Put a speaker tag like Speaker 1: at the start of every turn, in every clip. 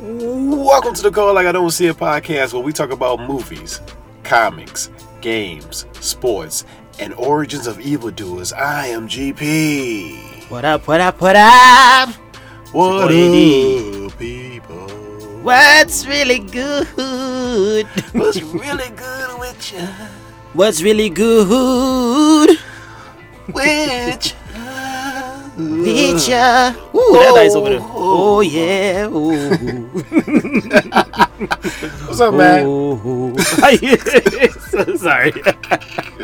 Speaker 1: Welcome to the Call Like I Don't See It podcast, where we talk about movies, comics, games, sports, and origins of evildoers. I am GP.
Speaker 2: What up, what up, what up?
Speaker 1: What
Speaker 2: ODD.
Speaker 1: up, people?
Speaker 2: What's really good?
Speaker 1: What's really good with you?
Speaker 2: What's really good?
Speaker 1: With you?
Speaker 2: Bitch, ya. Ooh, that nice over there. Oh, yeah. Ooh,
Speaker 1: What's up, man?
Speaker 2: ooh, ooh. so sorry.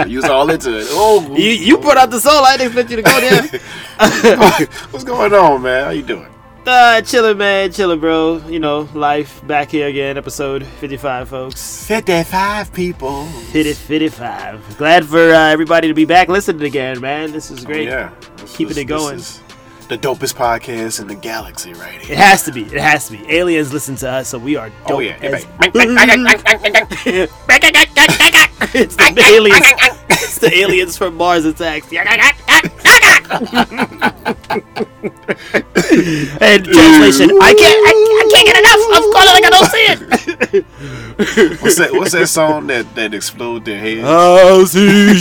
Speaker 1: You was all into it. Oh,
Speaker 2: You, you brought out the soul. I didn't expect you to go there.
Speaker 1: What's going on, man? How you doing?
Speaker 2: uh, chilling, man. Chilling, bro. You know, life back here again, episode 55, folks.
Speaker 1: 55 people.
Speaker 2: 50, 55. Glad for uh, everybody to be back listening again, man. This is great.
Speaker 1: Yeah. This
Speaker 2: Keeping
Speaker 1: is-
Speaker 2: it going.
Speaker 1: This is the dopest podcast in the galaxy right
Speaker 2: It
Speaker 1: here.
Speaker 2: has to be. It has to be. Aliens listen to us, so we are dope.
Speaker 1: Oh, yeah.
Speaker 2: as-
Speaker 1: Everybody.
Speaker 2: it's the aliens. It's the aliens from Mars attacks. and translation. I can't. I, I can't get enough of color like I don't see it.
Speaker 1: What's that, what's that song that, that exploded their head?
Speaker 2: I'll see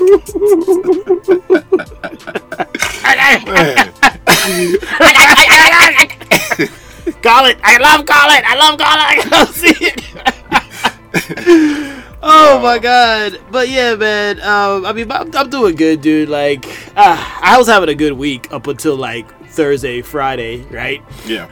Speaker 2: you.
Speaker 1: Man,
Speaker 2: Uh. Garlic. I love garlic. I love garlic. I don't see it. oh my god. But yeah, man. Um, I mean, I'm, I'm doing good, dude. Like, ah, I was having a good week up until like Thursday, Friday, right?
Speaker 1: yeah.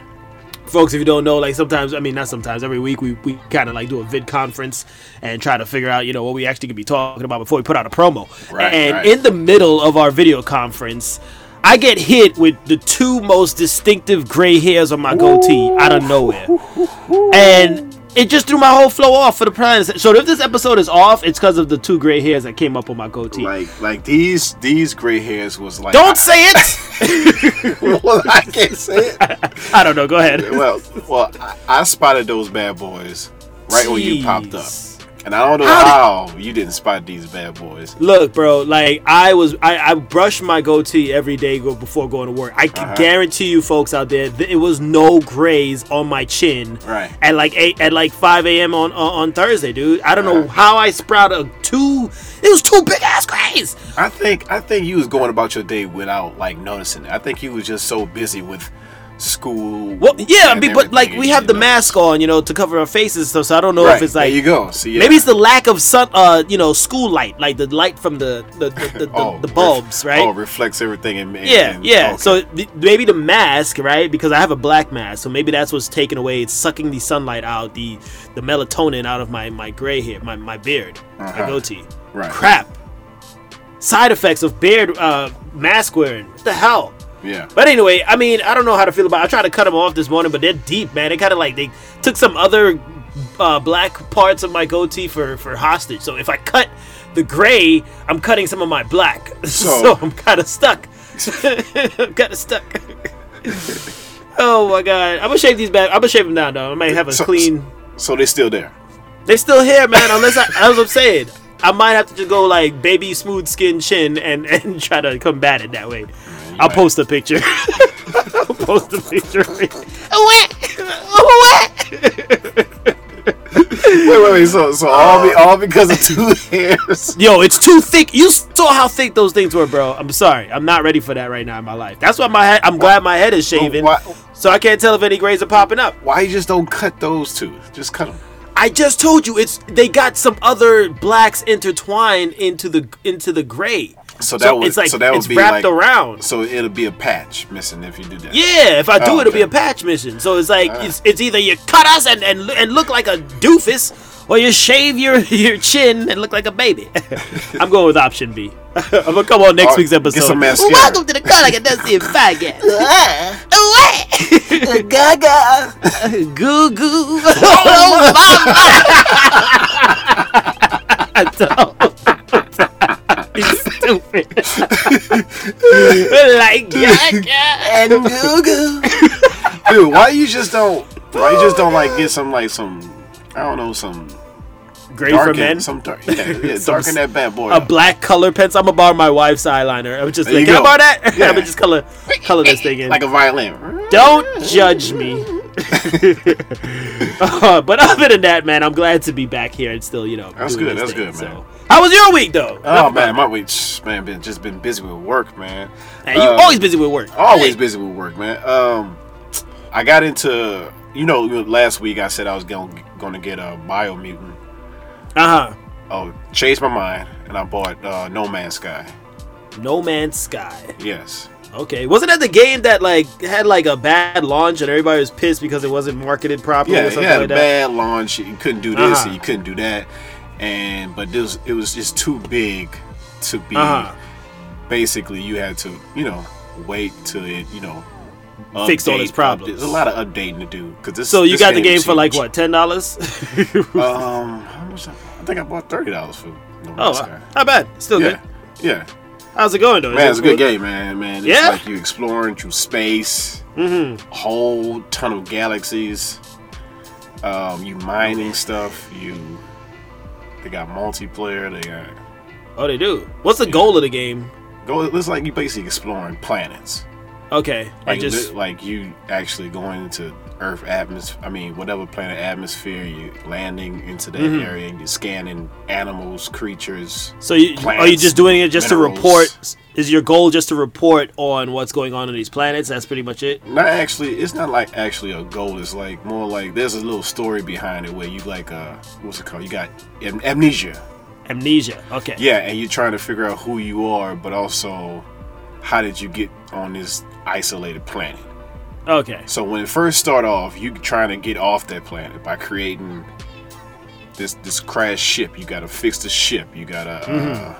Speaker 2: folks if you don't know like sometimes i mean not sometimes every week we, we kind of like do a vid conference and try to figure out you know what we actually could be talking about before we put out a promo
Speaker 1: Right,
Speaker 2: and
Speaker 1: right.
Speaker 2: in the middle of our video conference i get hit with the two most distinctive gray hairs on my goatee out of nowhere and it just threw my whole flow off for the plan so if this episode is off it's because of the two gray hairs that came up on my goatee
Speaker 1: Like, like these these gray hairs was like.
Speaker 2: don't say it
Speaker 1: well, I can't say it.
Speaker 2: i don't know go ahead
Speaker 1: Well, well, I, I spotted those bad boys right when you popped up,
Speaker 2: Jeez.
Speaker 1: and I don't know
Speaker 2: How
Speaker 1: how, you didn't spot these bad boys.
Speaker 2: Look, bro, like I was, I, I brushed my goatee every day go, before going to work. I can
Speaker 1: Uh-huh.
Speaker 2: guarantee you, folks out there, th- it was no grays on my chin.
Speaker 1: Right.
Speaker 2: At like eight, at like five a.m. on on, on Thursday, dude. I don't know
Speaker 1: Uh-huh.
Speaker 2: how I sprouted a two. It was two big ass grays.
Speaker 1: I think I think you was going about your day without like noticing it. I think you was just so busy with school.
Speaker 2: Well, yeah, I
Speaker 1: and
Speaker 2: mean, but
Speaker 1: everything,
Speaker 2: like
Speaker 1: and
Speaker 2: we
Speaker 1: you
Speaker 2: have the
Speaker 1: didn't
Speaker 2: mask on, you know, to cover our faces. So, so I don't know
Speaker 1: notice.
Speaker 2: if it's
Speaker 1: Right,
Speaker 2: like
Speaker 1: there you go. See, yeah.
Speaker 2: maybe it's the lack of sun, uh, you know, school light, like the light from the the the, the, the, the
Speaker 1: ref-
Speaker 2: bulbs, right?
Speaker 1: Oh, reflects everything. And, and-
Speaker 2: Yeah,
Speaker 1: and-
Speaker 2: yeah.
Speaker 1: okay.
Speaker 2: So th- maybe the mask, right? Because I have a black mask, so maybe that's what's taken away. It's sucking the sunlight out, the the melatonin out of my my gray hair, my my beard,
Speaker 1: Uh-huh.
Speaker 2: my goatee.
Speaker 1: Right.
Speaker 2: Crap. Side effects of beard uh, mask wearing. What the hell?
Speaker 1: yeah,
Speaker 2: But anyway, I mean, I don't know how to feel about. I tried to cut them off this morning, but they're deep, man. They kind of like they took some other uh, black parts of my goatee for for hostage. So if I cut the gray, I'm cutting some of my black. So,
Speaker 1: So-
Speaker 2: I'm kind of stuck. I'm kind of stuck. oh my god! I'm gonna shave these back. I'm gonna shave them down, though. I might have a
Speaker 1: So-
Speaker 2: clean.
Speaker 1: so they're still there.
Speaker 2: They still here, man. Unless I, as I'm saying, I might have to just go like baby smooth skin chin and and try to combat it that way. I'll
Speaker 1: might.
Speaker 2: post a picture. I'll post a picture. What? What?
Speaker 1: Wait, wait, wait. So, so all be, all because of two hairs.
Speaker 2: Yo, it's too thick. You saw how thick those things were, bro. I'm sorry. I'm not ready for that right now in my life. That's why my head. I'm glad my head is shaven,
Speaker 1: why-
Speaker 2: so I can't tell if any grays are popping up.
Speaker 1: Why you just don't cut those two? Just cut them.
Speaker 2: I just told you it's they got some other blacks intertwined into the into the gray.
Speaker 1: So that would
Speaker 2: it's like
Speaker 1: so that would
Speaker 2: it's
Speaker 1: be
Speaker 2: wrapped
Speaker 1: like,
Speaker 2: around.
Speaker 1: So it'll be a patch missing if you do that.
Speaker 2: Yeah, if I do,
Speaker 1: Oh,
Speaker 2: it'll be
Speaker 1: okay.
Speaker 2: a patch mission. So it's like
Speaker 1: Ah.
Speaker 2: it's, it's either you cut us and, and and look like a doofus, or you shave your your chin and look like a baby. I'm going with option B. I'm gonna come on next
Speaker 1: Or
Speaker 2: week's
Speaker 1: get
Speaker 2: episode.
Speaker 1: some mascara. ah.
Speaker 2: Welcome to the Call Like It Doesn't See It podcast. Away, Gaga, ah. Goo Goo, Oh, Mama. I don't- You're Stupid. like Gaga.
Speaker 1: And Google. Dude, why you just don't? Why you just don't like get some like some? I don't know some
Speaker 2: gray for
Speaker 1: darken,
Speaker 2: men.
Speaker 1: some dark, yeah, yeah,
Speaker 2: Some
Speaker 1: darken that bad boy.
Speaker 2: a
Speaker 1: up.
Speaker 2: black color pencil. I'm gonna borrow my wife's eyeliner. I'm just
Speaker 1: There you
Speaker 2: like, can I
Speaker 1: go.
Speaker 2: borrow that?
Speaker 1: Yeah.
Speaker 2: I'm gonna just color color this thing in.
Speaker 1: like a violin. Oh,
Speaker 2: Don't judge me. Uh, but other than that, man, I'm glad to be back here and still, you know.
Speaker 1: That's
Speaker 2: doing
Speaker 1: good,
Speaker 2: this
Speaker 1: that's
Speaker 2: thing,
Speaker 1: good, man.
Speaker 2: So. How was your week, though?
Speaker 1: Oh man, my week, shh, man, been just been busy with work, man.
Speaker 2: Man, you
Speaker 1: Uh,
Speaker 2: always busy with work.
Speaker 1: always busy with work, man. Um, I got into you know last week I said I was going going to get a biomutant.
Speaker 2: Uh
Speaker 1: Oh, changed my mind and I bought uh, No Man's Sky.
Speaker 2: huh. No Man's Sky.
Speaker 1: Yes,
Speaker 2: Okay, wasn't that the game that like had like a bad launch and everybody was pissed because it wasn't marketed properly
Speaker 1: yeah,
Speaker 2: or
Speaker 1: it
Speaker 2: something
Speaker 1: had a
Speaker 2: like that?
Speaker 1: bad launch. You couldn't do this,
Speaker 2: Uh-huh.
Speaker 1: and you couldn't do that, and but this it was just too big to be.
Speaker 2: Uh-huh.
Speaker 1: Basically, you had to you know wait till it you know.
Speaker 2: Fixed all its
Speaker 1: update-
Speaker 2: problems.
Speaker 1: There's a lot of updating to do because this.
Speaker 2: So you
Speaker 1: this
Speaker 2: got the game
Speaker 1: is
Speaker 2: for like
Speaker 1: huge.
Speaker 2: what ten dollars?
Speaker 1: Um, how much? I, I think I bought thirty dollars for. No
Speaker 2: Oh,
Speaker 1: Man's
Speaker 2: uh,
Speaker 1: Sky.
Speaker 2: not bad. Still
Speaker 1: yeah,
Speaker 2: good.
Speaker 1: yeah.
Speaker 2: How's it going though? Is
Speaker 1: Man,
Speaker 2: it
Speaker 1: it's a good
Speaker 2: cool?
Speaker 1: game, man. Man, it's
Speaker 2: Yeah?
Speaker 1: like you exploring through space,
Speaker 2: Mhm.
Speaker 1: a whole ton of galaxies. Um, you mining stuff. You, they got multiplayer. They got
Speaker 2: Oh, they do. What's the goal of the game?
Speaker 1: go. It's like you basically exploring planets.
Speaker 2: Okay, I
Speaker 1: Like
Speaker 2: just
Speaker 1: li- like you actually going into Earth atmosphere. I mean, whatever planet atmosphere you landing into that
Speaker 2: Mhm.
Speaker 1: area, and you're scanning animals, creatures.
Speaker 2: so you are you
Speaker 1: plants,
Speaker 2: just doing it just
Speaker 1: minerals.
Speaker 2: to report? Is your goal just to report on what's going on in these planets? That's pretty much it.
Speaker 1: not actually it's not like actually a goal it's like more like there's a little story behind it where you like uh what's it called you got am- amnesia
Speaker 2: Amnesia. Okay.
Speaker 1: yeah and you're trying to figure out who you are but also how did you get on this isolated planet
Speaker 2: Okay.
Speaker 1: so when it first start off you trying to get off that planet by creating this this crashed ship you gotta fix the ship you gotta uh,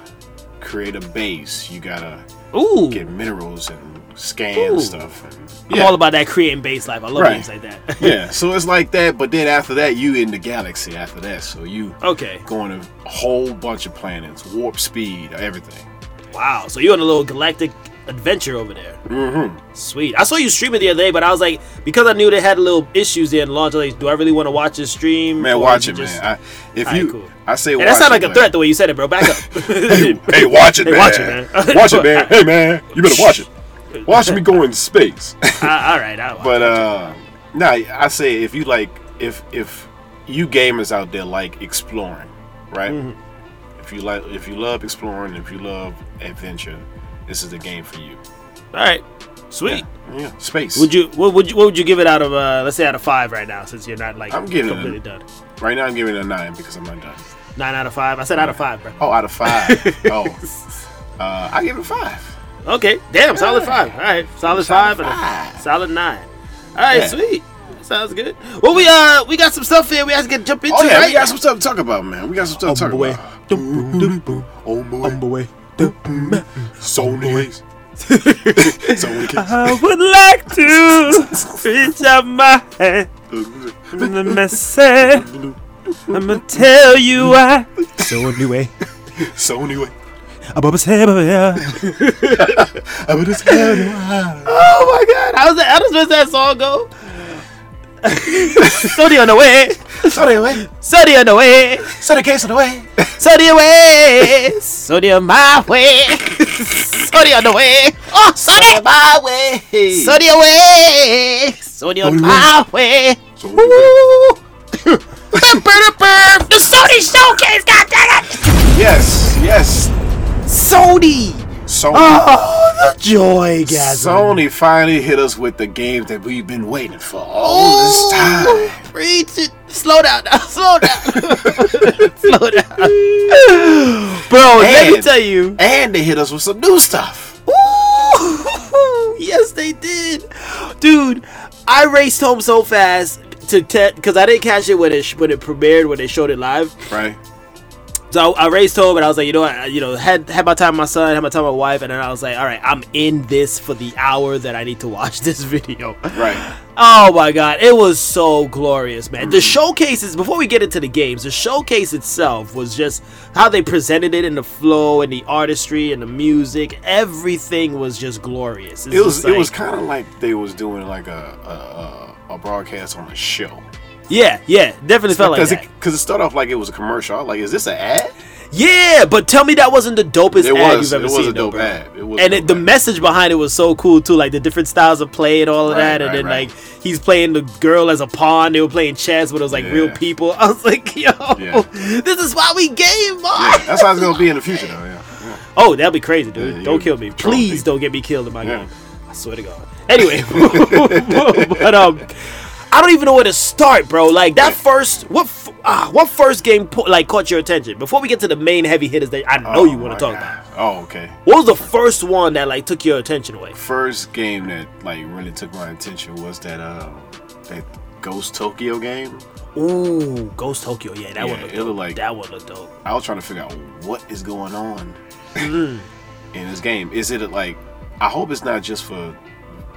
Speaker 1: create a base you gotta
Speaker 2: Ooh,
Speaker 1: get minerals and scan
Speaker 2: Ooh.
Speaker 1: stuff and,
Speaker 2: I'm all about that creating base life. I love
Speaker 1: Right.
Speaker 2: games like that.
Speaker 1: yeah, so it's like that, but then after that, you in the galaxy after that. So you
Speaker 2: okay.
Speaker 1: going to a whole bunch of planets, warp speed, everything.
Speaker 2: Wow. So you're on a little galactic adventure over there.
Speaker 1: Mm-hmm.
Speaker 2: Sweet. I saw you stream it the other day, but I was like, because I knew they had little issues there in launch. I was like, do I really want to watch this stream?
Speaker 1: Man,
Speaker 2: or
Speaker 1: watch
Speaker 2: is
Speaker 1: it,
Speaker 2: just-
Speaker 1: man. I, if
Speaker 2: Alright,
Speaker 1: you,
Speaker 2: cool.
Speaker 1: I say,
Speaker 2: Hey,
Speaker 1: watch
Speaker 2: that sounded
Speaker 1: it,
Speaker 2: like a
Speaker 1: man.
Speaker 2: threat the way you said it, bro. Back up.
Speaker 1: Hey, watch it,
Speaker 2: Hey,
Speaker 1: man.
Speaker 2: watch it, man.
Speaker 1: watch it, man. Hey, man, you better watch it. Watch me go in space.
Speaker 2: Ah, all right. I'll watch.
Speaker 1: but uh, nah, I say if you like, if if you gamers out there like exploring, right?
Speaker 2: Mm-hmm.
Speaker 1: If you like, if you love exploring, if you love adventure, this is the game for you.
Speaker 2: all right. Sweet.
Speaker 1: Yeah, space.
Speaker 2: Would you what would you what would you give it out of uh let's say out of five right now since you're not like
Speaker 1: I'm giving it-
Speaker 2: completely done.
Speaker 1: Right now, I'm giving it a nine because I'm not done.
Speaker 2: Nine out of five. I said out of five, bro.
Speaker 1: Oh, out of five. oh, uh, I give it a five.
Speaker 2: Okay. Damn, solid five. All right. Solid, five, and a
Speaker 1: five.
Speaker 2: solid nine. All right,
Speaker 1: Yeah.
Speaker 2: sweet. Sounds good. Well we uh we got some stuff here we have to get jump into,
Speaker 1: Oh yeah,
Speaker 2: right?
Speaker 1: we got some stuff to talk about, man. We got some stuff to talk
Speaker 2: boy.
Speaker 1: about. Oh boy, Sony, Sony,
Speaker 2: I would like to reach out my hand and a message. I'ma tell you why.
Speaker 3: So anyway,
Speaker 1: Sony. way.
Speaker 3: above his head, yeah.
Speaker 1: I would just tell you why.
Speaker 2: Oh my god, how's that how does that song go? Sorry on the way.
Speaker 1: Sony way.
Speaker 2: Sorry on the way.
Speaker 1: Sony case on the way.
Speaker 2: Sorry away. Sorry on my way. Sorry on the way. Oh, sorry.
Speaker 1: my way.
Speaker 2: Sorry away. Sorry on
Speaker 1: Sorry
Speaker 2: my way.
Speaker 1: Sorry
Speaker 2: Woo.
Speaker 1: away.
Speaker 2: Burp, burp, burp. The Sony showcase, god damn it!
Speaker 1: Yes, yes.
Speaker 2: Sony!
Speaker 1: Sony.
Speaker 2: Oh, the joy,
Speaker 1: Sony finally hit us with the games that we've been waiting for all this time.
Speaker 2: Reach Oh. it. Slow down now. Slow down. Slow down. Bro, let me
Speaker 1: And-
Speaker 2: tell you.
Speaker 1: And they hit us with some new stuff.
Speaker 2: Ooh, yes, they did, dude. I raced home so fast to because I didn't catch it when it sh- when it premiered when they showed it live.
Speaker 1: Right?
Speaker 2: So I, I raced home and I was like, you know what, I, you know, had had my time with my son, had my time with my wife, and then I was like, all right, I'm in this for the hour that I need to watch this video.
Speaker 1: Right.
Speaker 2: Oh my god, it was so glorious, man. The showcases, before we get into the games, the showcase itself was just how they presented it in the flow and the artistry and the music. Everything was just glorious. It's
Speaker 1: It was
Speaker 2: just
Speaker 1: it was
Speaker 2: like-
Speaker 1: kind of like they was doing like a, a a- a broadcast on a show.
Speaker 2: Yeah, yeah, definitely felt like
Speaker 1: Because
Speaker 2: that.
Speaker 1: it, cause it started off like it was a commercial. I was like, is this an ad?
Speaker 2: yeah, but tell me that wasn't the dopest
Speaker 1: It
Speaker 2: ad
Speaker 1: was.
Speaker 2: you've
Speaker 1: It
Speaker 2: ever
Speaker 1: was
Speaker 2: seen.
Speaker 1: a
Speaker 2: though,
Speaker 1: dope
Speaker 2: bro.
Speaker 1: ad. It was
Speaker 2: and
Speaker 1: a
Speaker 2: it,
Speaker 1: dope
Speaker 2: the
Speaker 1: ad.
Speaker 2: message behind it was so cool too, like the different styles of play and all of
Speaker 1: Right,
Speaker 2: that. And
Speaker 1: right,
Speaker 2: then
Speaker 1: right.
Speaker 2: like he's playing the girl as a pawn. They were playing chess, but it was like real
Speaker 1: Yeah.
Speaker 2: people. I was like, yo,
Speaker 1: Yeah.
Speaker 2: this is why we game, boy.
Speaker 1: Yeah, that's how it's gonna be in the future, though. Yeah. yeah.
Speaker 2: Oh, that'd be crazy, dude.
Speaker 1: Yeah, you
Speaker 2: don't kill me.
Speaker 1: troll
Speaker 2: Please
Speaker 1: people.
Speaker 2: don't get me killed in my
Speaker 1: Yeah.
Speaker 2: game. I swear to God. Anyway, but um, I don't even know where to start, bro. Like that first, what, f- ah, what first game po- like caught your attention? Before we get to the main heavy hitters that I know you want
Speaker 1: Oh my
Speaker 2: to talk
Speaker 1: God.
Speaker 2: about,
Speaker 1: Oh, okay.
Speaker 2: what was the first one that like took your attention away?
Speaker 1: First game that like really took my attention was that uh that Ghost Tokyo game.
Speaker 2: Ooh, Ghost Tokyo. Yeah, that one
Speaker 1: Yeah,
Speaker 2: looked
Speaker 1: it
Speaker 2: dope.
Speaker 1: looked like-
Speaker 2: that one looked dope.
Speaker 1: I was trying to figure out what is going on
Speaker 2: Mm.
Speaker 1: in this game. Is it like? I hope it's not just for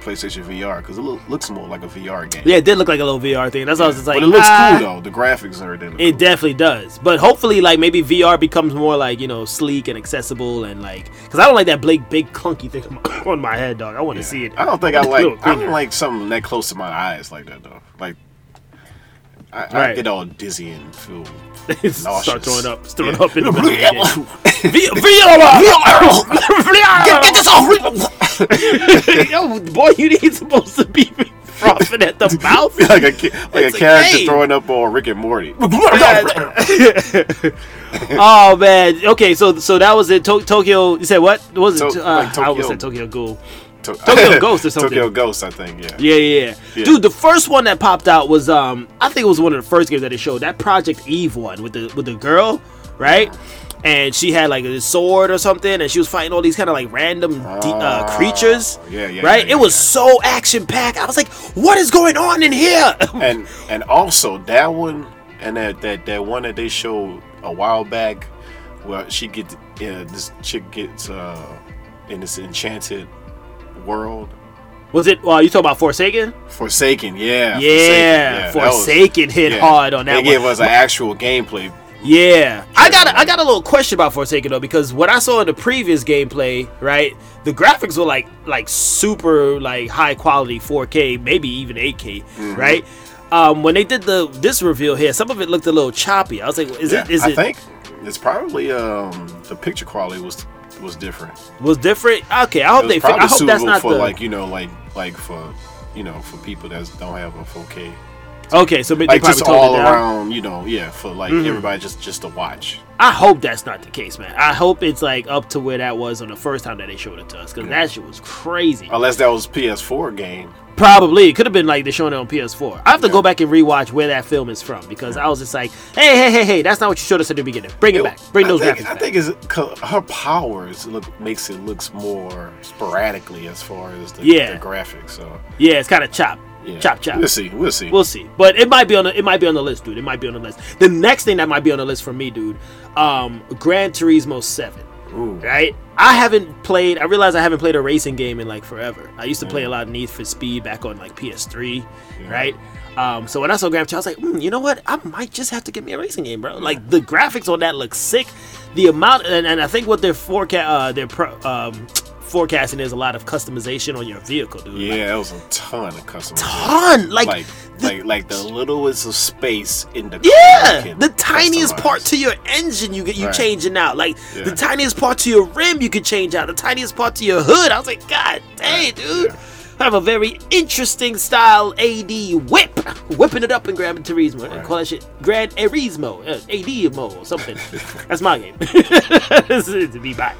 Speaker 1: PlayStation VR because it loo- looks more like a VR game.
Speaker 2: Yeah, it did look like a little VR thing. That's why I was just like,
Speaker 1: but it looks
Speaker 2: ah.
Speaker 1: cool though. The graphics are everything. look
Speaker 2: It
Speaker 1: cool.
Speaker 2: definitely does, but hopefully, like maybe VR becomes more like you know sleek and accessible, and like because I don't like that big, big clunky thing on my- on my head, dog. I want to see it.
Speaker 1: I don't think I
Speaker 2: Little
Speaker 1: like. I
Speaker 2: finger.
Speaker 1: don't like something that close to my eyes like that though. Like, I, I
Speaker 2: Right.
Speaker 1: get all dizzy and feel nauseous.
Speaker 2: Start throwing up, throwing
Speaker 1: Yeah.
Speaker 2: up in the middle of
Speaker 1: Get
Speaker 2: the game. V- VR.
Speaker 1: this off me!
Speaker 2: Yo, boy, you ain't supposed to be frothing at the mouth.
Speaker 1: like a ki- like
Speaker 2: It's
Speaker 1: a
Speaker 2: a
Speaker 1: character
Speaker 2: game.
Speaker 1: throwing up on Rick and Morty.
Speaker 2: oh man. Okay, so so that was it. To- Tokyo. You said what? What was it?
Speaker 1: To-
Speaker 2: uh,
Speaker 1: like
Speaker 2: I almost
Speaker 1: Tokyo-
Speaker 2: said Tokyo Ghoul.
Speaker 1: To-
Speaker 2: Tokyo Ghost or something.
Speaker 1: Tokyo Ghost, I think. Yeah.
Speaker 2: Yeah, yeah, yeah,
Speaker 1: Yeah.
Speaker 2: Dude, the first one that popped out was um I think it was one of the first games that they showed, that Project Eve one with the with the girl, right? And she had like a sword or something, and she was fighting all these kind of like random de- uh,
Speaker 1: Ah,
Speaker 2: creatures.
Speaker 1: yeah, yeah,
Speaker 2: Right?
Speaker 1: yeah, yeah,
Speaker 2: it was
Speaker 1: yeah.
Speaker 2: so action packed. I was like, what is going on in here?
Speaker 1: And and also that one and that that that one that they showed a while back, where she gets yeah, this chick gets uh in this enchanted world.
Speaker 2: was it? Well, you talking about Forsaken?
Speaker 1: Forsaken, yeah.
Speaker 2: Yeah,
Speaker 1: Forsaken, that was-
Speaker 2: Forsaken hit
Speaker 1: yeah.
Speaker 2: hard on that
Speaker 1: They
Speaker 2: one.
Speaker 1: gave us an actual gameplay.
Speaker 2: Yeah, I got a, I got a little question about Forsaken though because what I saw in the previous gameplay, right, the graphics were like like super like high quality 4K, maybe even 8K,
Speaker 1: Mm-hmm.
Speaker 2: right? Um, when they did the this reveal here, some of it looked a little choppy. I was like, is
Speaker 1: Yeah,
Speaker 2: it is
Speaker 1: I
Speaker 2: it
Speaker 1: think it's probably um the picture quality was was different.
Speaker 2: was different? Okay, I
Speaker 1: It
Speaker 2: hope
Speaker 1: was
Speaker 2: they fi-
Speaker 1: probably
Speaker 2: I hope
Speaker 1: suitable
Speaker 2: that's not
Speaker 1: for
Speaker 2: the
Speaker 1: like you know like like for you know for people that don't have a 4K
Speaker 2: okay. So they
Speaker 1: like
Speaker 2: probably Mm-hmm.
Speaker 1: just
Speaker 2: toned
Speaker 1: all
Speaker 2: it down.
Speaker 1: around you know yeah for like everybody just just to watch.
Speaker 2: I hope that's not the case, man. I hope it's like up to where that was on the first time that they showed it to us because that shit was crazy.
Speaker 1: Unless that was PS4 game.
Speaker 2: Probably. It could have been like they're showing it on PS4. I have to go back and rewatch where that film is from because I was just like, hey, hey, hey, hey, that's not what you showed us at the beginning. Bring it back. Bring
Speaker 1: I
Speaker 2: those
Speaker 1: think,
Speaker 2: graphics
Speaker 1: I
Speaker 2: back.
Speaker 1: think is her powers look makes it looks more sporadically as far as the,
Speaker 2: Yeah.
Speaker 1: the graphics. So
Speaker 2: yeah, it's kind of chop.
Speaker 1: yeah.
Speaker 2: Chop, chop.
Speaker 1: We'll see. We'll see.
Speaker 2: We'll see. But it might be on the it might be on the list, dude. It might be on the list. The next thing that might be on the list for me, dude, um, Gran Turismo 7.
Speaker 1: Ooh.
Speaker 2: Right? I haven't played I realize I haven't played a racing game in like forever. I used to play a lot of Need for Speed back on like PS3, right? Um, so when I saw Grand Theft Auto, I was like, mm, you know what? I might just have to get me a racing game, bro. Like the graphics on that look sick. The amount and, and I think what they're forecast uh they're pro- um forecasting is a lot of customization on your vehicle, dude. Like,
Speaker 1: Yeah, that was a ton of customers.
Speaker 2: ton like,
Speaker 1: like
Speaker 2: the-
Speaker 1: like like the littlest of space in the car you
Speaker 2: Yeah,
Speaker 1: can
Speaker 2: the tiniest
Speaker 1: customize.
Speaker 2: part to your engine you get you
Speaker 1: Right.
Speaker 2: changing out. Like
Speaker 1: Yeah.
Speaker 2: the tiniest part to your rim you could change out. The tiniest part to your hood. I was like, God dang, dude. I have a very interesting style AD whip, whipping it up in Gran Turismo. I Call that shit Gran Turismo, uh, AD mode or something. That's my game. This is to be by.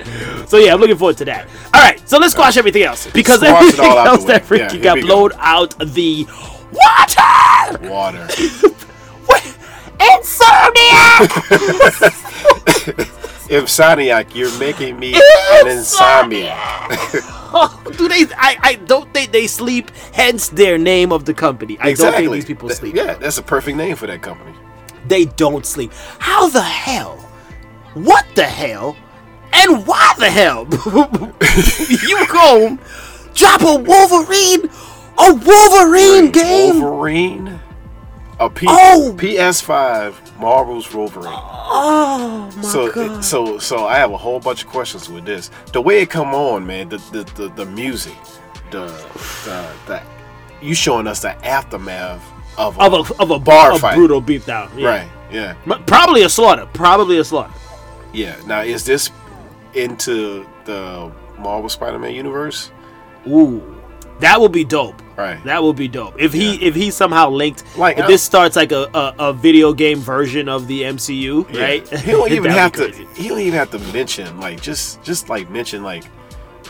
Speaker 2: So yeah, I'm looking forward to that. All right, so let's squash everything else because
Speaker 1: Squash it all
Speaker 2: everything
Speaker 1: out the
Speaker 2: else
Speaker 1: way.
Speaker 2: that
Speaker 1: Yeah,
Speaker 2: freaking
Speaker 1: here
Speaker 2: got
Speaker 1: we go.
Speaker 2: blown out the water.
Speaker 1: water.
Speaker 2: What? Insomniac!
Speaker 1: Insomniac, you're making me an insomniac.
Speaker 2: oh, do they? I, I don't think they sleep. Hence their name of the company. I don't think these people
Speaker 1: Th-
Speaker 2: sleep.
Speaker 1: Yeah, that's a perfect name for that company.
Speaker 2: They don't sleep. How the hell? What the hell? And why the hell? you go drop a Wolverine, a Wolverine game.
Speaker 1: Wolverine. A P-
Speaker 2: Oh!
Speaker 1: PS5 Marvel's Wolverine.
Speaker 2: Oh my
Speaker 1: so
Speaker 2: god!
Speaker 1: so so I have a whole bunch of questions with this. The way it come on, man, the the, the, the music, the, the the you showing us the aftermath of a,
Speaker 2: of a of
Speaker 1: Bar
Speaker 2: a bar a
Speaker 1: fight.
Speaker 2: brutal beatdown. Yeah.
Speaker 1: right. Yeah,
Speaker 2: But probably a slaughter. Probably a slaughter.
Speaker 1: yeah. Now is this into the Marvel Spider-Man universe?
Speaker 2: Ooh, that would be dope.
Speaker 1: Right.
Speaker 2: That would be dope. If he if he somehow linked
Speaker 1: Like, uh,
Speaker 2: like if
Speaker 1: I-
Speaker 2: this starts like a, a, a video game version of the MCU,
Speaker 1: Yeah.
Speaker 2: right?
Speaker 1: He don't even
Speaker 2: That'd
Speaker 1: have
Speaker 2: be
Speaker 1: to.
Speaker 2: crazy.
Speaker 1: He don't even have to mention like just just like mention like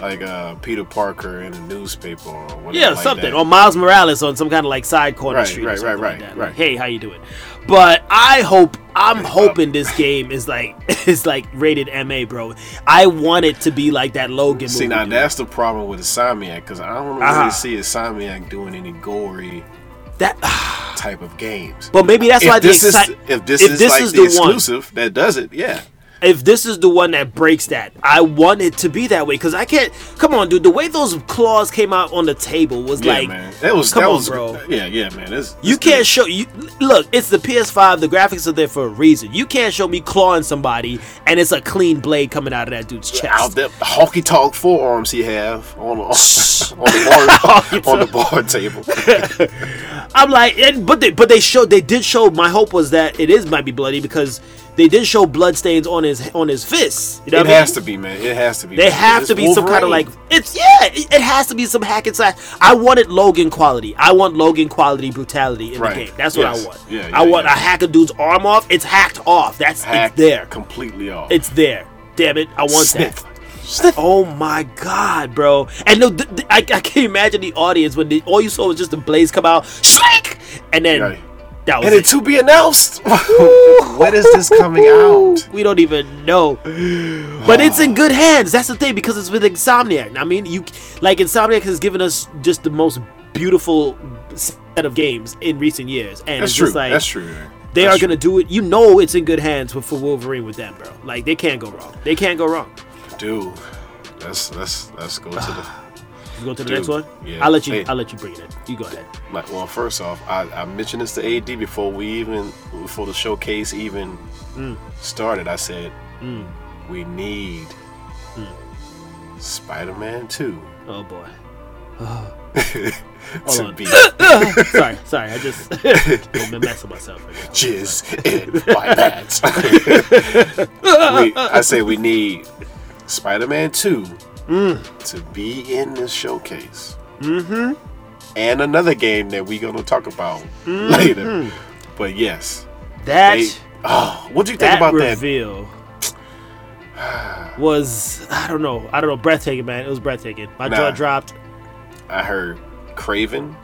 Speaker 1: like uh Peter Parker in a newspaper or whatever.
Speaker 2: Yeah,
Speaker 1: like
Speaker 2: something. Oh,
Speaker 1: that.
Speaker 2: Or Miles Morales on some kind of like side corner
Speaker 1: Right,
Speaker 2: street.
Speaker 1: right,
Speaker 2: or something
Speaker 1: right,
Speaker 2: like
Speaker 1: right,
Speaker 2: that. Like,
Speaker 1: right.
Speaker 2: hey, how you doing? But I hope I'm hoping this game is like is like rated MA, bro. I want it to be like that Logan
Speaker 1: See
Speaker 2: movie.
Speaker 1: now
Speaker 2: dude.
Speaker 1: that's the problem with Insomniac because I don't really
Speaker 2: Uh-huh.
Speaker 1: see Insomniac doing any gory
Speaker 2: that
Speaker 1: type of games.
Speaker 2: but maybe that's why
Speaker 1: if this
Speaker 2: the
Speaker 1: is
Speaker 2: excite-
Speaker 1: if this
Speaker 2: if
Speaker 1: is
Speaker 2: this
Speaker 1: like
Speaker 2: is
Speaker 1: the,
Speaker 2: the one-
Speaker 1: exclusive that does it, yeah.
Speaker 2: if this is the one that breaks that, I want it to be that way because I can't. Come on, dude. The way those claws came out on the table was
Speaker 1: Yeah,
Speaker 2: like,
Speaker 1: man. That was
Speaker 2: come
Speaker 1: that
Speaker 2: on,
Speaker 1: was
Speaker 2: bro.
Speaker 1: yeah, yeah, man. That's,
Speaker 2: You
Speaker 1: that's good.
Speaker 2: can't show you. Look, it's the PS5. The graphics are there for a reason. You can't show me clawing somebody and it's a clean blade coming out of that dude's
Speaker 1: out
Speaker 2: chest.
Speaker 1: that honky talk forearms he have on on, on the bar on the bar table.
Speaker 2: I'm like, and, but they but they showed they did show. My hope was that it is might be bloody because they did show blood stains on his on his fists. You know
Speaker 1: It
Speaker 2: what I mean?
Speaker 1: has to be, man. It has to be.
Speaker 2: They
Speaker 1: man.
Speaker 2: have
Speaker 1: It's
Speaker 2: to be some kind of like
Speaker 1: Wolverine.
Speaker 2: it's yeah. It, it has to be some hack and slash. I wanted Logan quality. I want Logan quality brutality in
Speaker 1: Right.
Speaker 2: the game. That's what
Speaker 1: Yes.
Speaker 2: I want.
Speaker 1: Yeah,
Speaker 2: I
Speaker 1: yeah,
Speaker 2: want
Speaker 1: yeah.
Speaker 2: a hack a dude's arm off. It's hacked off. That's
Speaker 1: Hacked
Speaker 2: it's there.
Speaker 1: completely off.
Speaker 2: It's there. Damn it! I want
Speaker 1: Sniff.
Speaker 2: that. Oh my god, bro! And no, th- th- I, I can't imagine the audience when the, all you saw was just the blaze come out, shrink, and then
Speaker 1: Right.
Speaker 2: that was
Speaker 1: and
Speaker 2: it.
Speaker 1: it's to be announced. when is this coming out?
Speaker 2: We don't even know. But it's in good hands. That's the thing because it's with Insomniac. I mean, you like Insomniac has given us just the most beautiful set of games in recent years, and
Speaker 1: That's
Speaker 2: it's
Speaker 1: true.
Speaker 2: just like
Speaker 1: That's true. man.
Speaker 2: they
Speaker 1: That's
Speaker 2: are gonna do it. You know, it's in good hands with, for Wolverine with them, bro. Like they can't go wrong. They can't go wrong.
Speaker 1: true. dude. Let's let's let's go to the.
Speaker 2: You go to the
Speaker 1: Dude,
Speaker 2: next one.
Speaker 1: yeah.
Speaker 2: I'll let you.
Speaker 1: Hey.
Speaker 2: I'll let you bring it in. You go ahead.
Speaker 1: Like, well, first off, I, I mentioned this to AD before we even before the showcase even
Speaker 2: Hmm.
Speaker 1: started. I said
Speaker 2: Mm.
Speaker 1: we need
Speaker 2: Hmm.
Speaker 1: Spider-Man Two
Speaker 2: Oh boy.
Speaker 1: to
Speaker 2: on.
Speaker 1: be
Speaker 2: sorry, sorry. I just I'm messing myself. Right now.
Speaker 1: jizz in my pants. we, I say we need Spider-Man Two to be in this showcase, mm-hmm. and another game that we're gonna talk about
Speaker 2: Mm-hmm.
Speaker 1: later. But yes,
Speaker 2: That
Speaker 1: they- oh, what do you think
Speaker 2: that
Speaker 1: about that?
Speaker 2: reveal was I don't know. I don't know. Breathtaking, man. It was breathtaking. My
Speaker 1: Nah.
Speaker 2: jaw dropped.
Speaker 1: I heard Craven.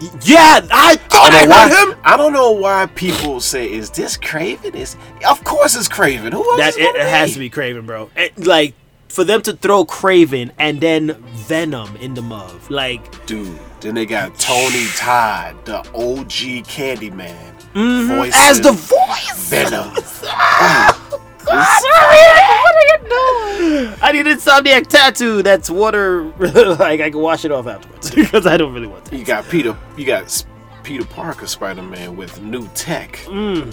Speaker 2: Y- Yeah, I thought I,
Speaker 1: don't know
Speaker 2: heard
Speaker 1: why-
Speaker 2: him.
Speaker 1: I don't know why people say, "Is this Craven?" Is of course it's Craven. Who else?
Speaker 2: That
Speaker 1: is
Speaker 2: it,
Speaker 1: gonna
Speaker 2: it has to be Craven, bro. It- like for them to throw Craven and then Venom in the mug, like
Speaker 1: dude. Then they got Tony Todd, the OG Candyman, voicing
Speaker 2: Mm-hmm. as the voice.
Speaker 1: Venom.
Speaker 2: I need an insomniac tattoo that's water. like I can wash it off afterwards because I don't really want that.
Speaker 1: you got Peter. You got S- Peter Parker, Spider Man, with new tech.
Speaker 2: Mm-hmm.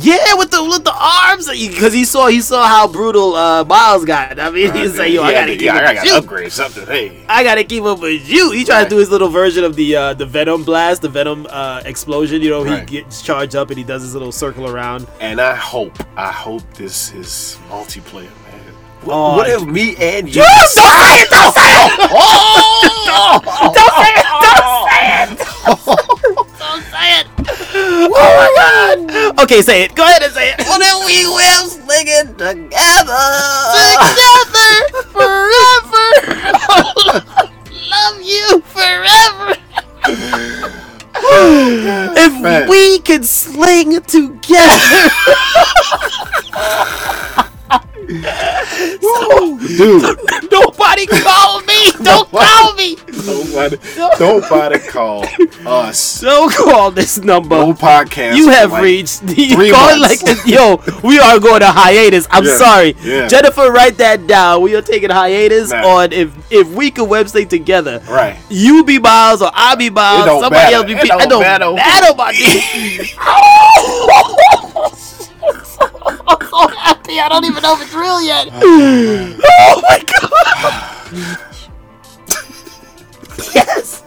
Speaker 2: Yeah, with the with the arms, because he saw he saw how brutal uh, Miles got. I mean, he's like, yo, I
Speaker 1: Uh, Yeah,
Speaker 2: gotta
Speaker 1: yeah,
Speaker 2: keep up
Speaker 1: I
Speaker 2: with
Speaker 1: gotta
Speaker 2: you.
Speaker 1: upgrade something. Hey,
Speaker 2: I gotta keep up with you. He tried
Speaker 1: Right.
Speaker 2: to do his little version of the uh, the Venom blast, the Venom uh, explosion. You know, he
Speaker 1: Right.
Speaker 2: gets charged up and he does his little circle around.
Speaker 1: and I hope, I hope this is multiplayer, man. What,
Speaker 2: Oh,
Speaker 1: what if me and you?
Speaker 2: Don't say it! Don't say it!
Speaker 1: Oh!
Speaker 2: Don't say it! Don't say it! Don't say it! Oh my god! Okay, say it. Go ahead and say it.
Speaker 1: What if we will sing it together?
Speaker 2: together forever. Love you forever. if
Speaker 1: Man.
Speaker 2: we could sling together.
Speaker 1: Dude,
Speaker 2: Nobody call me. Don't call me.
Speaker 1: nobody, nobody call us.
Speaker 2: Don't call this number.
Speaker 1: No podcast.
Speaker 2: You
Speaker 1: for
Speaker 2: have
Speaker 1: like-
Speaker 2: reached the
Speaker 1: three
Speaker 2: call it like
Speaker 1: months.
Speaker 2: this. Yo, we are going to hiatus. I'm
Speaker 1: Yeah,
Speaker 2: sorry.
Speaker 1: yeah.
Speaker 2: Jennifer, write that down. We are taking hiatus
Speaker 1: Nah.
Speaker 2: on if if we could website together.
Speaker 1: Right.
Speaker 2: You be Miles or I be Miles.
Speaker 1: don't
Speaker 2: Somebody
Speaker 1: matter.
Speaker 2: else be
Speaker 1: It
Speaker 2: Pete.
Speaker 1: don't
Speaker 2: I don't
Speaker 1: matter.
Speaker 2: matter, my nigga. I'm so happy. I don't even know if it's real yet. Oh my god. yes.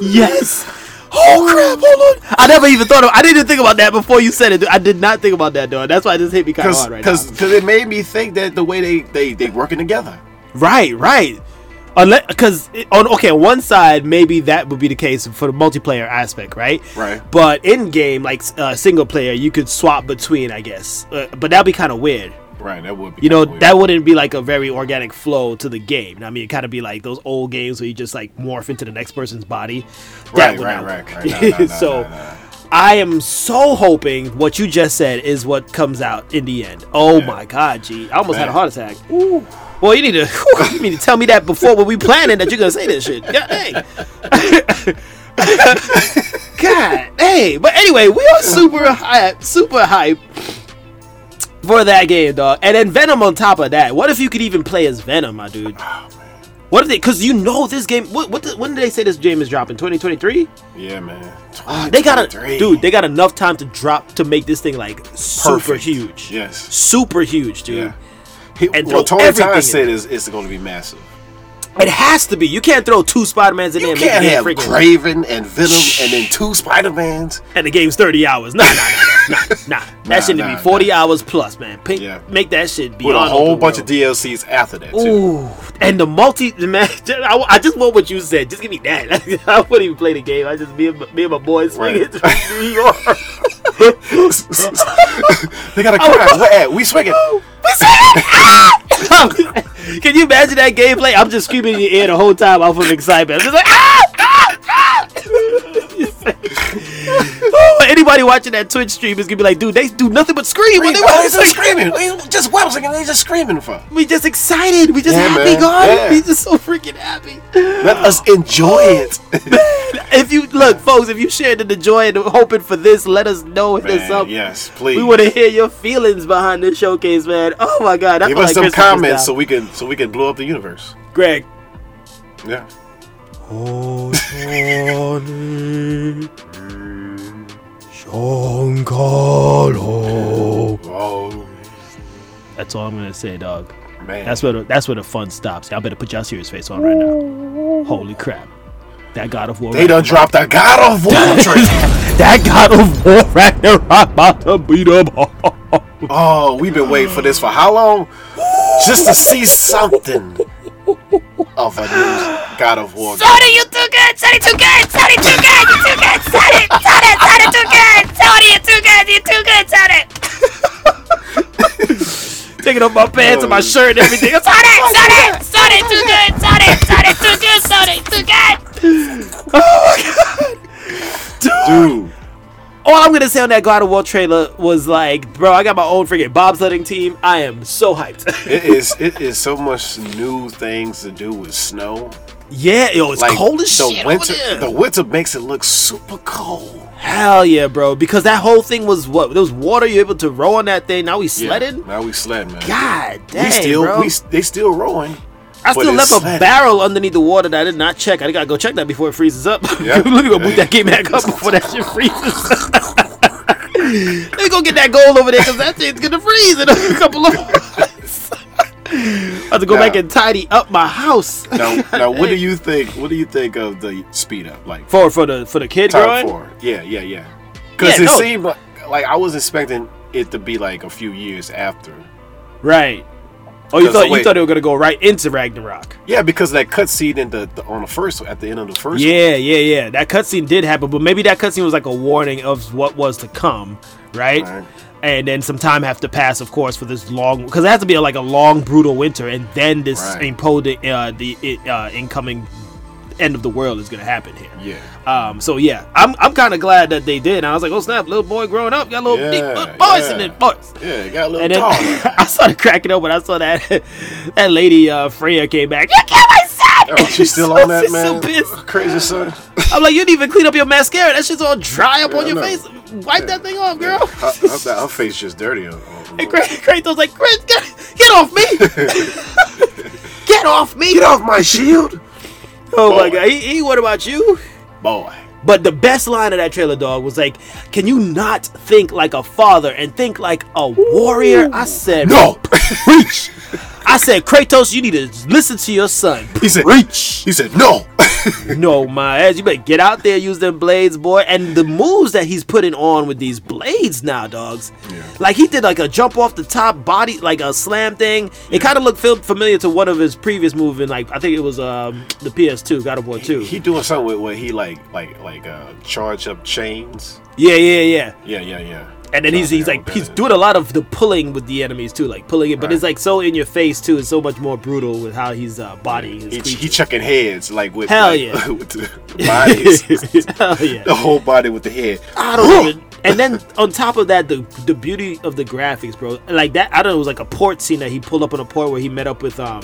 Speaker 2: Yes. oh crap! Hold on. I never even thought of. I didn't even think about that before you said it. dude. I did not think about that, though. That's why it just hit me kind of
Speaker 1: because
Speaker 2: hard right now.
Speaker 1: because it made me think that the way they they they working together.
Speaker 2: Right, right. Unless, because on okay, on one side maybe that would be the case for the multiplayer aspect, right?
Speaker 1: Right.
Speaker 2: But in game, like uh, single player, you could swap between, I guess. Uh, but that'd be kind of weird.
Speaker 1: Right, that would be
Speaker 2: You know,
Speaker 1: kinda weird.
Speaker 2: that wouldn't be like a very organic flow to the game. I mean, it kind of be like those old games where you just like morph into the next person's body.
Speaker 1: Right,
Speaker 2: would
Speaker 1: right,
Speaker 2: not
Speaker 1: right,
Speaker 2: work.
Speaker 1: right. No, no, no,
Speaker 2: so.
Speaker 1: no, no.
Speaker 2: I am so hoping what you just said is what comes out in the end. Oh my god, G! I almost had a
Speaker 1: Man.
Speaker 2: heart attack. Well, you need to you need to tell me that before when we planning that you're gonna say this shit. God dang. God hey, but anyway, we are super hype, super hype for that game, dog. And then Venom on top of that. What if you could even play as Venom, my dude? What if they? Because you know this game. What? What? The, when did they say this game is dropping? 2023.
Speaker 1: yeah, man.
Speaker 2: Ah, They got a
Speaker 1: 2023.
Speaker 2: dude. They got enough time to drop to make this thing like super
Speaker 1: Perfect.
Speaker 2: huge.
Speaker 1: Yes.
Speaker 2: super huge, dude.
Speaker 1: Yeah. He,
Speaker 2: and
Speaker 1: well,
Speaker 2: throw
Speaker 1: Tony
Speaker 2: everything in
Speaker 1: Khan said
Speaker 2: it.
Speaker 1: it's, it's going to be massive.
Speaker 2: It has to be. You can't throw two Spider Mans in
Speaker 1: You
Speaker 2: there. and make
Speaker 1: can't
Speaker 2: the
Speaker 1: have
Speaker 2: game freaking-
Speaker 1: Craven and Venom and then two Spider Mans.
Speaker 2: and the game's thirty hours. Nah, nah, nah, nah, nah. nah. That
Speaker 1: Nah,
Speaker 2: shit need to
Speaker 1: nah,
Speaker 2: be forty hours plus, man. Pick,
Speaker 1: Yeah.
Speaker 2: Make that shit beyond
Speaker 1: With a
Speaker 2: open
Speaker 1: whole bunch
Speaker 2: world.
Speaker 1: of DLCs after that, too.
Speaker 2: Ooh, and the multi man, I, I just want what you said. Just give me that. I wouldn't even play the game. I just me and my, me and my boys swinging
Speaker 1: Right.
Speaker 2: through New York.
Speaker 1: they got a
Speaker 2: Oh,
Speaker 1: crowd. Where at? We swinging.
Speaker 2: Can you imagine that gameplay? I'm just screaming in your ear the whole time off of excitement. I'm just like, ah, ah, ah. oh, anybody watching that Twitch stream is gonna be like, dude, they do nothing but scream when they
Speaker 1: What
Speaker 2: watch
Speaker 1: is they screaming? They- Just what was it? They just screaming for?
Speaker 2: We just excited. We just
Speaker 1: Yeah,
Speaker 2: happy,
Speaker 1: man.
Speaker 2: God.
Speaker 1: Yeah.
Speaker 2: We just so freaking happy.
Speaker 1: Let us enjoy it.
Speaker 2: If you look, folks, if you shared in the joy and hoping for this, let us know. Hit us
Speaker 1: Man,
Speaker 2: up.
Speaker 1: yes, please.
Speaker 2: We want to hear your feelings behind this showcase, man. Oh my God, I
Speaker 1: Give
Speaker 2: feel
Speaker 1: us
Speaker 2: like
Speaker 1: some
Speaker 2: Christmas is
Speaker 1: comments so
Speaker 2: now.
Speaker 1: we can so we can blow up the universe.
Speaker 2: Greg,
Speaker 1: Yeah.
Speaker 3: Oh, Johnny. Giancarlo.
Speaker 1: Oh
Speaker 2: that's all I'm gonna say, dog.
Speaker 1: man.
Speaker 2: That's where the, that's where the fun stops. Y'all better put y'all serious face on right now. Holy crap! That God of War.
Speaker 1: they done dropped a God of War trailer.
Speaker 2: that God of War Ragnarok about to beat up.
Speaker 1: Oh, we've been waiting for this for how long? Just to see something of a new God of War. game.
Speaker 4: Sorry, you too good. Sorry, too good. Sorry, too good. You too good. Sorry, sorry, sorry, too good. Sorry, you too good. You too good. Sorry,
Speaker 2: Taking off my pants and my shirt and everything. It's hot.
Speaker 4: sorry, sorry, sorry, too good. Sorry, sorry, too good. Sorry, too good.
Speaker 2: Oh
Speaker 1: Dude,
Speaker 2: All I'm gonna say on that God of War trailer was like, bro, I got my own freaking bobsledding team. I am so hyped.
Speaker 1: it is it is so much new things to do with snow.
Speaker 2: yeah, yo, it's cold as
Speaker 1: the
Speaker 2: shit. over
Speaker 1: winter
Speaker 2: there.
Speaker 1: the winter makes it look super cold.
Speaker 2: Hell yeah, bro! Because that whole thing was what there was water. You're able to row on that thing. Now we sledding.
Speaker 1: Now we sledding, man.
Speaker 2: God damn,
Speaker 1: we still
Speaker 2: bro!
Speaker 1: we s- they still rowing.
Speaker 2: I
Speaker 1: but
Speaker 2: still left
Speaker 1: it's
Speaker 2: a
Speaker 1: sledding.
Speaker 2: barrel underneath the water that I did not check. I gotta go check that before it freezes up.
Speaker 1: Yeah.
Speaker 2: Let me go boot that game back up before that shit freezes. Let me go get that gold over there because that shit's gonna freeze in a couple of. months. I have to go
Speaker 1: Nah.
Speaker 2: back and tidy up my house.
Speaker 1: Now now what do you think what do you think of the speed up? Like
Speaker 2: For for the for the kid
Speaker 1: top
Speaker 2: growing.
Speaker 1: four. Yeah, yeah, yeah. Because
Speaker 2: Yeah,
Speaker 1: it
Speaker 2: no.
Speaker 1: seemed like, like I was expecting it to be like a few years after.
Speaker 2: right? Oh, you
Speaker 1: 'Cause the
Speaker 2: thought
Speaker 1: way-
Speaker 2: you thought they were gonna go right into Ragnarok.
Speaker 1: Yeah, because that cutscene in the, the on the first at the end of the first. one.
Speaker 2: Yeah, yeah, yeah. That cutscene did happen, but maybe that cutscene was like a warning of what was to come, right?
Speaker 1: Right.
Speaker 2: And then some time have to pass, of course, for this long because it has to be like a long, brutal winter, and then this
Speaker 1: Right.
Speaker 2: impo- uh, the it, uh, incoming end of the world is gonna happen here.
Speaker 1: Yeah.
Speaker 2: Um, so yeah, I'm, I'm kind of glad that they did. And I was like, oh snap, little boy growing up got a little big
Speaker 1: Yeah,
Speaker 2: little voice in
Speaker 1: yeah.
Speaker 2: his voice.
Speaker 1: Yeah, it got a little
Speaker 2: And then
Speaker 1: taller.
Speaker 2: I started cracking up when I saw that that lady uh, Freya came back. You killed my son!
Speaker 1: Oh, she's still
Speaker 2: So-
Speaker 1: on that
Speaker 2: she's
Speaker 1: man.
Speaker 2: So pissed.
Speaker 1: Crazy son.
Speaker 2: I'm like, you didn't even clean up your mascara. That shit's all dry up on
Speaker 1: I
Speaker 2: your
Speaker 1: know.
Speaker 2: face. Wipe that thing off, girl.
Speaker 1: her, her- her face just dirty. on- on-
Speaker 2: and Cra- Kratos like, Chris, get, get off me! get off me!
Speaker 1: Get off my shield,
Speaker 2: Oh my god. He, he, what about you?
Speaker 1: boy.
Speaker 2: But the best line of that trailer, dog, was like, "Can you not think like a father and think like a warrior?" I said,
Speaker 1: No.
Speaker 2: preach." I said, Kratos, you need to listen to your son.
Speaker 1: He said,
Speaker 2: Preach.
Speaker 1: He said, no.
Speaker 2: No, my ass. You better get out there, use them blades, boy. And the moves that he's putting on with these blades now, dogs. Like he did like a jump off the top body, like a slam thing. It kind of looked feel- familiar to one of his previous moves in like I think it was um the PS2, God of War 2.
Speaker 1: he doing something with where he like like like uh charge up chains.
Speaker 2: yeah, yeah, yeah.
Speaker 1: Yeah, yeah, yeah.
Speaker 2: And then he's, he's like he's doing a lot of the pulling with the enemies too, like pulling it, but it's like so in your face too. It's so much more brutal with how he's uh, bodying his
Speaker 1: He,
Speaker 2: creatures.
Speaker 1: he chucking heads like with
Speaker 2: Hell
Speaker 1: like,
Speaker 2: yeah.
Speaker 1: with the, the bodies,
Speaker 2: Hell yeah.
Speaker 1: the whole body with the head.
Speaker 2: I don't even. And then on top of that, the the beauty of the graphics, bro. Like that, I don't know. It was like a port scene that he pulled up on a port where he met up with um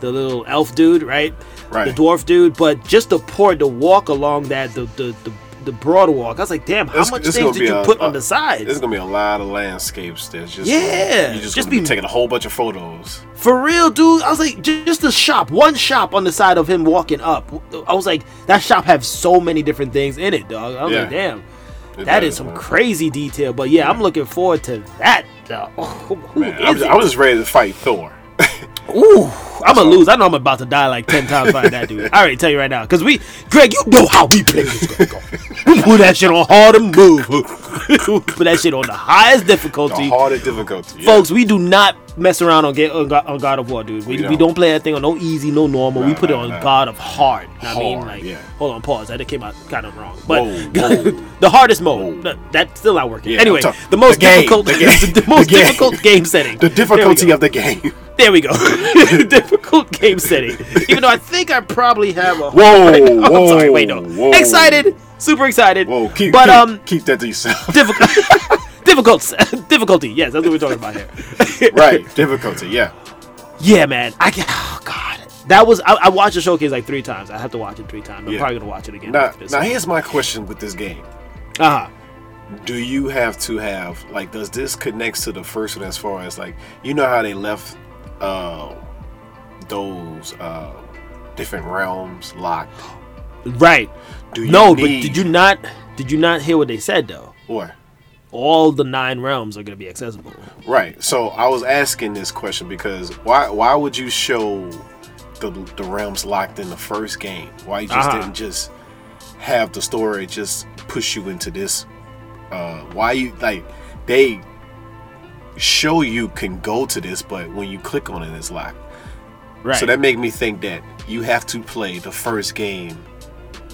Speaker 2: the little elf dude, right?
Speaker 1: Right.
Speaker 2: The dwarf dude. But just the port, the walk along that, the the the, the broad walk. I was like, damn, how
Speaker 1: It's-
Speaker 2: much
Speaker 1: it's
Speaker 2: things
Speaker 1: gonna
Speaker 2: did
Speaker 1: be
Speaker 2: you
Speaker 1: a-
Speaker 2: put
Speaker 1: a-
Speaker 2: on the
Speaker 1: There's
Speaker 2: sides?
Speaker 1: gonna be a lot of landscapes that's just
Speaker 2: Yeah,
Speaker 1: you just,
Speaker 2: just
Speaker 1: gonna be,
Speaker 2: be-
Speaker 1: taking a whole bunch of photos.
Speaker 2: For real, dude. I was like, ju- just the shop, one shop on the side of him walking up. I was like, that shop have so many different things in it, dog. I was like,
Speaker 1: Yeah.
Speaker 2: damn.
Speaker 1: It
Speaker 2: That
Speaker 1: does,
Speaker 2: is some
Speaker 1: man.
Speaker 2: crazy detail, but yeah, I'm looking forward to that. dog. Who
Speaker 1: Man, I
Speaker 2: is
Speaker 1: was,
Speaker 2: it?
Speaker 1: I was just ready to fight Thor.
Speaker 2: Ooh, I'm gonna lose. I know I'm about to die like ten times by that dude. I already tell you right now, cause we, Greg, you know how we play this gonna go. We put that shit on hard and move. We put that shit on the highest
Speaker 1: The
Speaker 2: difficulty,
Speaker 1: harder difficulty, yeah.
Speaker 2: folks. We do not mess around on, Ga- on, God, on God of War, dude. We, we,
Speaker 1: We
Speaker 2: don't.
Speaker 1: don't
Speaker 2: play that thing on no easy, no normal. we
Speaker 1: Nah,
Speaker 2: put it
Speaker 1: nah,
Speaker 2: on
Speaker 1: nah.
Speaker 2: God of hard. I mean,
Speaker 1: Hard,
Speaker 2: like,
Speaker 1: yeah.
Speaker 2: hold on, pause. That came out kind of wrong, but
Speaker 1: Whoa, whoa.
Speaker 2: the hardest mode. No, that's still not working.
Speaker 1: Yeah,
Speaker 2: anyway,
Speaker 1: I'm talk-
Speaker 2: the most
Speaker 1: the game,
Speaker 2: difficult,
Speaker 1: the
Speaker 2: the,
Speaker 1: game,
Speaker 2: the most
Speaker 1: the game.
Speaker 2: difficult game setting.
Speaker 1: The
Speaker 2: There we
Speaker 1: difficulty
Speaker 2: go.
Speaker 1: of the game.
Speaker 2: There we go. Difficult game setting. Even though I think I probably have a.
Speaker 1: Whoa,
Speaker 2: I'm
Speaker 1: whoa,
Speaker 2: sorry. Wait, no.
Speaker 1: whoa.
Speaker 2: Excited. Super excited.
Speaker 1: Whoa, keep,
Speaker 2: but
Speaker 1: keep,
Speaker 2: um,
Speaker 1: keep that to yourself.
Speaker 2: difficult. difficult. difficulty. Yes, that's what we're talking about here.
Speaker 1: right, difficulty. Yeah,
Speaker 2: Yeah, man. I can. Oh God. That was. I, I watched the showcase like three times. I have to watch it three times. I'm
Speaker 1: Yeah.
Speaker 2: probably gonna watch it again.
Speaker 1: Now,
Speaker 2: after this.
Speaker 1: now here's my question with this game:
Speaker 2: uh-huh.
Speaker 1: Do you have to have like? Does this connects to the first one as far as like you know how they left uh, those uh, different realms locked?
Speaker 2: Right.
Speaker 1: Do you
Speaker 2: No, but
Speaker 1: need-
Speaker 2: did you not? Did you not hear what they said though?
Speaker 1: Or
Speaker 2: All the nine realms are gonna be accessible.
Speaker 1: right. So I was asking this question because why? Why would you show the the realms locked in the first game? Why you just
Speaker 2: Uh-huh.
Speaker 1: didn't just have the story just push you into this? Uh, why you like they show you can go to this, but when you click on it, it's locked.
Speaker 2: Right.
Speaker 1: So that make me think that you have to play the first game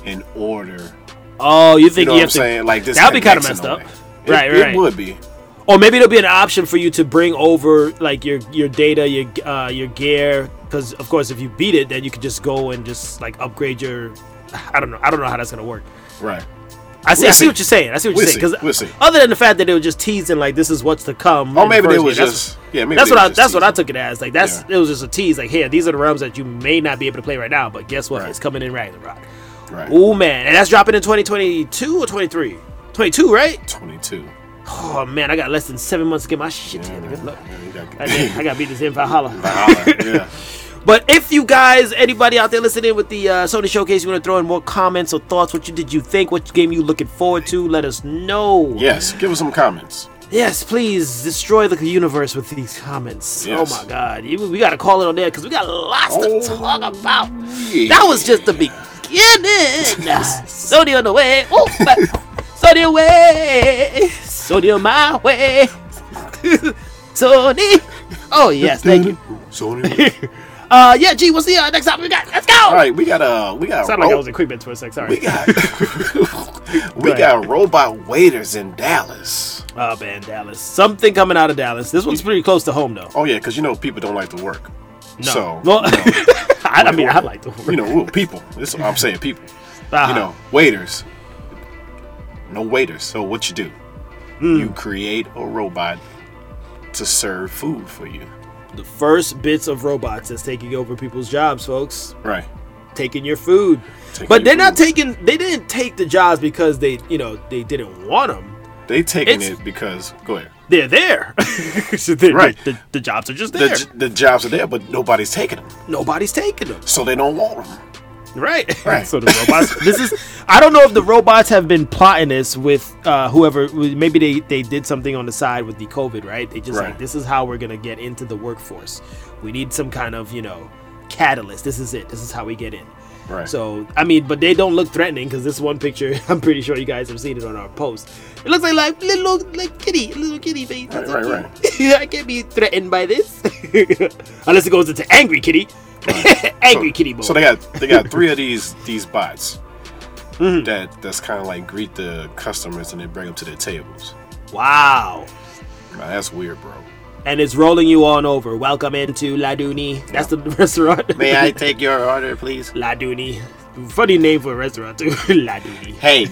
Speaker 1: in order.
Speaker 2: oh, you think
Speaker 1: You
Speaker 2: you,
Speaker 1: know what I'm
Speaker 2: have to?
Speaker 1: saying? Like this.
Speaker 2: that'd be kinda
Speaker 1: connects in a
Speaker 2: messed up.
Speaker 1: way. It-
Speaker 2: Right, right.
Speaker 1: It would be.
Speaker 2: or maybe it'll be an option for you to bring over like your your data, your uh, your gear, because of course if you beat it, then you could just go and just like upgrade your. I don't know. I don't know how that's gonna work.
Speaker 1: Right.
Speaker 2: I see. I
Speaker 1: We'll
Speaker 2: see,
Speaker 1: see.
Speaker 2: what you're saying. I see what
Speaker 1: We'll
Speaker 2: you're saying.
Speaker 1: see.
Speaker 2: 'cause
Speaker 1: We'll see.
Speaker 2: Other than the fact that they were just teasing, like this is what's to come.
Speaker 1: Oh,
Speaker 2: in the
Speaker 1: maybe they
Speaker 2: first
Speaker 1: was
Speaker 2: game.
Speaker 1: just yeah. Maybe
Speaker 2: That's, that's
Speaker 1: they
Speaker 2: what I.
Speaker 1: was just
Speaker 2: That's what I
Speaker 1: teasing.
Speaker 2: took it as. Like that's it was just a tease. Like here, these are the realms that you may not be able to play right now, but guess what?
Speaker 1: Right.
Speaker 2: It's coming in Ragnarok.
Speaker 1: Right.
Speaker 2: Oh man, and that's dropping in 2022 or 23. 22, right?
Speaker 1: 22.
Speaker 2: Oh man, I got less than seven months to get my shit together. Good luck.
Speaker 1: Yeah, you got-
Speaker 2: I got, I got beat this in for holla.
Speaker 1: yeah.
Speaker 2: But if you guys, anybody out there listening with the uh, Sony Showcase, you want to throw in more comments or thoughts, what you did you think, what game you looking forward to, let us know.
Speaker 1: Yes. Give us some comments.
Speaker 2: Yes, please destroy the universe with these comments.
Speaker 1: Yes.
Speaker 2: Oh my God, You- we got to call it on there because we got lots
Speaker 1: Oh,
Speaker 2: to talk about.
Speaker 1: yeah.
Speaker 2: That was just the beginning. Sony on the way. Ooh, but Sony away. Sony on my way. Sony. Oh yes, thank you.
Speaker 1: Sony.
Speaker 2: Uh, yeah, G, what's the uh, next topic we got? Let's go.
Speaker 1: All right, we got uh, we got
Speaker 2: Sounded like I
Speaker 1: ro-
Speaker 2: was in quick bits for a sec. Sorry.
Speaker 1: we got we
Speaker 2: Go
Speaker 1: got robot waiters in Dallas.
Speaker 2: Oh man, Dallas. Something coming out of Dallas. This one's pretty close to home though.
Speaker 1: Oh yeah, because you know people don't like to work.
Speaker 2: No.
Speaker 1: So
Speaker 2: well, I, I mean, I like the
Speaker 1: you know, we're people. This is what I'm saying, people.
Speaker 2: Uh-huh.
Speaker 1: You know, waiters. No waiters. So what you do?
Speaker 2: Hmm.
Speaker 1: You create a robot to serve food for you.
Speaker 2: the first bits of robots that's taking over people's jobs, folks.
Speaker 1: Right.
Speaker 2: Taking your food.
Speaker 1: Taking
Speaker 2: but they're
Speaker 1: your
Speaker 2: not
Speaker 1: food.
Speaker 2: taking. They didn't take the jobs because they, you know, they didn't want them.
Speaker 1: They taking
Speaker 2: It's-
Speaker 1: it because go ahead.
Speaker 2: They're there. So they-
Speaker 1: Right.
Speaker 2: The, the jobs are just
Speaker 1: The,
Speaker 2: there.
Speaker 1: j- the jobs are there, but nobody's taking them,
Speaker 2: Nobody's taking them.
Speaker 1: so they don't want them.
Speaker 2: Right.
Speaker 1: Right.
Speaker 2: so the robots. This is. I don't know if the robots have been plotting this with uh, whoever. Maybe they they did something on the side with the COVID. Right. They just like
Speaker 1: Right.
Speaker 2: this is how we're gonna get into the workforce. We need some kind of you know catalyst. This is it. This is how we get in.
Speaker 1: Right.
Speaker 2: So I mean, but they don't look threatening because this one picture. I'm pretty sure you guys have seen it on our post. It looks like like little like kitty, little kitty face.
Speaker 1: Right,
Speaker 2: It's
Speaker 1: right,
Speaker 2: so cute. I can't be threatened by this unless it goes into angry kitty. angry
Speaker 1: so,
Speaker 2: kitty mode.
Speaker 1: So they got they got three of these these bots
Speaker 2: Mm-hmm.
Speaker 1: that that's kind of like greet the customers and then bring them to their tables.
Speaker 2: Wow.
Speaker 1: Now, that's weird, bro.
Speaker 2: And it's rolling you on over. Welcome into Laduni. That's the restaurant.
Speaker 1: May I take your order, please?
Speaker 2: Laduni. Funny name for a restaurant too. Laduni.
Speaker 1: Hey,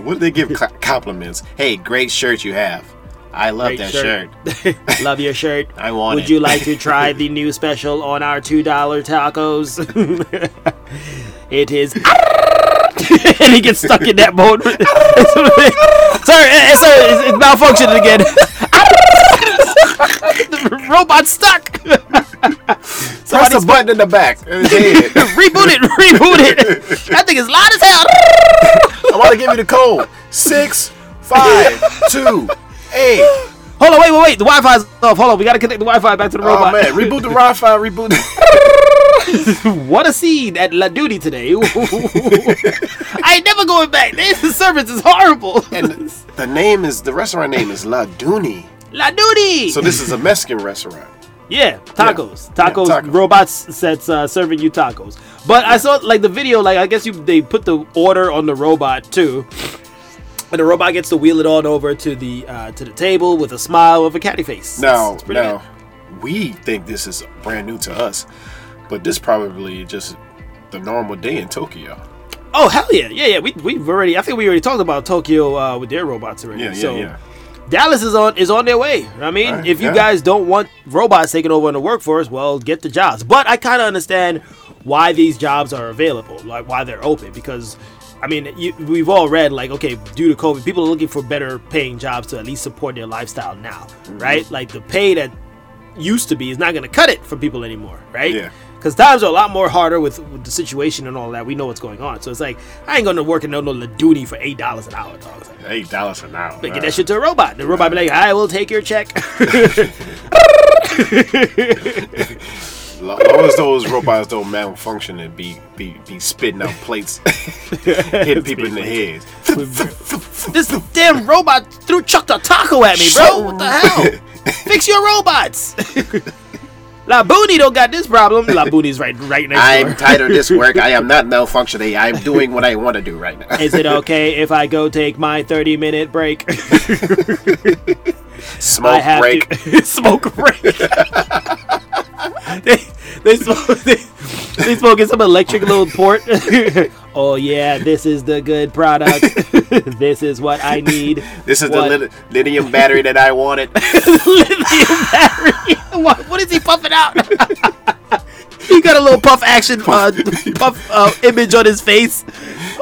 Speaker 1: what do they give cl- compliments? Hey, great shirt you have. I love
Speaker 2: Great
Speaker 1: that shirt.
Speaker 2: Love your shirt.
Speaker 1: I want
Speaker 2: Would
Speaker 1: it.
Speaker 2: you like to try the new special on our two dollar tacos? it is. and he gets stuck in that mode. sorry, eh, eh, sorry, it's, it's malfunctioning again. the robot's stuck.
Speaker 1: Press the button in the back. of his head.
Speaker 2: reboot it, reboot it. That thing is loud as hell.
Speaker 1: I want to give you the code six five two eight.
Speaker 2: Hold on, wait, wait, wait. The Wi-Fi's off. Hold on, we gotta connect the Wi-Fi back to the
Speaker 1: Oh
Speaker 2: robot.
Speaker 1: man, reboot the Wi-Fi. Reboot.
Speaker 2: what a scene at La Duty today. I ain't never going back. This service is horrible.
Speaker 1: and the name is the restaurant name is La Duni.
Speaker 2: La Duty.
Speaker 1: So this is a Mexican restaurant.
Speaker 2: yeah, tacos,
Speaker 1: Yeah,
Speaker 2: tacos,
Speaker 1: tacos.
Speaker 2: robots that's uh, serving you tacos. But I saw like the video. Like I guess you they put the order on the robot too. And the robot gets to wheel it on over to the uh, to the table with a smile of a catty face. It's-
Speaker 1: Now,
Speaker 2: it's pretty
Speaker 1: now, we think this is brand new to us, but this probably just the normal day in Tokyo.
Speaker 2: good. Oh hell yeah, yeah yeah. We we've already. I think we already talked about Tokyo uh, with their robots already.
Speaker 1: Yeah, yeah,
Speaker 2: so,
Speaker 1: yeah.
Speaker 2: Dallas is on is on their way. I mean,
Speaker 1: Right,
Speaker 2: if you
Speaker 1: yeah.
Speaker 2: guys don't want robots taking over in the workforce, well, get the jobs. But I kind of understand why these jobs are available, like why they're open, because I mean, you, we've all read like, okay, due to COVID, people are looking for better paying jobs to at least support their lifestyle now,
Speaker 1: Mm-hmm.
Speaker 2: right? Like the pay that used to be is not going to cut it for people anymore, right?
Speaker 1: Yeah.
Speaker 2: Because times are a lot more harder with, with the situation and all that. We know what's going on, so it's like I ain't going to work in no no duty for eight dollars an hour, dog. It's like,
Speaker 1: Eight dollars an hour.
Speaker 2: but get that shit to a robot. The robot be like, I will take your check.
Speaker 1: As long as those robots don't malfunction and be be, be spitting out plates, hitting people in the head.
Speaker 2: this damn robot threw chucked a taco at me, bro. What the hell? Fix your robots. La Booney don't got this problem. La Booney's right right next door.
Speaker 1: tired of this work. I am not malfunctioning. I'm doing what I want to do right now.
Speaker 2: Is it okay if I go take my 30 minute break? I
Speaker 1: Smoke
Speaker 2: have
Speaker 1: break.
Speaker 2: to smoke break. they, they smoke they, they smoke in some electric little port. oh yeah, this is the good product. this is what I need.
Speaker 1: This is
Speaker 2: What?
Speaker 1: the lit- lithium battery that I wanted.
Speaker 2: lithium battery. what, what is he puffing out? he got a little puff action, uh, puff uh, image on his face.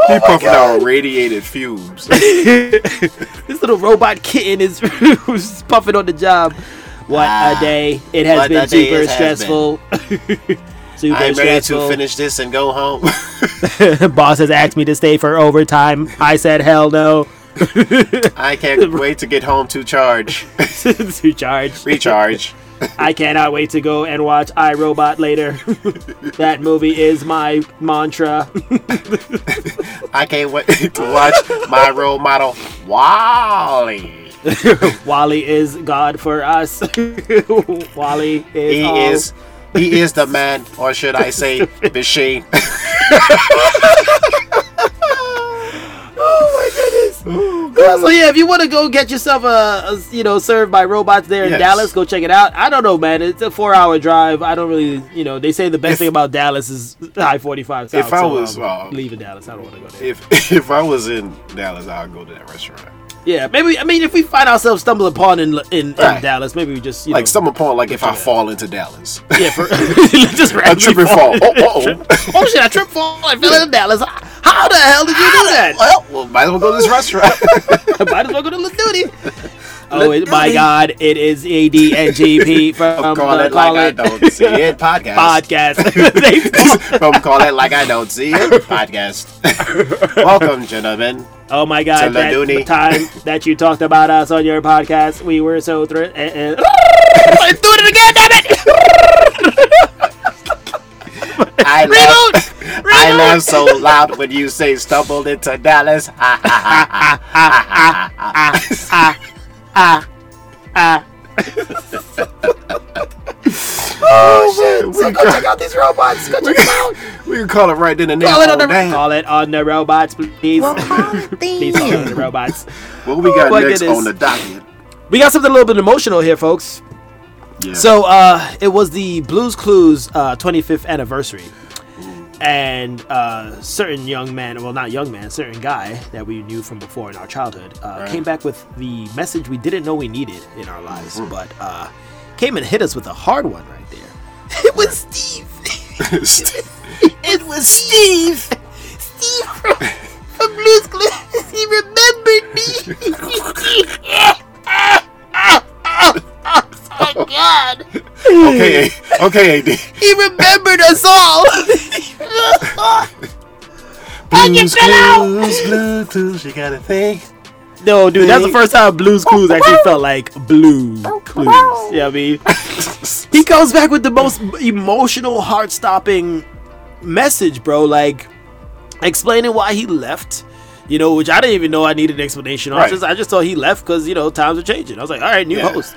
Speaker 1: he puffing out radiated fumes.
Speaker 2: This little robot kitten is who's puffing on the job. What
Speaker 1: Ah,
Speaker 2: a day! It has
Speaker 1: what
Speaker 2: been
Speaker 1: a day
Speaker 2: super
Speaker 1: it has
Speaker 2: stresseful. super stressful.
Speaker 1: this and go home.
Speaker 2: Boss has asked me to stay for overtime. I said hell no.
Speaker 1: I can't wait to get home to charge,
Speaker 2: to charge.
Speaker 1: recharge.
Speaker 2: I cannot wait to go and watch iRobot later. that movie is my mantra.
Speaker 1: I can't wait to watch my role model, Wally.
Speaker 2: Wally is God for us. Wally is
Speaker 1: He
Speaker 2: all.
Speaker 1: is, he is the man, or should I say, machine.
Speaker 2: Oh
Speaker 1: Oh,
Speaker 2: So yeah, if you want to go get yourself a, a you know served by robots there in
Speaker 1: Yes.
Speaker 2: Dallas, go check it out. I don't know, man. It's a four-hour drive. I don't really, you know. They say the best
Speaker 1: If-
Speaker 2: thing about Dallas is high forty-five south.
Speaker 1: If I was, uh,
Speaker 2: leaving Dallas, I don't want to go there.
Speaker 1: If if I was in Dallas, I'd go to that restaurant.
Speaker 2: yeah, maybe. I mean, if we find ourselves stumbled upon in in, in
Speaker 1: Right.
Speaker 2: Dallas, maybe we just you
Speaker 1: Like
Speaker 2: know,
Speaker 1: some point, like if I fall into Dallas,
Speaker 2: yeah, for, just
Speaker 1: I
Speaker 2: randomly
Speaker 1: trip and fall. Oh, oh, oh.
Speaker 2: Oh shit, I tripped, fall, I fell in Dallas. How the hell did you do that?
Speaker 1: Well, well, might as well go to this restaurant.
Speaker 2: Might as well go to La Duty. Oh it, my God! It is E Ed and GP from
Speaker 1: From Um, call
Speaker 2: the
Speaker 1: it like I
Speaker 2: It
Speaker 1: don't see it podcast.
Speaker 2: podcast. They fall-
Speaker 1: From call it like I don't see it podcast. Welcome, gentlemen.
Speaker 2: oh my God!
Speaker 1: So
Speaker 2: That
Speaker 1: Laduni.
Speaker 2: time that you talked about us on your podcast, we were so thrilled. Eh, Oh, And,
Speaker 4: Do it again, damn it!
Speaker 1: I laugh,
Speaker 4: Reboot!
Speaker 1: I
Speaker 4: Reboot!
Speaker 1: laugh so loud when you say stumbled into Dallas. Ha, ha, ha, ha, ha, ha, ha, ha. Oh,
Speaker 5: shit. So go check out these robots. Go check them out.
Speaker 1: We can call it right then and there.
Speaker 5: Call it on
Speaker 1: Oh,
Speaker 5: the-
Speaker 1: damn.
Speaker 2: Call it on the robots, please. please call it on the robots.
Speaker 1: What we got
Speaker 2: Oh, my
Speaker 1: next
Speaker 2: goodness.
Speaker 1: on the docket?
Speaker 2: We got something a little bit emotional here, folks.
Speaker 1: Yeah.
Speaker 2: So uh, it was the Blues Clues uh, 25th anniversary, and uh, certain young man, well, not young man, certain guy that we knew from before in our childhood, uh,
Speaker 1: Right.
Speaker 2: came back with the message we didn't know we needed in our lives,
Speaker 1: Mm-hmm.
Speaker 2: but uh, came and hit us with a hard one right there. It was Steve. It was Steve.
Speaker 4: Steve from, from Blue's Clues. He remembered me. oh my god.
Speaker 1: okay, okay, AD.
Speaker 2: He remembered us all.
Speaker 1: Blues,
Speaker 4: fell out.
Speaker 1: blues, blues, blues. You gotta think.
Speaker 2: no, dude, that's the first time Blues Clues actually felt like blues. Clues. You know what I mean? he comes back with the most emotional, heart stopping message, bro. Like explaining why he left. You know, which I didn't even know I needed an explanation on.
Speaker 1: Right.
Speaker 2: Just, I just thought he left because you know times are changing. I was like, all right, new
Speaker 1: Yeah.
Speaker 2: host.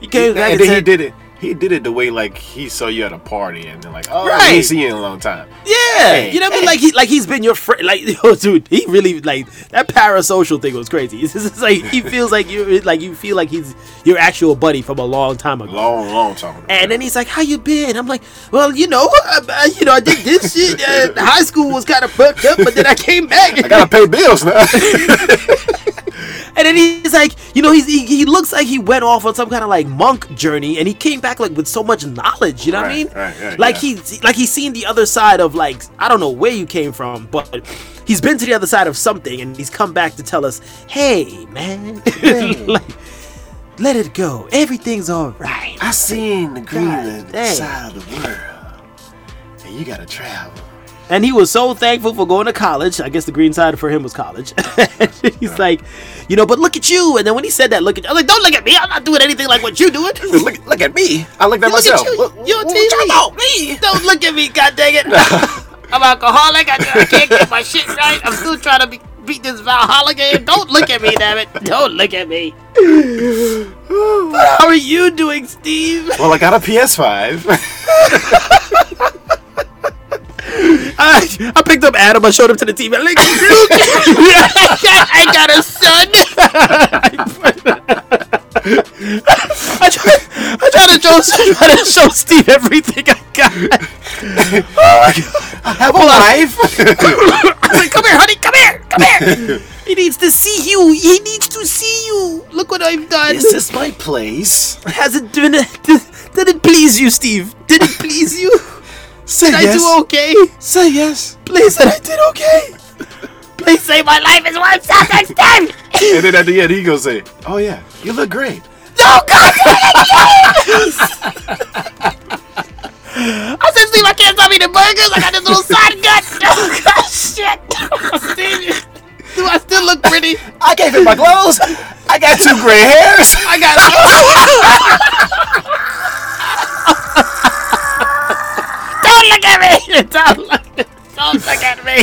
Speaker 2: He came back
Speaker 1: and
Speaker 2: and,
Speaker 1: then he
Speaker 2: said,
Speaker 1: did it. He did it the way like he saw you at a party, and then like, oh, I
Speaker 2: Right.
Speaker 1: ain't seen you in a long time.
Speaker 2: yeah,
Speaker 1: Hey.
Speaker 2: you know what I mean. Like he, like he's been your friend. Like, yo, dude, he really like that parasocial thing was crazy. It's just like he feels like you, like you feel like he's your actual buddy from a long time ago.
Speaker 1: Long, long time.
Speaker 2: And then he's like, "How you been?" I'm like, "Well, you know, I, I- you know, I did this shit. Uh, high school was kind of fucked up, but then I came back."
Speaker 1: I gotta pay bills now.
Speaker 2: And then he's like, "You know, he's, he he looks like he went off on some kind of like monk journey, and he came back like with so much knowledge. You know what I
Speaker 1: Right,
Speaker 2: mean?
Speaker 1: right, right,
Speaker 2: like
Speaker 1: yeah.
Speaker 2: he like he's seen the other side of like I don't know where you came from, but." He's been to the other side of something, and he's come back to tell us, "Hey, man,
Speaker 1: Hmm.
Speaker 2: like, let it go. Everything's all right."
Speaker 1: I seen the green
Speaker 2: dang.
Speaker 1: side of the world, and you gotta travel.
Speaker 2: And he was so thankful for going to college. I guess the green side for him was college. And he's like, you know, but look at you. And then when he said that, look at you, I was like, don't look at me. I'm not doing anything like what you're doing. Look
Speaker 1: Look, look at me. I looked at
Speaker 2: at
Speaker 1: myself.
Speaker 2: you.
Speaker 1: Look-
Speaker 2: You're
Speaker 1: what
Speaker 2: TV.
Speaker 1: you about?
Speaker 2: me. Don't look at me, god dang it.
Speaker 4: I'm alcoholic. I, I can't get my shit right. I'm still trying to be, beat this Valhalla game. Don't look at me, damn it. Don't look at me.
Speaker 2: How are you doing, Steve?
Speaker 1: Well, I got a PS5.
Speaker 2: I, I picked up Adam. I showed him to the TV. I'm like, look at you.
Speaker 4: I got a son.
Speaker 2: I tried, I tried to show, try to show Steve everything I got.
Speaker 1: Have a life.
Speaker 4: I said, come here, honey. Come here. Come here.
Speaker 2: He needs to see you. He needs to see you. Look what I've done.
Speaker 1: this is my place.
Speaker 2: Has it did it, did, did it please you, Steve? Did it please you?
Speaker 1: Say
Speaker 2: Did I
Speaker 1: yes.
Speaker 2: do okay?
Speaker 1: Say yes.
Speaker 2: Please, that I did okay. Please say my life is one stop next time.
Speaker 1: And then at the end, he gonna say, "Oh yeah, you look great."
Speaker 2: No God!
Speaker 4: I said, Steve, I can't stop eating burgers. I got this little side gut. Oh, God, shit. Steve, do I still look pretty?
Speaker 1: I gave him my clothes. I got two gray hairs.
Speaker 4: I got. Don't look at me. Don't look. Don't look at me.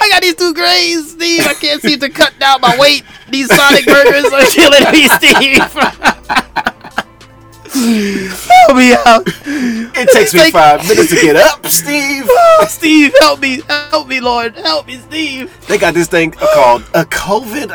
Speaker 4: I got these two grays, Steve. I can't seem to cut down my weight. These Sonic burgers are killing me, Steve.
Speaker 2: Help me out,
Speaker 1: It takes me
Speaker 2: Like-
Speaker 1: five minutes to get up, Steve.
Speaker 2: oh, Steve. Help me, help me, Lord, help me, Steve.
Speaker 1: They got this thing called a COVID.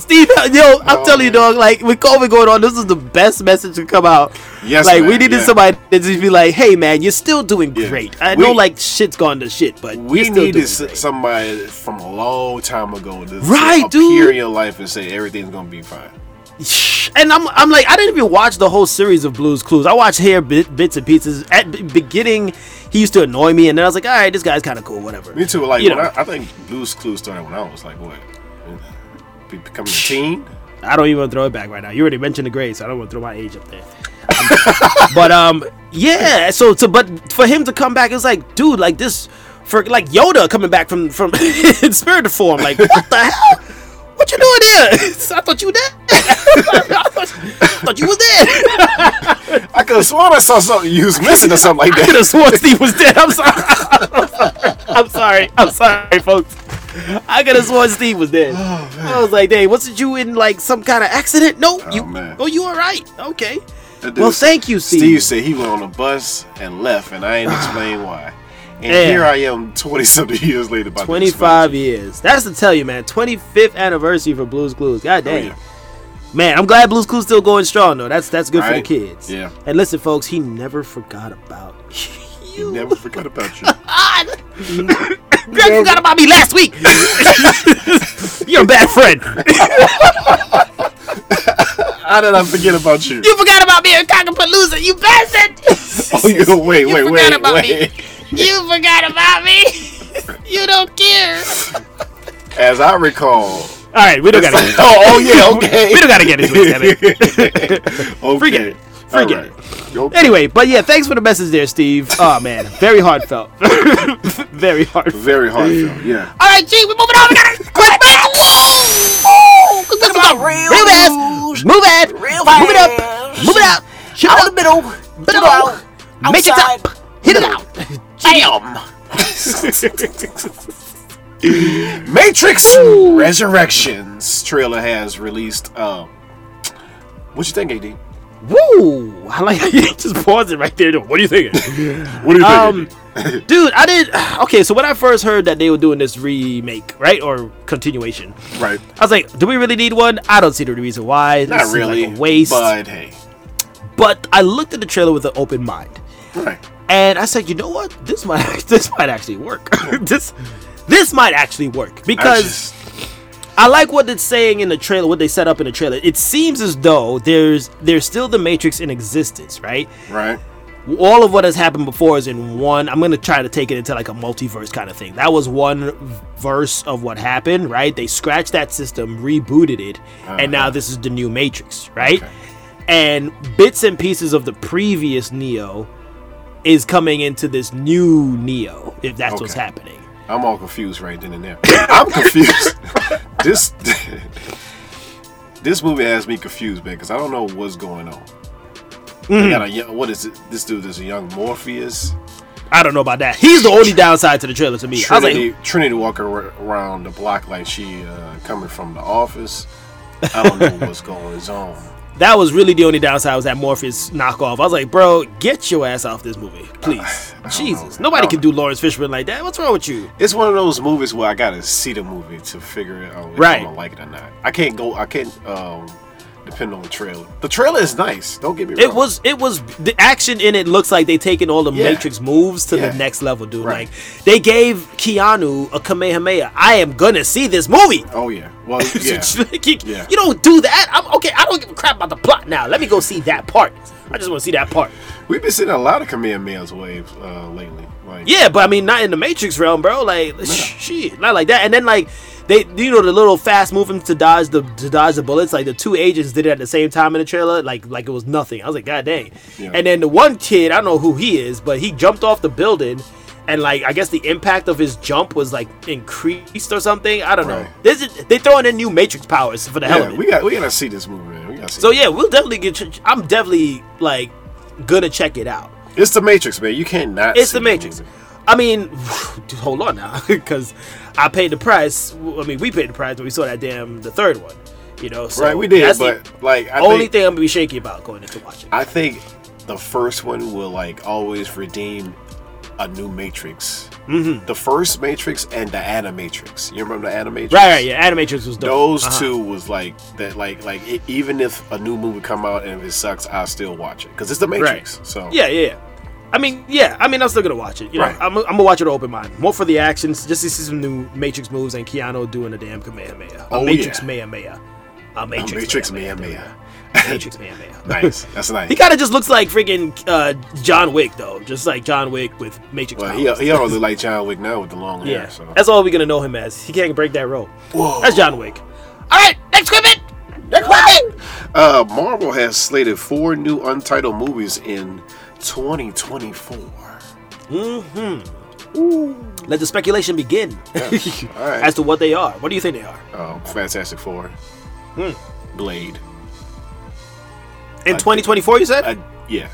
Speaker 2: Steve, help- yo, I'm
Speaker 1: No.
Speaker 2: telling you, dog. Like with COVID going on, this is the best message to come out.
Speaker 1: Yes,
Speaker 2: like we
Speaker 1: man,
Speaker 2: needed
Speaker 1: yeah.
Speaker 2: somebody to just be like, "Hey, man, you're still doing
Speaker 1: Yeah.
Speaker 2: great." I
Speaker 1: We-
Speaker 2: know, like shit's gone to shit, but you're
Speaker 1: We
Speaker 2: still
Speaker 1: needed
Speaker 2: doing
Speaker 1: s-
Speaker 2: great.
Speaker 1: somebody from a long time ago to
Speaker 2: Right,
Speaker 1: appear
Speaker 2: dude.
Speaker 1: in your life and say everything's gonna be fine.
Speaker 2: and I'm, I'm like, I didn't even watch the whole series of Blues Clues. I watched hair bit, bits and pieces. At b- beginning, he used to annoy me, and then I was like, all right, this guy's kind of cool, whatever.
Speaker 1: Me too. Like
Speaker 2: You
Speaker 1: when
Speaker 2: know.
Speaker 1: I, I think Blue's Clues started when I was like what, be- becoming a teen.
Speaker 2: I don't even want to throw it back right now. You already mentioned the grades, so I don't want to throw my age up there. but um, yeah. So to but for him to come back, it's like, dude, like this for like Yoda coming back from from in spirit form. Like, what the hell? What you doing there? I thought you were dead. I thought, thought you was dead.
Speaker 1: I could have sworn I saw something you was missing or something like
Speaker 2: I
Speaker 1: that.
Speaker 2: could have sworn Steve was dead. I'm sorry. I'm sorry. I'm sorry, folks. I could have sworn Steve was dead. I was like, dang, wasn't you in like some kind of accident? No,
Speaker 1: Oh,
Speaker 2: you.
Speaker 1: man.
Speaker 2: Oh, you all right? Okay.
Speaker 1: That
Speaker 2: well,
Speaker 1: dude-
Speaker 2: thank you, Steve.
Speaker 1: Steve said he went on a bus and left, and I ain't explained why. And
Speaker 2: Yeah.
Speaker 1: here I am, twenty something years later. About to explain
Speaker 2: 25 years. That's to tell you, man. 25th anniversary for Blues Clues. God
Speaker 1: it. Oh,
Speaker 2: damn.
Speaker 1: yeah.
Speaker 2: Man, I'm glad Blues Clues still going strong though. That's that's good for the
Speaker 1: Right?
Speaker 2: kids.
Speaker 1: Yeah.
Speaker 2: And listen, folks, he never forgot about
Speaker 1: You
Speaker 2: you.
Speaker 1: never forgot about you.
Speaker 2: Greg forgot about me last week. You're a bad friend.
Speaker 1: How did I forget about you?
Speaker 4: You forgot about me at Cockapalooza, you bastard!
Speaker 1: oh, you wait, wait,
Speaker 4: forgot
Speaker 1: wait,
Speaker 4: about me.
Speaker 1: wait.
Speaker 4: you forgot about me! you don't care!
Speaker 1: As I recall.
Speaker 2: All right, we don't gotta. Get
Speaker 1: Oh, oh yeah, okay.
Speaker 2: we don't gotta get into it. Damn it.
Speaker 1: okay.
Speaker 2: Forget it. Forget it.
Speaker 1: it. Okay.
Speaker 2: Anyway, but yeah, thanks for the message there, Steve. Oh man, very heartfelt. very heartfelt.
Speaker 1: Very hard film. Yeah.
Speaker 4: Alright, G, we're moving on! We gotta quick back! Woo! 'Cause this is a real
Speaker 2: Real fast. Move it.
Speaker 5: Real
Speaker 2: Move it up.
Speaker 5: fast.
Speaker 2: Move it out. Shut
Speaker 5: Out
Speaker 2: up.
Speaker 5: of the middle.
Speaker 2: Middle.
Speaker 5: Middle. Out.
Speaker 2: Make it
Speaker 5: Outside.
Speaker 2: up. Hit it out.
Speaker 1: Matrix Resurrections trailer has released. Um, what you think, AD?
Speaker 2: Woo! I like how you just paused it right there. What do you thinking?
Speaker 1: What do you think?
Speaker 2: um, dude, I did. Okay, so when I first heard that they were doing this remake, right, or continuation,
Speaker 1: right.
Speaker 2: I was like, do we really need one? I don't see the reason why. This
Speaker 1: Not
Speaker 2: seems like
Speaker 1: really.
Speaker 2: a waste.
Speaker 1: But hey.
Speaker 2: But I looked at the trailer with an open mind,
Speaker 1: Right.
Speaker 2: and I said, you know what? This might this might actually work. this this might actually work
Speaker 1: I
Speaker 2: because.
Speaker 1: just-
Speaker 2: I like what it's saying in the trailer, what they set up in the trailer. It seems as though there's there's still the Matrix in existence, right?
Speaker 1: right.
Speaker 2: All of what has happened before is in one. I'm gonna try to take it into like a multiverse kind of thing. That was one verse of what happened, right? They scratched that system, rebooted it, and
Speaker 1: Uh-huh.
Speaker 2: now this is the new Matrix, right? And bits and pieces of the previous Neo is coming into this new Neo, if that's what's
Speaker 1: Okay.
Speaker 2: happening.
Speaker 1: I'm all confused right then and there. I'm confused. this this movie has me confused, man, because I don't know what's going on.
Speaker 2: Mm.
Speaker 1: They got a young, what is it? This dude is a young Morpheus.
Speaker 2: I don't know about that. He's the only downside to the trailer to me. I was like,
Speaker 1: Trinity, Trinity walking ar- around the block like she uh, coming from the office. I don't know what's going on.
Speaker 2: That was really the only downside was that Morpheus knockoff. I was like, bro, get your ass off this movie, please. Jesus,
Speaker 1: know.
Speaker 2: nobody
Speaker 1: I
Speaker 2: can
Speaker 1: don't
Speaker 2: do Lawrence Fishburne like that. What's wrong with you?
Speaker 1: It's one of those movies where I gotta see the movie to figure it out if
Speaker 2: Right.
Speaker 1: I'm gonna like it or not. I can't go. I can't um, depend on the trailer. The trailer is nice. Don't get me wrong.
Speaker 2: It was it was the action in it looks like they taking all the
Speaker 1: Yeah.
Speaker 2: Matrix moves to
Speaker 1: Yeah.
Speaker 2: the next level, dude.
Speaker 1: Right.
Speaker 2: Like they gave Keanu a Kamehameha. I am gonna see this movie.
Speaker 1: Oh yeah. Well, yeah.
Speaker 2: Like, you,
Speaker 1: Yeah.
Speaker 2: you don't do that. I'm okay. I don't give a crap about the plot now. Let me go see that part. I just want to see that part.
Speaker 1: We've been seeing a lot of command males waves uh, lately. Like,
Speaker 2: Yeah, but I mean, not in the Matrix realm, bro. Like, shit, not like that. And then like they, you know, the little fast moving to dodge the to dodge the bullets. Like the two agents did it at the same time in the trailer. Like like it was nothing. I was like, god dang.
Speaker 1: Yeah.
Speaker 2: And then the one kid, I don't know who he is, but he jumped off the building. And like I guess the impact of his jump was like increased or something. I don't know.
Speaker 1: Right.
Speaker 2: This is, they throwing in new Matrix powers for the hell
Speaker 1: yeah
Speaker 2: of it.
Speaker 1: we got we gotta see this movie, man. We gotta see.
Speaker 2: so
Speaker 1: it.
Speaker 2: yeah, we'll definitely get. I'm definitely like gonna check it out.
Speaker 1: it's the Matrix, man. You can't not.
Speaker 2: It's
Speaker 1: see
Speaker 2: the Matrix.
Speaker 1: movie.
Speaker 2: I mean, dude, hold on now, because I paid the price. I mean, we paid the price when we saw that damn the third one. You know, so
Speaker 1: right? We did,
Speaker 2: that's
Speaker 1: but
Speaker 2: the
Speaker 1: like I
Speaker 2: only
Speaker 1: think,
Speaker 2: thing I'm gonna be shaky about going into watching.
Speaker 1: I think the first one will like always redeem a new Matrix. Mm-hmm. The first Matrix and the Animatrix. You remember the Animatrix?
Speaker 2: Right, right, yeah. Animatrix was dope.
Speaker 1: Those
Speaker 2: Uh-huh.
Speaker 1: two was like that. Like like e- even if a new movie come out and if it sucks, I still watch it because it's the Matrix. So
Speaker 2: Yeah, yeah. yeah. I mean, yeah. I mean, I'm still gonna watch it. You know,
Speaker 1: Right.
Speaker 2: I'm, I'm gonna watch it with an open mind, more for the actions, just to see some new Matrix moves and Keanu doing the damn Kamehameha. A
Speaker 1: Oh,
Speaker 2: Matrix
Speaker 1: yeah.
Speaker 2: Maya Maya. A
Speaker 1: a
Speaker 2: Matrix,
Speaker 1: Matrix,
Speaker 2: Maya
Speaker 1: man, man.
Speaker 2: Matrix Maya Maya.
Speaker 1: Nice. That's nice.
Speaker 2: He kind of just looks like freaking uh, John Wick, though. Just like John Wick with Matrix.
Speaker 1: Well,
Speaker 2: powers.
Speaker 1: he he already look like John Wick now with the long
Speaker 2: yeah,
Speaker 1: hair. So.
Speaker 2: that's all we're gonna know him as. He can't break that role.
Speaker 1: Whoa.
Speaker 2: That's John Wick.
Speaker 4: Alright, next equipment!
Speaker 1: Next one. Uh, Marvel has slated four new untitled movies in 2024.
Speaker 2: Let the speculation begin
Speaker 1: All right.
Speaker 2: as to what they are. What do you think they are?
Speaker 1: Oh, Fantastic Four.
Speaker 2: Hmm.
Speaker 1: Blade.
Speaker 2: In 2024, you said?
Speaker 1: I, yeah.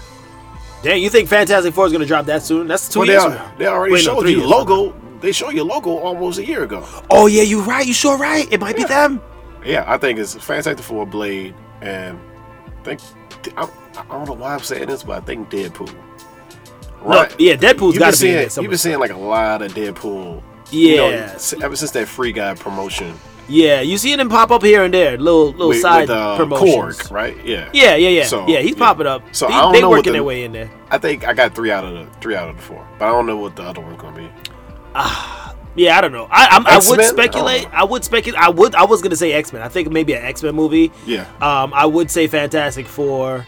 Speaker 2: Damn, you think Fantastic Four is going to drop that soon? That's two
Speaker 1: Well, they,
Speaker 2: years.
Speaker 1: al-
Speaker 2: from
Speaker 1: they already
Speaker 2: Wait, no,
Speaker 1: showed
Speaker 2: three
Speaker 1: you
Speaker 2: years.
Speaker 1: logo. They showed you logo almost a year ago.
Speaker 2: Oh yeah, you right. You sure right. It might be them.
Speaker 1: Yeah, I think it's Fantastic Four, Blade, and I think I, I don't know why I'm saying this, but I think Deadpool.
Speaker 2: No, yeah, Deadpool's
Speaker 1: You've been
Speaker 2: gotta be in there
Speaker 1: seeing
Speaker 2: somewhere.
Speaker 1: you've been seeing like a lot of Deadpool.
Speaker 2: Yeah,
Speaker 1: you know, s- ever since that Free Guy promotion
Speaker 2: yeah. You see them pop up here and there, little little
Speaker 1: with,
Speaker 2: side
Speaker 1: with uh,
Speaker 2: promotions.
Speaker 1: Korg, right? Yeah,
Speaker 2: Yeah, yeah, yeah,
Speaker 1: So,
Speaker 2: yeah. He's
Speaker 1: yeah.
Speaker 2: popping up.
Speaker 1: So
Speaker 2: they,
Speaker 1: I don't
Speaker 2: they
Speaker 1: know what
Speaker 2: working
Speaker 1: the-
Speaker 2: their way in there.
Speaker 1: I think I got three out of the three out of the four, but I don't know what the other one's gonna be.
Speaker 2: Yeah, I don't know. I I'm, I would
Speaker 1: X-Men?
Speaker 2: speculate.
Speaker 1: Oh.
Speaker 2: I would speculate. I would. I was gonna say X Men. I think maybe an X Men movie.
Speaker 1: Yeah.
Speaker 2: Um, I would say Fantastic Four.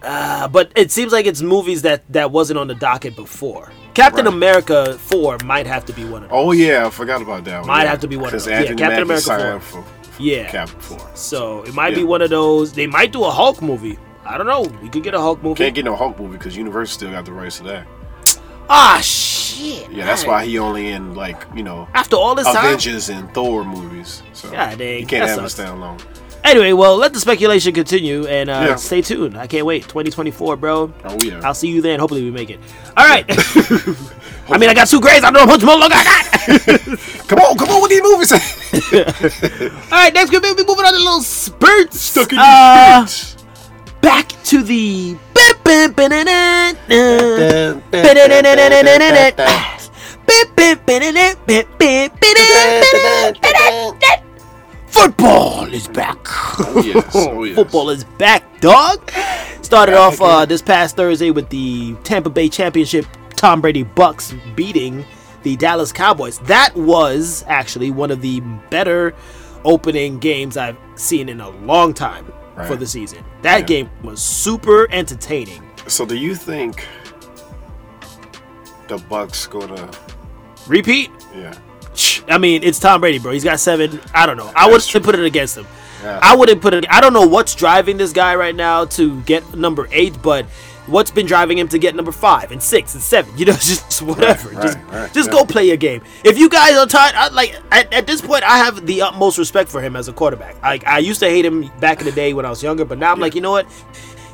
Speaker 2: Uh, but it seems like it's movies that that wasn't on the docket before. Captain
Speaker 1: Right.
Speaker 2: America Four might have to be one of them.
Speaker 1: Oh yeah, I forgot about that one.
Speaker 2: Might
Speaker 1: yeah.
Speaker 2: have to be one of
Speaker 1: 'Cause
Speaker 2: those. Yeah,
Speaker 1: Anthony
Speaker 2: Captain
Speaker 1: Mackie signed
Speaker 2: America
Speaker 1: for, for
Speaker 2: Yeah.
Speaker 1: Captain Four.
Speaker 2: So it might be
Speaker 1: Yeah.
Speaker 2: one of those. They might do a Hulk movie. I don't know. We could get a Hulk movie.
Speaker 1: Can't get no Hulk movie because Universal still got the rights to that.
Speaker 2: Ah shit.
Speaker 1: Yeah, that's why he only in like you know
Speaker 2: After all this time.
Speaker 1: Avengers and Thor movies. So
Speaker 2: God dang,
Speaker 1: you can't
Speaker 2: that
Speaker 1: have us
Speaker 2: sucks.
Speaker 1: down long.
Speaker 2: Anyway, well, let the speculation continue and uh,
Speaker 1: Yeah.
Speaker 2: stay tuned. I can't wait. 2024, bro.
Speaker 1: Oh yeah.
Speaker 2: I'll see you then. Hopefully, we make it. All right. I mean, I got two grades. I don't know how much more longer I got.
Speaker 1: come on, come on with these movies.
Speaker 2: All right, next week we'll be moving on to little spurts.
Speaker 1: Stuck in
Speaker 2: Uh,
Speaker 1: these
Speaker 2: back to the. Football is back.
Speaker 1: Oh yes. Oh yes.
Speaker 2: Football is back, dog. Started off uh, this past Thursday with the Tampa Bay Championship Tom Brady Bucks beating the Dallas Cowboys. That was actually one of the better opening games I've seen in a long time for
Speaker 1: Right.
Speaker 2: the season. That
Speaker 1: Yeah.
Speaker 2: game was super entertaining.
Speaker 1: So do you think the Bucks gonna?
Speaker 2: Repeat.
Speaker 1: Yeah.
Speaker 2: I mean, it's Tom Brady, bro. He's got seven. I don't know. I wouldn't
Speaker 1: true.
Speaker 2: put it against him.
Speaker 1: Yeah.
Speaker 2: I wouldn't put it. I don't know what's driving this guy right now to get number eight, but what's been driving him to get number five and six and seven? You know, just whatever.
Speaker 1: right,
Speaker 2: just
Speaker 1: right,
Speaker 2: just
Speaker 1: yeah.
Speaker 2: go play your game. If you guys are tired, I, like at, at this point, I have the utmost respect for him as a quarterback. Like I used to hate him back in the day when I was younger, but now I'm like, you know what?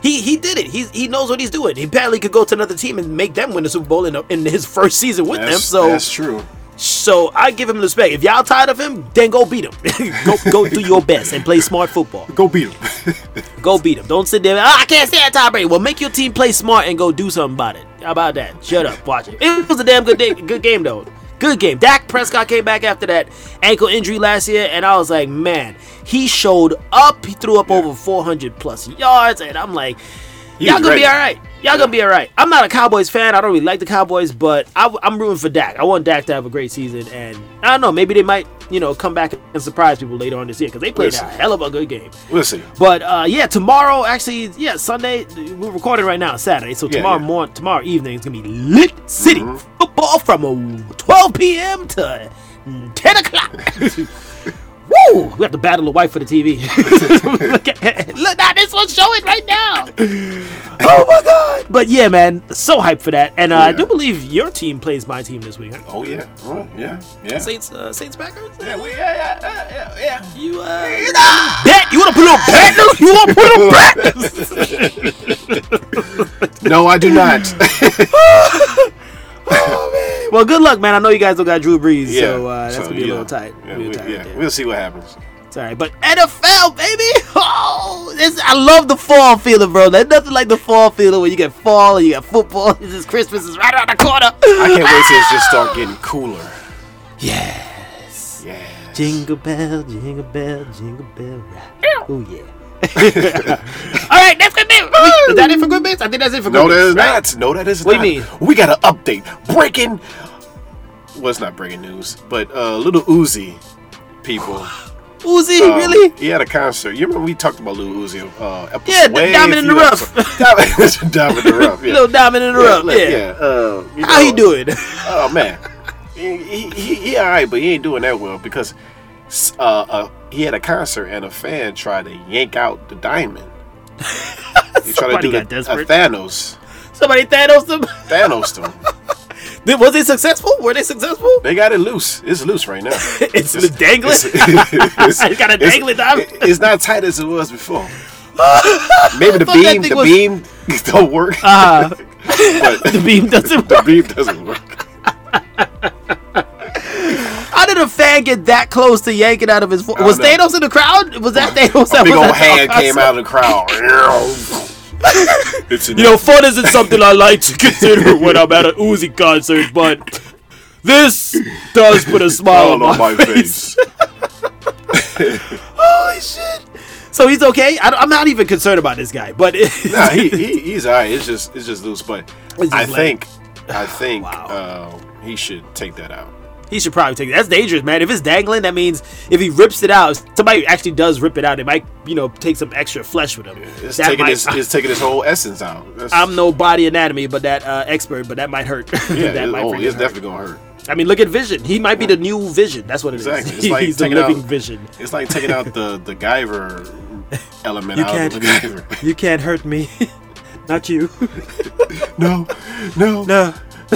Speaker 2: He, he did it. He's, he knows what he's doing. He apparently could go to another team and make them win the Super Bowl in, in his first season with them.
Speaker 1: That's,
Speaker 2: So
Speaker 1: that's true.
Speaker 2: so I give him respect. If y'all tired of him, then go beat him. go go do your best and play smart football.
Speaker 1: Go beat him.
Speaker 2: Go beat him. Don't sit there. "Ah, I can't stand Tom Brady. Well, make your team play smart and go do something about it. How about that? Shut up. Watch it. It was a damn good day, good game though. Good game. Dak Prescott came back after that ankle injury last year, and I was like, man, he showed up. He threw up over 400 plus yards, and I'm like,
Speaker 1: He
Speaker 2: y'all
Speaker 1: was
Speaker 2: gonna be
Speaker 1: ready.
Speaker 2: all right. Y'all gonna be all right. I'm not a Cowboys fan. I don't really like the Cowboys, but I, am rooting for Dak. I want Dak to have a great season, and I don't know. Maybe they might, you know, come back and surprise people later on this year because they played
Speaker 1: Listen.
Speaker 2: a hell of a good game.
Speaker 1: We'll see.
Speaker 2: But uh, yeah, tomorrow actually, yeah, Sunday. We're recording right now, Saturday. So
Speaker 1: Yeah,
Speaker 2: tomorrow
Speaker 1: yeah. Mm-hmm.
Speaker 2: morning, tomorrow evening, it's gonna be lit city football from uh, 12 p.m. to 10 o'clock. Woo! We have to battle the wife for the TV. Look, at- look now, this one's showing right now.
Speaker 5: Oh my god!
Speaker 2: But yeah, man, so hyped for that. And uh, I
Speaker 1: Yeah.
Speaker 2: do believe your team plays my team this week. Huh?
Speaker 1: Oh yeah. Oh, yeah. Yeah.
Speaker 2: Saints, uh, Saints Packers.
Speaker 1: Yeah, we- yeah, yeah, yeah, yeah.
Speaker 2: You uh, bet you want to put on bet? You want to put on bet?
Speaker 1: No, I do not.
Speaker 2: Well, good luck, man. I know you guys don't got Drew Brees,
Speaker 1: yeah.
Speaker 2: so uh, that's gonna be
Speaker 1: yeah.
Speaker 2: a little tight.
Speaker 1: Yeah,
Speaker 2: a little
Speaker 1: we,
Speaker 2: tight
Speaker 1: yeah.
Speaker 2: right there.
Speaker 1: we'll see what happens.
Speaker 2: It's all right, but NFL, baby. Oh, this, I love the fall feeling, bro. There's nothing like the fall feeling when you get fall and you got football. This is Christmas is right around the corner.
Speaker 1: I can't wait till it just start getting cooler.
Speaker 2: Yes.
Speaker 1: Yeah.
Speaker 2: Jingle bell, jingle bell, jingle bell rock. Oh yeah. all right, that's good news. Wait, Is that it for good bits? I think that's it for
Speaker 1: No,
Speaker 2: good
Speaker 1: that is
Speaker 2: bits. right?
Speaker 1: not. No, that is
Speaker 2: What
Speaker 1: not.
Speaker 2: do you mean?
Speaker 1: We got an update. Breaking. Well, it's not breaking news, but uh, little Uzi people.
Speaker 2: Uzi,
Speaker 1: um,
Speaker 2: Oh, really?
Speaker 1: He had a concert. You remember we talked about Lil Uzi? Uh, episode,
Speaker 2: Yeah, the
Speaker 1: way
Speaker 2: Diamond in
Speaker 1: few
Speaker 2: the Rough.
Speaker 1: episodes- Diamond, Diamond in the rough. Yeah.
Speaker 2: Little diamond in the rough.
Speaker 1: look,
Speaker 2: Yeah.
Speaker 1: Uh, you
Speaker 2: How he
Speaker 1: know,
Speaker 2: doing?
Speaker 1: Oh man, he, he, he, he all right, but he ain't doing that well because s- uh, uh, he had a concert and a fan tried to yank out the diamond. He tried to
Speaker 2: Somebody
Speaker 1: do the,
Speaker 2: got
Speaker 1: a
Speaker 2: desperate.
Speaker 1: Thanos.
Speaker 2: Somebody Thanos them.
Speaker 1: Thanos them.
Speaker 2: Then, was they successful? Were they successful?
Speaker 1: They got it loose. It's loose right now.
Speaker 2: It's, dangling.
Speaker 1: it's,
Speaker 2: I got a
Speaker 1: it's-
Speaker 2: dangling diamond.
Speaker 1: It's not tight as it was before. Maybe the
Speaker 2: thought that
Speaker 1: beam,
Speaker 2: thing
Speaker 1: the
Speaker 2: was-
Speaker 1: beam don't work.
Speaker 2: Uh,
Speaker 1: but
Speaker 2: the beam doesn't
Speaker 1: the
Speaker 2: work.
Speaker 1: beam doesn't work.
Speaker 2: How did a fan get that close to yanking out of his voice?
Speaker 1: I
Speaker 2: Was
Speaker 1: don't know.
Speaker 2: Thanos in the crowd? Was that Thanos? that
Speaker 1: Big
Speaker 2: was
Speaker 1: old
Speaker 2: at the
Speaker 1: hand
Speaker 2: concert?
Speaker 1: came out of the crowd. it's
Speaker 2: You know, fun isn't something I like to consider when I'm at an Uzi concert, but this does put a smile on
Speaker 1: all
Speaker 2: my,
Speaker 1: on my
Speaker 2: face.
Speaker 1: face.
Speaker 2: Holy shit! So he's okay. I, am not even concerned about this guy, but
Speaker 1: nah, he, he he's alright. It's just it's just loose. But
Speaker 2: It's just
Speaker 1: I
Speaker 2: like-
Speaker 1: think I think
Speaker 2: Wow.
Speaker 1: uh, he should take that out.
Speaker 2: he should probably take it. That's dangerous, man. If it's dangling, that means if he rips it out, if somebody actually does rip it out, it might you know take some extra flesh with him.
Speaker 1: It's
Speaker 2: that
Speaker 1: taking
Speaker 2: might,
Speaker 1: his it's taking his whole essence out. That's,
Speaker 2: I'm no body anatomy, but that uh, expert, but that might hurt.
Speaker 1: yeah,
Speaker 2: that
Speaker 1: it-
Speaker 2: might
Speaker 1: oh,
Speaker 2: freaking
Speaker 1: it's
Speaker 2: hurt.
Speaker 1: definitely gonna hurt.
Speaker 2: I mean, look at Vision. He might be the new Vision. That's what it is.
Speaker 1: Exactly. It's like
Speaker 2: he's the
Speaker 1: taking out-
Speaker 2: living Vision.
Speaker 1: It's like taking out the the Guyver element
Speaker 3: You
Speaker 1: out
Speaker 3: can't-
Speaker 1: of the Guyver.
Speaker 3: You can't hurt me. Not you.
Speaker 1: No, no,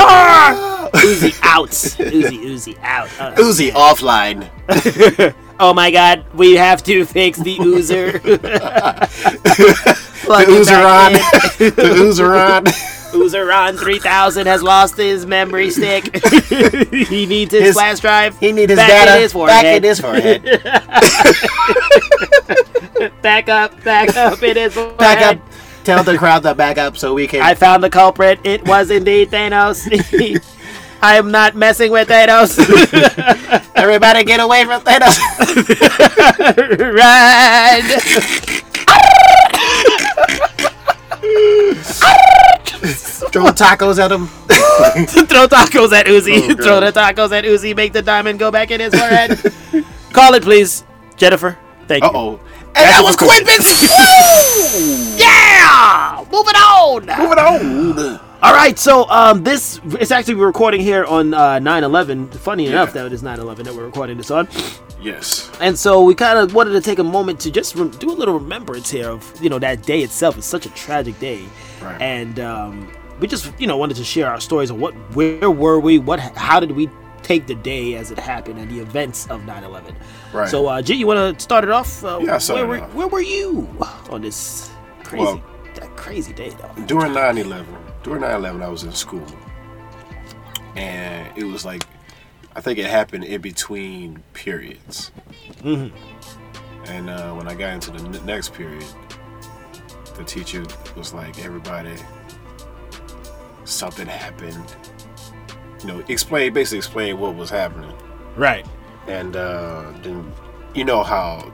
Speaker 1: Ah!
Speaker 3: No.
Speaker 2: Uzi out. Uzi, Uzi out. Uh,
Speaker 1: Uzi offline.
Speaker 2: oh my God, we have to fix the Oozer.
Speaker 1: The
Speaker 2: Plug it
Speaker 1: Uzeron.
Speaker 2: back in.
Speaker 1: the Uzeron.
Speaker 2: Uzeron 3000 has lost his memory stick. he needs his,
Speaker 1: His-
Speaker 2: flash drive.
Speaker 1: He need his
Speaker 2: Back in data his forehead. back in his
Speaker 1: forehead.
Speaker 2: Back up, back up in his forehead.
Speaker 1: Tell the crowd to back up so we can.
Speaker 2: I found the culprit. It was indeed Thanos. I am not messing with Thanos.
Speaker 1: Everybody get away from Thanos.
Speaker 2: Run!
Speaker 1: Throw tacos at him.
Speaker 2: Throw tacos at Uzi.
Speaker 1: Oh, God.
Speaker 2: Throw the tacos at Uzi. Make the diamond go back in his forehead. Call it, please, Jennifer. Thank
Speaker 1: Uh
Speaker 2: you.
Speaker 1: oh. And that was Quippins.
Speaker 2: Yeah, moving on.
Speaker 1: Moving on.
Speaker 2: All right, so um, this it's actually we're recording here on uh, 9/11. Funny enough,
Speaker 1: Yeah.
Speaker 2: that it is 9/11 that we're recording this on,
Speaker 1: Yes.
Speaker 2: and so we kind of wanted to take a moment to just rem do a little remembrance here of you know that day itself. It's such a tragic day,
Speaker 1: Right.
Speaker 2: and um, we just you know wanted to share our stories of what where were we, what how did we take the day as it happened, and the events of 9/11.
Speaker 1: Right.
Speaker 2: So, uh, G, you want to start it off? Uh,
Speaker 1: Yeah, I'll start
Speaker 2: where,
Speaker 1: it
Speaker 2: were,
Speaker 1: off.
Speaker 2: where were you on this crazy
Speaker 1: Well-
Speaker 2: that crazy day though?
Speaker 1: during 9-11 during 9-11 i was in school and it was like i think it happened in between periods and uh, when i got into the n- next period the teacher was like everybody something happened you know explain basically explain what was happening
Speaker 2: Right.
Speaker 1: and uh, then you know how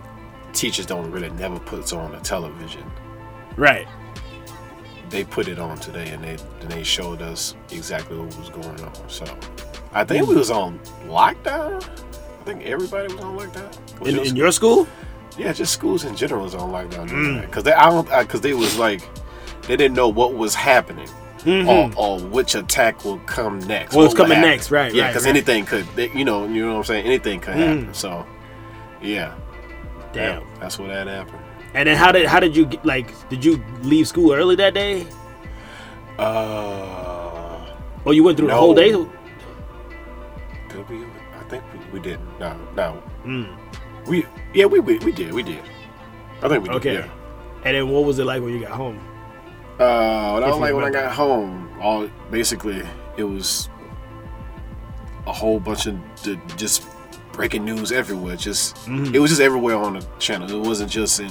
Speaker 1: teachers don't really never puts on a television
Speaker 2: Right.
Speaker 1: they put it on today and they and they showed us exactly what was going on. So I think we was on lockdown. I think everybody was on lockdown. Was
Speaker 2: In,
Speaker 1: your
Speaker 2: in
Speaker 1: school-
Speaker 2: your Mm. school?
Speaker 1: yeah, just schools in general was on lockdown because they I don't because they was like they didn't know what was happening. Or, or which attack will come next? what
Speaker 2: What's
Speaker 1: will
Speaker 2: Mm-hmm. coming
Speaker 1: happen.
Speaker 2: next, right,
Speaker 1: Yeah,
Speaker 2: right,
Speaker 1: because
Speaker 2: right.
Speaker 1: anything could, they- you know, you know what I'm saying. Anything could happen. So, yeah,
Speaker 2: Damn.
Speaker 1: Yeah, that's what that happened.
Speaker 2: And then how did how did you get- like did you leave school early that day?
Speaker 1: Uh,
Speaker 2: Or you went through the
Speaker 1: No.
Speaker 2: whole day?
Speaker 1: Did we? I think we, we did. No, no.
Speaker 2: Hmm.
Speaker 1: We yeah we, we we did we did. I think we did.
Speaker 2: Okay.
Speaker 1: Yeah.
Speaker 2: And then what was it like when you got home?
Speaker 1: Uh, what I
Speaker 2: If
Speaker 1: was
Speaker 2: you
Speaker 1: like when I
Speaker 2: remember.
Speaker 1: got home, all basically it was a whole bunch of d- just breaking news everywhere. Just
Speaker 2: Mm-hmm.
Speaker 1: it was just everywhere on the channel. It wasn't just in.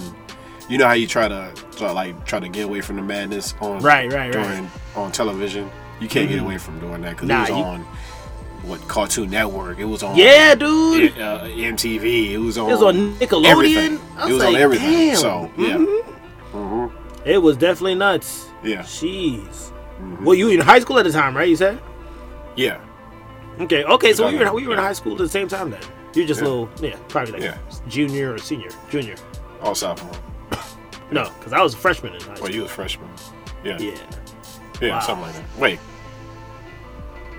Speaker 1: You know how you try to try, like try to get away from the madness on
Speaker 2: Right, right, right.
Speaker 1: during on television. You can't get away from doing that because
Speaker 2: Nah,
Speaker 1: it was
Speaker 2: you-
Speaker 1: on what Cartoon Network. It was on
Speaker 2: Yeah, dude.
Speaker 1: it, uh, MTV. It was on.
Speaker 2: It was on Nickelodeon.
Speaker 1: everything.
Speaker 2: I
Speaker 1: It was on
Speaker 2: like,
Speaker 1: everything.
Speaker 2: damn. Mm-hmm.
Speaker 1: So yeah,
Speaker 2: It was definitely nuts.
Speaker 1: yeah, Mm-hmm.
Speaker 2: Jeez. Well, you were in high school at the time, right? You said.
Speaker 1: yeah,
Speaker 2: Okay. Okay. So we were in,
Speaker 1: Exactly.
Speaker 2: we were in high school at the same time then. You're just little, yeah, probably like
Speaker 1: Yeah.
Speaker 2: junior or senior, junior.
Speaker 1: all sophomore.
Speaker 2: No, because I was a freshman in high school.
Speaker 1: Well, you was freshman. Yeah, yeah,
Speaker 2: yeah.
Speaker 1: something like that. Wait,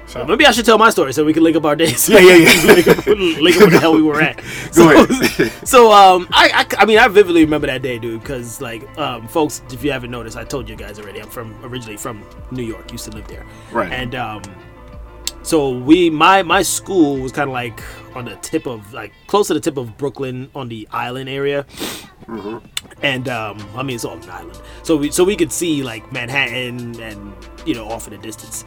Speaker 1: So
Speaker 2: Maybe I should tell my story so we can link up our days.
Speaker 1: Yeah, yeah, yeah.
Speaker 2: link, up, link up where the hell we were at.
Speaker 1: Go
Speaker 2: so,
Speaker 1: ahead.
Speaker 2: so um, I, I, I mean, I vividly remember that day, dude, because like, um, folks, if you haven't noticed, I told you guys already. I'm from originally from New York. Used to live there.
Speaker 1: Right.
Speaker 2: And um, so we, my my school was kind of like on the tip of like close to the tip of Brooklyn on the island area and um, I mean it's all an island, so we so we could see like Manhattan and you know off in the distance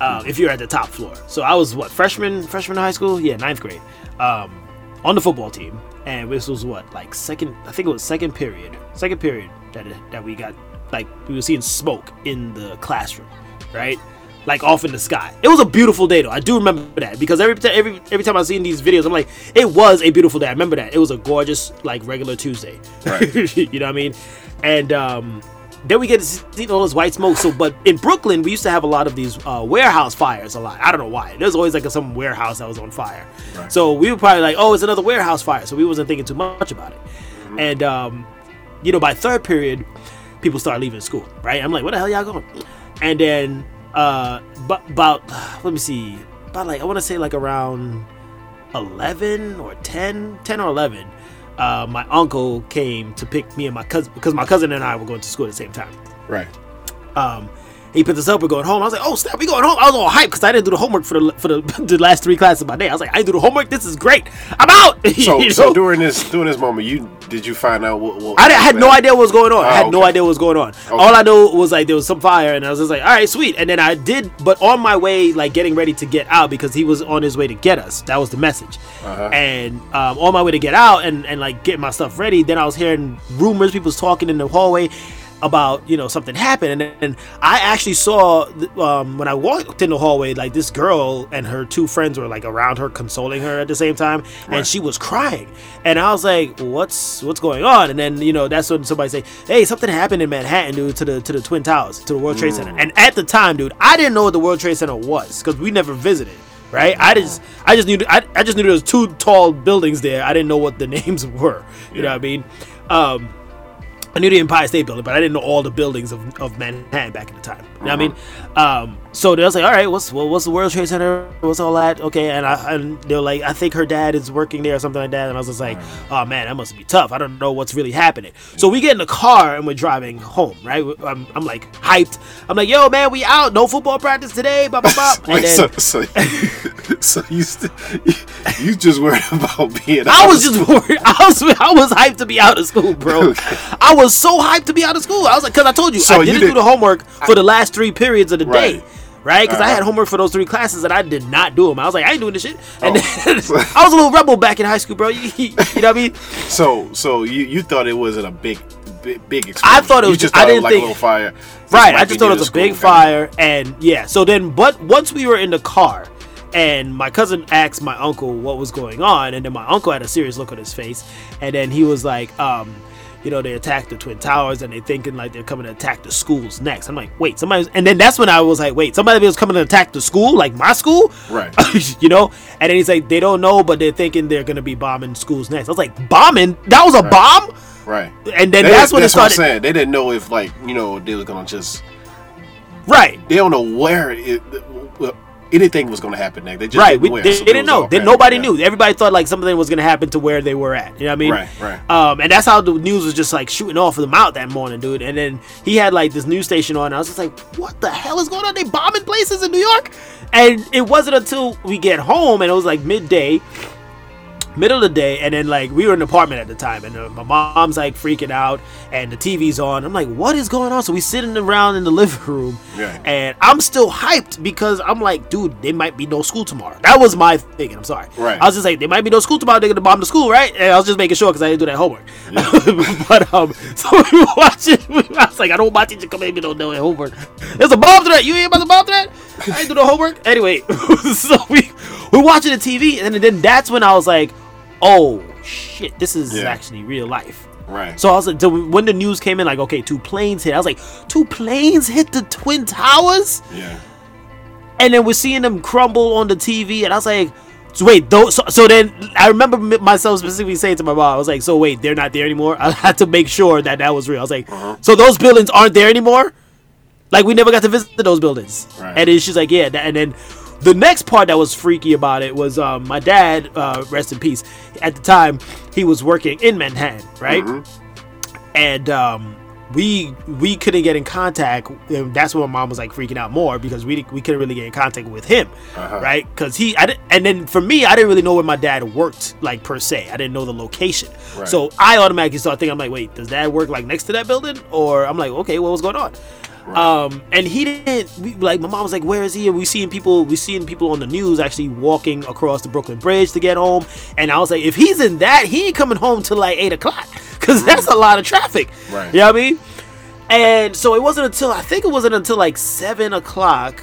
Speaker 2: uh, if you're at the top floor. So I was what freshman freshman in high school, yeah, ninth grade, um, on the football team, and this was what like second I think it was second period, second period that that we got like we were seeing smoke in the classroom, right? Like off in the sky. It was a beautiful day though. I do remember that because every ti- every every time I seen these videos, I'm like, it was a beautiful day. I remember that. It was a gorgeous like regular Tuesday.
Speaker 1: Right.
Speaker 2: you know what I mean? And um, then we get to see all this white smoke. So, but in Brooklyn, we used to have a lot of these uh, warehouse fires. A lot. I don't know why. There's always like some warehouse that was on fire.
Speaker 1: Right.
Speaker 2: So we were probably like, oh, it's another warehouse fire. So we wasn't thinking too much about it. And um, you know, by third period, people start leaving school. Right? I'm like, what the hell y'all going? And then uh, but about let me see, about like I want to say like around 11 or 10 10 or 11 uh, my uncle came to pick me and my cousin because my cousin and i were going to school at the same time
Speaker 1: right.
Speaker 2: um, he picked us up we're going home i was like oh snap we going home i was all hyped because i didn't do the homework for the for the, the last three classes of my day i was like i didn't do the homework this is great i'm out
Speaker 1: So,
Speaker 2: You
Speaker 1: so
Speaker 2: know?
Speaker 1: during this during this moment, you did you find out what? what
Speaker 2: I, di- I had no idea what was going on. I
Speaker 1: Oh,
Speaker 2: had no
Speaker 1: okay.
Speaker 2: idea what was going on. All I know was like there was some fire, and I was just like, "All right, sweet." And then I did, but on my way, like getting ready to get out because he was on his way to get us. That was the message.
Speaker 1: Uh-huh.
Speaker 2: And um, on my way to get out and and like get my stuff ready, then I was hearing rumors, people was talking in the hallway about you know something happened, and, and I actually saw th- um, when I walked in the hallway, like this girl and her two friends were like around her, consoling her at the same time, and she was crying, and I was like, "What's what's going on?" And then you know that's when somebody say, "Hey, something happened in Manhattan, dude, to the to the Twin Towers, to the World Trade Center." And at the time, dude, I didn't know what the World Trade Center was because we never visited. Right, I just, I just knew, I, I just knew there was two tall buildings there. I didn't know what the names were. You know what I mean? Um, I knew the Empire State Building, but I didn't know all the buildings of, of Manhattan back at the time. You know what I mean? Um, so they was like, all right, what's well, what's the World Trade Center? What's all that? Okay, and I and they were like, I think her dad is working there or something like that. And I was just like, oh man, that must be tough. I don't know what's really happening. So we get in the car and we're driving home, right? I'm, I'm like hyped. I'm like, yo, man, we out. No football practice today. Blah blah blah.
Speaker 1: Wait,
Speaker 2: And then-
Speaker 1: so, so, so you, st- you you just worried about being.
Speaker 2: I
Speaker 1: out
Speaker 2: was
Speaker 1: of
Speaker 2: just worried. I was I was hyped to be out of school, bro.
Speaker 1: Okay.
Speaker 2: I was so hyped to be out of school. I was like, because I told you,
Speaker 1: So
Speaker 2: I
Speaker 1: you
Speaker 2: didn't do
Speaker 1: did-
Speaker 2: the homework for the last three periods of the
Speaker 1: Right.
Speaker 2: day. Right, because I had
Speaker 1: Uh-huh.
Speaker 2: homework for those three classes and I did not do them. I was like, I ain't doing this shit. And
Speaker 1: Oh.
Speaker 2: then, I was a little rebel back in high school, bro. You, you know what I mean?
Speaker 1: So, so you you thought it wasn't a big, big, big explosion.
Speaker 2: I thought it
Speaker 1: You
Speaker 2: was
Speaker 1: just
Speaker 2: ju- I
Speaker 1: thought it was
Speaker 2: didn't
Speaker 1: like a
Speaker 2: think-
Speaker 1: little fire.
Speaker 2: Right,
Speaker 1: might
Speaker 2: I
Speaker 1: be
Speaker 2: just thought
Speaker 1: near
Speaker 2: it was
Speaker 1: the
Speaker 2: a big
Speaker 1: school, kinda.
Speaker 2: fire, and yeah. So then, but once we were in the car, and my cousin asked my uncle what was going on, and then my uncle had a serious look on his face, and then he was like, um, you know, they attacked the twin towers, and they thinking like they're coming to attack the schools next. I'm like, wait, somebody's, and then that's when I was like, wait, somebody was coming to attack the school, like my school,
Speaker 1: Right.
Speaker 2: you know? And then he's like, they don't know, but they're thinking they're gonna be bombing schools next. I was like, bombing? That was a bomb?
Speaker 1: Right.
Speaker 2: And then
Speaker 1: They-
Speaker 2: that's when it
Speaker 1: what I'm
Speaker 2: started.
Speaker 1: saying. They didn't know if like you know they were gonna just.
Speaker 2: Right.
Speaker 1: They don't know where it. well, Anything was going to happen next. They just
Speaker 2: right.
Speaker 1: didn't
Speaker 2: We,
Speaker 1: know where,
Speaker 2: they,
Speaker 1: so
Speaker 2: they
Speaker 1: it
Speaker 2: didn't
Speaker 1: was
Speaker 2: know.
Speaker 1: all
Speaker 2: They-
Speaker 1: kinda-
Speaker 2: nobody
Speaker 1: yeah.
Speaker 2: knew. Everybody thought like something was gonna happen to where they were at. You know what I mean?
Speaker 1: Right, right.
Speaker 2: Um, and that's how the news was just like shooting off of them out that morning, dude. And then he had like this news station on. And I was just like, what the hell is going on? They bombing places in New York. And it wasn't until we get home and it was like midday middle of the day and then like we were in the apartment at the time and uh, my mom's like freaking out and the tv's on i'm like what is going on so we sitting around in the living room
Speaker 1: Yeah.
Speaker 2: and i'm still hyped because i'm like dude there might be no school tomorrow that was my thinking i'm sorry
Speaker 1: Right.
Speaker 2: i was just like there might be no school tomorrow they're gonna bomb the school right and i was just making sure because i didn't do that homework but um so we were watching i was like i don't want my teacher come in and don't do that homework there's a bomb threat you ain't about the bomb threat i ain't do no homework anyway so we we're watching the tv and then that's when i was like oh shit, this is
Speaker 1: Yeah.
Speaker 2: actually real life.
Speaker 1: Right.
Speaker 2: So I was like, so when the news came in, like, okay, two planes hit. I was like, two planes hit the Twin Towers?
Speaker 1: yeah.
Speaker 2: And then we're seeing them crumble on the TV. And I was like, so wait, those, so, so then I remember m- myself specifically saying to my mom, I was like, so wait, they're not there anymore? I had to make sure that that was real. I was like, so those buildings aren't there anymore? Like, we never got to visit those buildings.
Speaker 1: Right.
Speaker 2: And then she's like, yeah. that- And then The next part that was freaky about it was um, my dad, uh, rest in peace. At the time, he was working in Manhattan, right? And um, we we couldn't get in contact. And that's when my mom was like freaking out more because we we couldn't really get in contact with him, right? Because he, I didn't, and then for me, I didn't really know where my dad worked, like per se. I didn't know the location,
Speaker 1: Right.
Speaker 2: so I automatically started thinking, I'm like, wait, does dad work like next to that building? Or I'm like, okay, what was going on? Um, and he didn't we, like. My mom was like, "Where is he?" And we seeing people, we seeing people on the news actually walking across the Brooklyn Bridge to get home. And I was like, "If he's in that, he ain't coming home till like eight o'clock, cause that's a lot of traffic."
Speaker 1: Right.
Speaker 2: You know what I mean? And so it wasn't until I think it wasn't until like seven o'clock.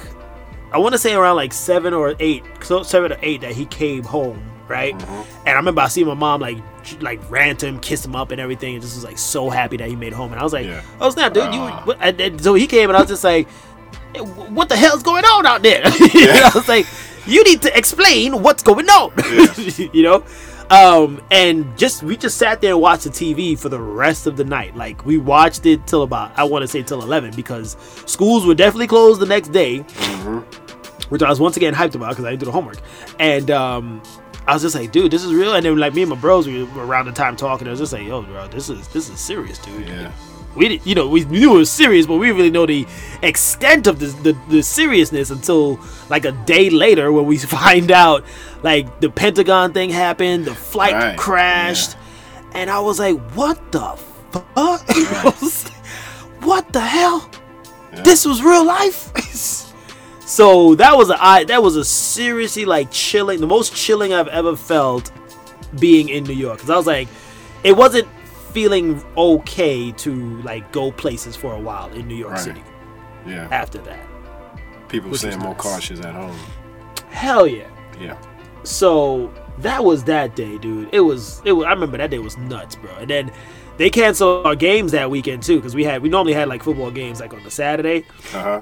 Speaker 2: I want to say around like seven or eight, so seven or eight that he came home, right?
Speaker 1: Mm-hmm.
Speaker 2: And I remember I see my mom like j- like ran to him, kissed him up, and everything, and just was like so happy that he made it home. And I was like,
Speaker 1: Yeah.
Speaker 2: "Oh snap, dude! You."
Speaker 1: Ah.
Speaker 2: what- And, and so he came, and I was just like, "Hey, wh- "What the hell's going on out there?" You know, I was like, "You need to explain what's going on," you know. Um, and just we just sat there and watched the TV for the rest of the night. Like we watched it till about I want to say till eleven because schools were definitely closed the next day which I was once again hyped about because I didn't do the homework. And um, I was just like, dude, this is real. And then like me and my bros we were around the time talking. I was just like, yo, bro, this is this is serious, dude.
Speaker 1: Yeah.
Speaker 2: We did, you know, we knew it was serious, but we didn't really know the extent of the, the the seriousness until like a day later when we find out like the Pentagon thing happened, the flight
Speaker 1: Right,
Speaker 2: crashed, and I was like, what the fuck? I was like, what the hell? This was real life. So that was a I that was a seriously like chilling, the most chilling I've ever felt being in New York. Cause I was like, it wasn't feeling okay to like go places for a while in New York
Speaker 1: Right.
Speaker 2: City
Speaker 1: Yeah.
Speaker 2: after that.
Speaker 1: People
Speaker 2: Which was
Speaker 1: staying more
Speaker 2: nice.
Speaker 1: cautious at home.
Speaker 2: Hell yeah.
Speaker 1: Yeah.
Speaker 2: So that was that day, dude. It was it was I remember that day was nuts, bro. And then they canceled our games that weekend too, because we had we normally had like football games like on the Saturday.
Speaker 1: Uh huh.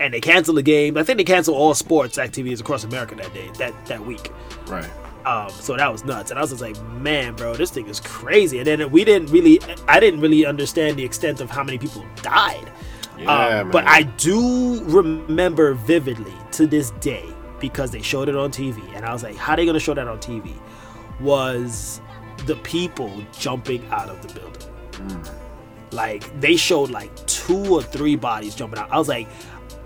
Speaker 2: And they canceled the game. I think they canceled all sports activities across America that day, that that week.
Speaker 1: Right.
Speaker 2: Um, so that was nuts, and I was just like, "Man, bro, this thing is crazy." And then we didn't really—I didn't really understand the extent of how many people died.
Speaker 1: Yeah,
Speaker 2: um, but
Speaker 1: man.
Speaker 2: I do remember vividly to this day because they showed it on TV, and I was like, "How they gonna show that on TV?" Was the people jumping out of the building?
Speaker 1: Mm.
Speaker 2: Like they showed like two or three bodies jumping out. I was like,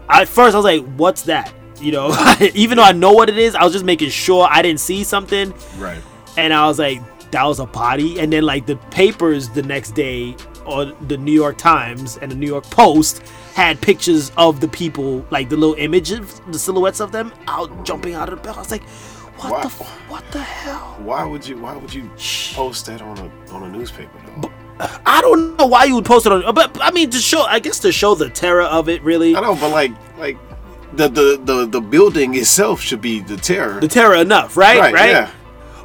Speaker 2: at first I was like, "What's that?" You know, even though I know what it is, I was just making sure I didn't see something
Speaker 1: Right.
Speaker 2: and I was like, that was a body. And then like the papers the next day, or the New York Times and the New York Post had pictures of the people, like the little images, the silhouettes of them out jumping out of the bed. I was like, what
Speaker 1: Wow.
Speaker 2: the, f- what the hell?
Speaker 1: Why would you? Why would you post that on a on a newspaper though?
Speaker 2: I don't know why you would post it on, but I mean to show, I guess to show the terror of it, really.
Speaker 1: I know, but like like the the the, the building itself should be the terror.
Speaker 2: The terror enough, right? Right.
Speaker 1: Yeah.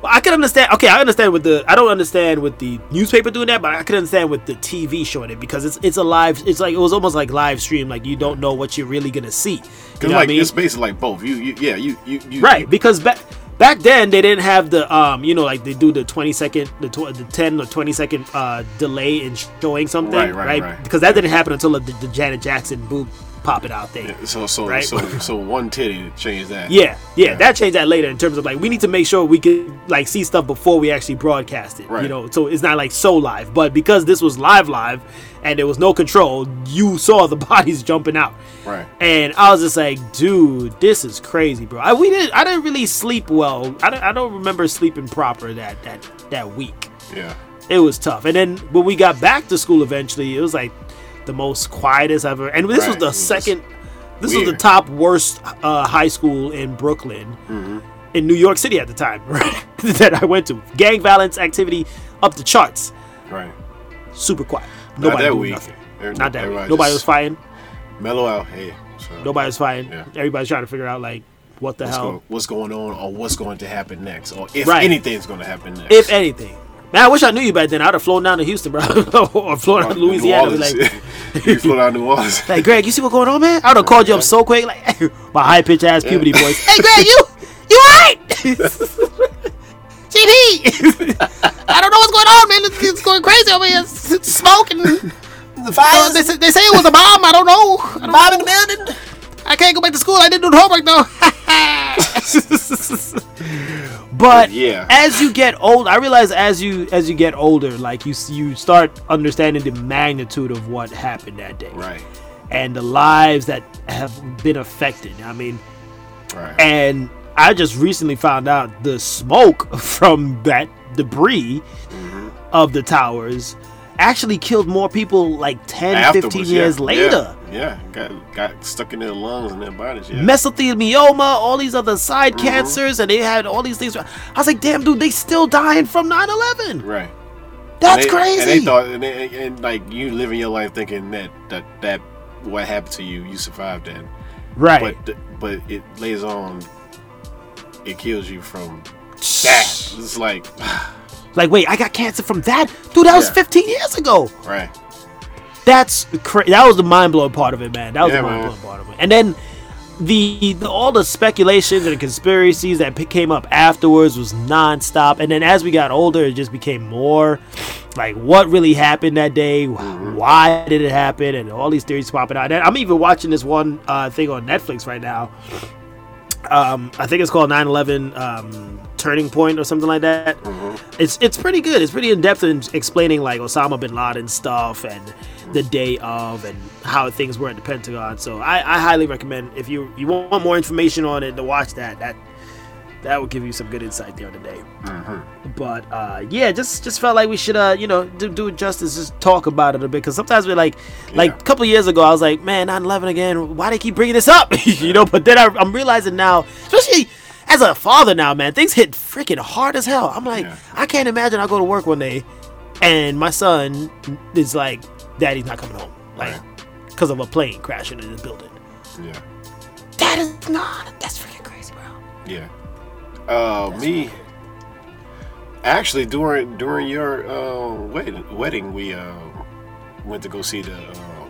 Speaker 2: Well, I can understand. Okay, I understand with the. I don't understand with the newspaper doing that, but I can understand with the TV showing it because it's it's a live. It's like it was almost like live stream. Like you don't know what you're really gonna see. You
Speaker 1: Cause
Speaker 2: know
Speaker 1: like
Speaker 2: what I mean?
Speaker 1: it's basically like both. You you yeah you you, you
Speaker 2: Right, because back back then they didn't have the um you know like they do the 20 second the, tw- the 10 or 20 second uh delay in showing something
Speaker 1: Right,
Speaker 2: right,
Speaker 1: right, right.
Speaker 2: because that didn't happen until the, the Janet Jackson boob pop it out thing.
Speaker 1: So so
Speaker 2: Right.
Speaker 1: so so one titty changed that.
Speaker 2: Yeah, yeah, that changed that later in terms of like we need to make sure we could like see stuff before we actually broadcast it.
Speaker 1: Right.
Speaker 2: You know, so it's not like so live, but because this was live live and there was no control, you saw the bodies jumping out.
Speaker 1: Right.
Speaker 2: And I was just like, dude, this is crazy, bro. I we didn't I didn't really sleep well. I don't, I don't remember sleeping proper that that that week.
Speaker 1: Yeah.
Speaker 2: It was tough. And then when we got back to school eventually, it was like the most quietest I've ever. And this
Speaker 1: Right,
Speaker 2: was
Speaker 1: it
Speaker 2: the
Speaker 1: was
Speaker 2: second. This was
Speaker 1: weird.
Speaker 2: the top worst uh, high school in Brooklyn,
Speaker 1: Mm-hmm.
Speaker 2: in New York City at the time, right? that I went to. Gang violence activity up the charts.
Speaker 1: Right.
Speaker 2: Super quiet.
Speaker 1: Not
Speaker 2: Nobody
Speaker 1: that
Speaker 2: doing
Speaker 1: week.
Speaker 2: nothing.
Speaker 1: Every-
Speaker 2: Not that week.
Speaker 1: everybody
Speaker 2: Nobody was
Speaker 1: just-
Speaker 2: fighting.
Speaker 1: Mellow out. Hey. So
Speaker 2: Nobody was fighting.
Speaker 1: Yeah.
Speaker 2: Everybody's trying to figure out like what the
Speaker 1: what's,
Speaker 2: hell.
Speaker 1: go- what's going on or what's going to happen next or if
Speaker 2: Right.
Speaker 1: anything's going to happen next.
Speaker 2: If anything. Man, I wish I knew you back then. I'd have flown down to Houston, bro, or flown down
Speaker 1: Like,
Speaker 2: to
Speaker 1: New
Speaker 2: Louisiana. and be
Speaker 1: Orleans.
Speaker 2: Like,
Speaker 1: you flew down New Orleans.
Speaker 2: Like, Greg, you see what's going on, man? I would have called you up so quick, like my high pitched ass puberty voice. Hey, Greg, you, you alright? GP, I don't know what's going on, man. It's, it's going crazy over here. It's, it's smoking.
Speaker 5: The
Speaker 2: Uh,
Speaker 5: fire's
Speaker 2: they, say- they say it was a bomb. I don't know. I, don't-
Speaker 5: bombing the building.
Speaker 2: I can't go back to school. I didn't do the homework though. but
Speaker 1: Yeah.
Speaker 2: as you get old, I realize as you as you get older, like you s- you start understanding the magnitude of what happened that day,
Speaker 1: Right.
Speaker 2: and the lives that have been affected. I mean,
Speaker 1: Right.
Speaker 2: and I just recently found out the smoke from that debris
Speaker 1: Mm-hmm.
Speaker 2: of the towers actually killed more people like 10, 15
Speaker 1: Afterwards, yeah,
Speaker 2: years
Speaker 1: yeah,
Speaker 2: later.
Speaker 1: Yeah, Got got stuck in their lungs and their bodies. Yeah.
Speaker 2: Mesothelioma, all these other side
Speaker 1: Mm-hmm.
Speaker 2: cancers, and they had all these things. I was like, damn, dude, they still dying from 9 11.
Speaker 1: right. and
Speaker 2: That's
Speaker 1: they,
Speaker 2: crazy.
Speaker 1: And they thought, and, they, and like you living your life thinking that that that what happened to you, you survived that.
Speaker 2: right.
Speaker 1: But th- but it lays on, it kills you from that. It's like
Speaker 2: like, wait, I got cancer from that? Dude, that was
Speaker 1: Yeah.
Speaker 2: 15 years ago.
Speaker 1: right.
Speaker 2: that's cra- that was the mind blowing part of it, man. That was
Speaker 1: Yeah,
Speaker 2: the mind
Speaker 1: man.
Speaker 2: blowing part of it. And then the, the all the speculations and conspiracies that p- came up afterwards was nonstop. And then as we got older, it just became more like what really happened that day,
Speaker 1: Mm-hmm.
Speaker 2: wh- why did it happen, and all these theories popping out. And I'm even watching this one uh, thing on Netflix right now. Um, I think it's called 9/11 um, Turning Point or something like that it's it's pretty good. It's pretty in depth in explaining like Osama bin Laden stuff and the day of and how things were at the Pentagon. So I, I highly recommend if you you want more information on it to watch that. That that will give you some good insight there today. But uh, yeah, just just felt like we should uh you know do, do it justice. Just talk about it a bit because sometimes we're like like a couple years ago I was like man 9/11 again. Why they keep bringing this up? you know. But then I, I'm realizing now, especially. As a father now, man, things hit freaking hard as hell. I'm like,
Speaker 1: Yeah.
Speaker 2: I can't imagine I go to work one day and my son is like, Daddy's not coming home. Like, because of a plane crashing in the building.
Speaker 1: Yeah.
Speaker 2: That is not, that's freaking crazy, bro.
Speaker 1: Yeah. Uh, me. Actually, during during your uh, wedding, wedding, we uh, went to go see the, uh,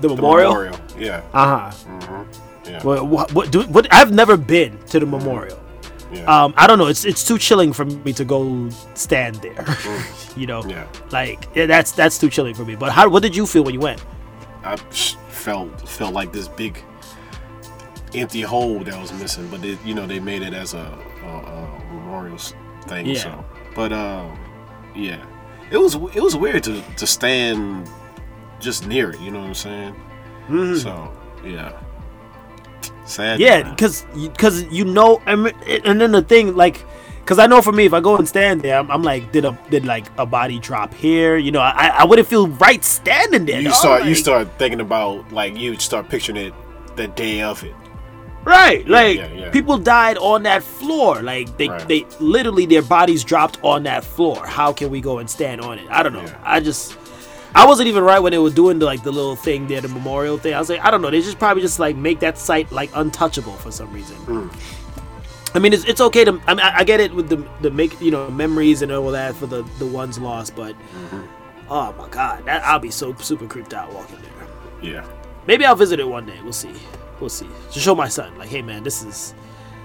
Speaker 2: The
Speaker 1: the
Speaker 2: memorial?
Speaker 1: memorial. Yeah.
Speaker 2: Uh huh.
Speaker 1: Yeah.
Speaker 2: What, what, what, do, what, I've never been to the memorial.
Speaker 1: Yeah.
Speaker 2: Um, I don't know. It's it's too chilling for me to go stand there. you know,
Speaker 1: yeah.
Speaker 2: like yeah, that's that's too chilling for me. But how? What did you feel when you went?
Speaker 1: I psh, felt felt like this big empty hole that was missing, but it, you know they made it as a, a, a memorial s- thing.
Speaker 2: Yeah.
Speaker 1: So, but um, yeah, it was it was weird to to stand just near it. You know what I'm saying? So yeah, sad.
Speaker 2: Hmm. Yeah, because because you know, I mean, and then the thing like, because I know for me, if I go and stand there, I'm, I'm like, did a did like a body drop here? You know, I I wouldn't feel right standing there.
Speaker 1: you
Speaker 2: dog,
Speaker 1: start you
Speaker 2: like-
Speaker 1: start thinking about like you start picturing it the day of it.
Speaker 2: right, like
Speaker 1: yeah, yeah.
Speaker 2: people died on that floor. Like they
Speaker 1: Right.
Speaker 2: they literally their bodies dropped on that floor. How can we go and stand on it? I don't know.
Speaker 1: Yeah.
Speaker 2: I just. I wasn't even right when they were doing the, like the little thing there, the memorial thing. I was like, I don't know. They just probably just like make that site like untouchable for some reason.
Speaker 1: Hmm.
Speaker 2: I mean, it's, it's okay to. I, mean, I I get it with the the make you know memories and all that for the the ones lost, but
Speaker 1: Mm-hmm.
Speaker 2: oh my god, that I'll be so super creeped out walking there.
Speaker 1: Yeah,
Speaker 2: Maybe I'll visit it one day. We'll see. We'll see. To show my son, like, hey man, this is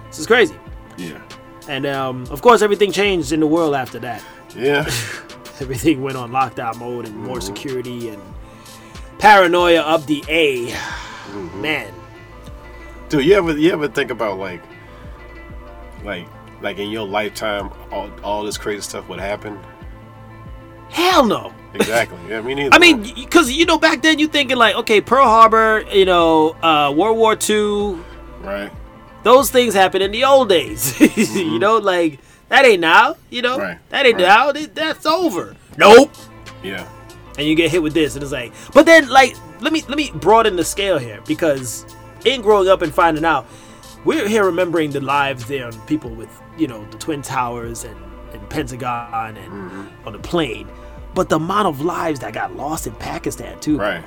Speaker 2: this is crazy.
Speaker 1: yeah,
Speaker 2: And um, of course, everything changed in the world after that.
Speaker 1: yeah.
Speaker 2: Everything went on lockdown mode and
Speaker 1: Mm-hmm.
Speaker 2: more security and paranoia of the A.
Speaker 1: Mm-hmm.
Speaker 2: Man,
Speaker 1: Dude, you ever you ever think about like, like, like in your lifetime, all, all this crazy stuff would happen?
Speaker 2: hell no.
Speaker 1: Exactly. Yeah, me neither.
Speaker 2: I mean, because you know, back then you thinking like, okay, Pearl Harbor, you know, uh, World War II,
Speaker 1: right,
Speaker 2: those things happened in the old days. you know, like that ain't now. You know,
Speaker 1: Mm-hmm. Right,
Speaker 2: that ain't
Speaker 1: right.
Speaker 2: now. Th- That's over. Nope.
Speaker 1: yeah,
Speaker 2: And you get hit with this, and it's like, but then like, let me let me broaden the scale here because in growing up and finding out, we're here remembering the lives there and people with you know the twin towers and and Pentagon and
Speaker 1: Mm-hmm.
Speaker 2: on the plane. But the amount of lives that got lost in Pakistan too,
Speaker 1: right,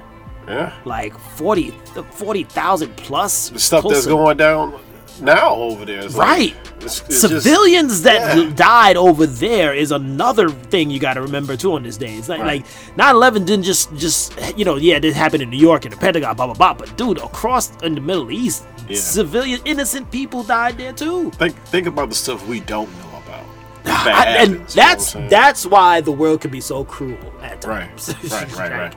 Speaker 1: yeah.
Speaker 2: like 40 40,000 plus
Speaker 1: The stuff
Speaker 2: close
Speaker 1: that's
Speaker 2: to-
Speaker 1: going down now over there, is like-
Speaker 2: Right.
Speaker 1: it's, it's just-
Speaker 2: civilians that
Speaker 1: yeah.
Speaker 2: died over there is another thing you got to remember too on this day it's like
Speaker 1: Right.
Speaker 2: like 9-11 didn't just just you know yeah this happened in new york and the pentagon blah blah blah but dude across in the middle east
Speaker 1: Yeah.
Speaker 2: civilian innocent people died there too
Speaker 1: think think about the stuff we don't know about. That
Speaker 2: I-
Speaker 1: happens, you know
Speaker 2: and
Speaker 1: what
Speaker 2: that's
Speaker 1: I'm saying?
Speaker 2: that's why the world can be so cruel at times
Speaker 1: Right, right, right, right,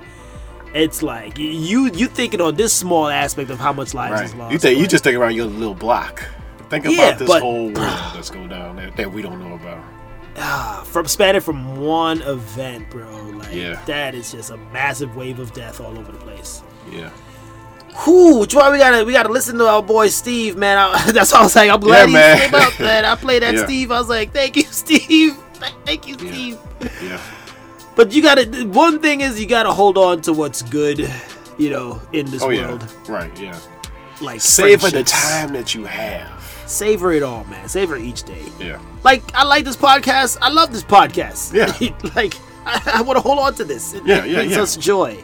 Speaker 2: it's like you you thinking on this small aspect of how much lives is
Speaker 1: right.
Speaker 2: lost
Speaker 1: You think you
Speaker 2: but-
Speaker 1: just think about your little block, Think
Speaker 2: Yeah,
Speaker 1: about this
Speaker 2: but-
Speaker 1: whole world that's going down that, that we don't know about.
Speaker 2: Ah, from spanning from one event, bro. Like
Speaker 1: Yeah.
Speaker 2: that is just a massive wave of death all over the place.
Speaker 1: Yeah.
Speaker 2: Whew, which why we gotta we gotta listen to our boy Steve, man. I, that's all I was like. I'm glad
Speaker 1: Yeah,
Speaker 2: he
Speaker 1: man.
Speaker 2: came up, man. I played that
Speaker 1: Yeah.
Speaker 2: Steve. I was like, thank you, Steve. Thank you,
Speaker 1: Yeah.
Speaker 2: Steve.
Speaker 1: Yeah.
Speaker 2: But you gotta. One thing is you gotta hold on to what's good, you know, in this
Speaker 1: Oh
Speaker 2: world.
Speaker 1: yeah. Right. Yeah.
Speaker 2: Like
Speaker 1: Savor the
Speaker 2: friendships.
Speaker 1: time that you have.
Speaker 2: Savor it all, man. Savor each day.
Speaker 1: Yeah.
Speaker 2: Like I like this podcast. I love this podcast.
Speaker 1: Yeah.
Speaker 2: like I, I want to hold on to this. It
Speaker 1: Yeah, yeah,
Speaker 2: brings
Speaker 1: yeah.
Speaker 2: us joy.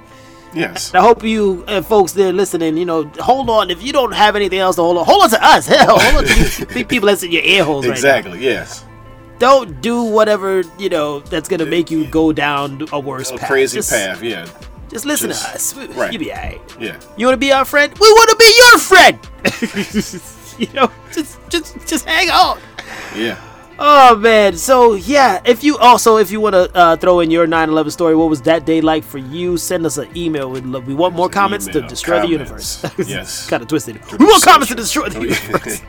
Speaker 1: Yes.
Speaker 2: I hope you uh, folks there listening, you know, hold on. If you don't have anything else to hold on, hold on to us. Hell, hold on to these big people that's in your ear holes right
Speaker 1: Exactly. Yes.
Speaker 2: now. Don't do whatever, you know, that's going to make you go down a worse
Speaker 1: A
Speaker 2: path.
Speaker 1: crazy
Speaker 2: just,
Speaker 1: path. Yeah.
Speaker 2: Just listen
Speaker 1: Just-
Speaker 2: to us. We-
Speaker 1: right.
Speaker 2: You'll be all right.
Speaker 1: Yeah.
Speaker 2: You want to be our friend? We want to be your friend. you know, just, just, just hang on.
Speaker 1: Yeah.
Speaker 2: Oh man, so yeah, if you also if you want to uh, throw in your 9/11 story, what was that day like for you? Send us an email. We'd love. We want more comments to
Speaker 1: Email,
Speaker 2: destroy
Speaker 1: comments.
Speaker 2: the universe.
Speaker 1: Yes.
Speaker 2: kind of twisted. We want comments to destroy the universe.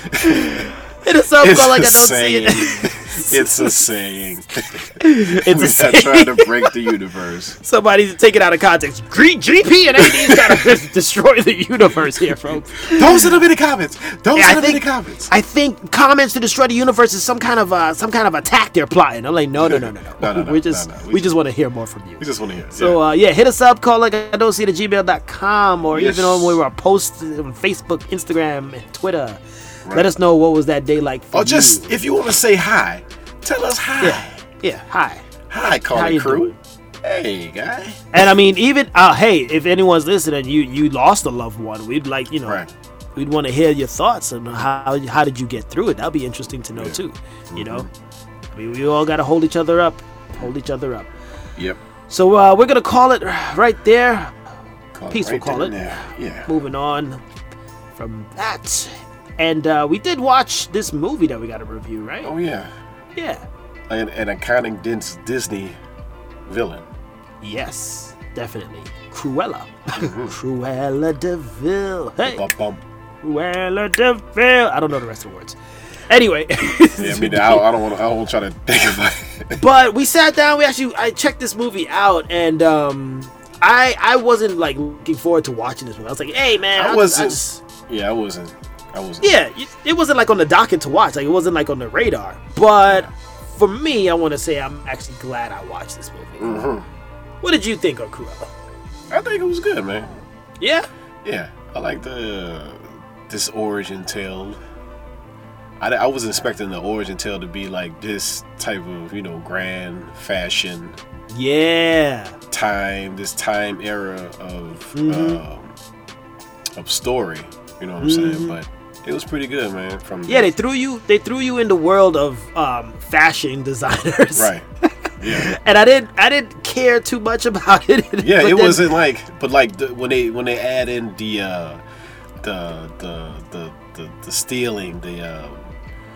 Speaker 2: Hit us up,
Speaker 1: It's
Speaker 2: call like
Speaker 1: a
Speaker 2: I don't see
Speaker 1: saying.
Speaker 2: it.
Speaker 1: it's a saying.
Speaker 2: It's a
Speaker 1: We're not
Speaker 2: saying.
Speaker 1: trying to break the universe.
Speaker 2: Somebody take it out of context. G- GP and AD's got to destroy the universe here, folks.
Speaker 1: Don't send them any comments. Don't
Speaker 2: Yeah, I
Speaker 1: send them any
Speaker 2: think-
Speaker 1: comments.
Speaker 2: I think comments to destroy the universe is some kind of uh, some kind of attack they're plotting. I'm like, no, no, no, no, no.
Speaker 1: No, no, no,
Speaker 2: we're just
Speaker 1: no, no.
Speaker 2: we,
Speaker 1: We
Speaker 2: just, want to hear more from you.
Speaker 1: we just want to hear. it.
Speaker 2: So
Speaker 1: yeah.
Speaker 2: uh, yeah, hit us up, call like I don't see the gmail.com or even on
Speaker 1: Yes.
Speaker 2: where our posts on Facebook, Instagram, and Twitter. Let
Speaker 1: Right.
Speaker 2: us know what was that day like for
Speaker 1: or just
Speaker 2: uh, you.
Speaker 1: if you want to say hi, tell us hi.
Speaker 2: yeah, yeah, hi.
Speaker 1: Hi,
Speaker 2: How
Speaker 1: Carly
Speaker 2: you
Speaker 1: Crew.
Speaker 2: doing?
Speaker 1: Hey, guy.
Speaker 2: And I mean, even uh, hey, if anyone's listening, you you lost a loved one, we'd like you know,
Speaker 1: Right.
Speaker 2: we'd want to hear your thoughts and how how did you get through it? That'd be interesting to know
Speaker 1: Yeah. Mm-hmm.
Speaker 2: too. You know, I mean, we all gotta hold each other up, hold each other up.
Speaker 1: Yep.
Speaker 2: So uh, we're gonna call it right there.
Speaker 1: Call
Speaker 2: Peace, we'll call
Speaker 1: there and
Speaker 2: it.
Speaker 1: there. Yeah.
Speaker 2: moving on from that. And uh, we did watch this movie that we got to review, right?
Speaker 1: Oh yeah.
Speaker 2: Yeah.
Speaker 1: An, an iconic Dis- Disney villain.
Speaker 2: Yes, definitely. Cruella.
Speaker 1: Mm-hmm.
Speaker 2: Cruella Deville. Hey,
Speaker 1: Bum, bum.
Speaker 2: Cruella Deville. I don't know the rest of the words. Anyway,
Speaker 1: Yeah, I mean, I, I don't want to. I won't try to think about it.
Speaker 2: but we sat down. We actually I checked this movie out, and um, I I wasn't like looking forward to watching this movie. I was like, hey man,
Speaker 1: I
Speaker 2: I'll- I'll
Speaker 1: wasn't-
Speaker 2: just-
Speaker 1: yeah, I wasn't. I wasn't.
Speaker 2: yeah, it- it wasn't like on the docket to watch. Like it wasn't like on the radar. But for me, I want to say I'm actually glad I watched this movie.
Speaker 1: Mhm.
Speaker 2: What did you think of Cruella?
Speaker 1: I think it was good, man.
Speaker 2: Yeah,
Speaker 1: Yeah, I like the this origin tale. I, I was expecting the origin tale to be like this type of you know grand fashion
Speaker 2: yeah,
Speaker 1: time, this time era of
Speaker 2: Mm-hmm.
Speaker 1: um, of story. You know what I'm saying? But it was pretty good, man. From
Speaker 2: Mm-hmm. yeah. They threw you. They threw you in the world of um, fashion designers.
Speaker 1: right, yeah,
Speaker 2: And I didn't. I didn't care too much about it.
Speaker 1: yeah.
Speaker 2: But
Speaker 1: it
Speaker 2: then-
Speaker 1: wasn't like, but like the, when they when they add in the uh, the, the the the the stealing the. Uh,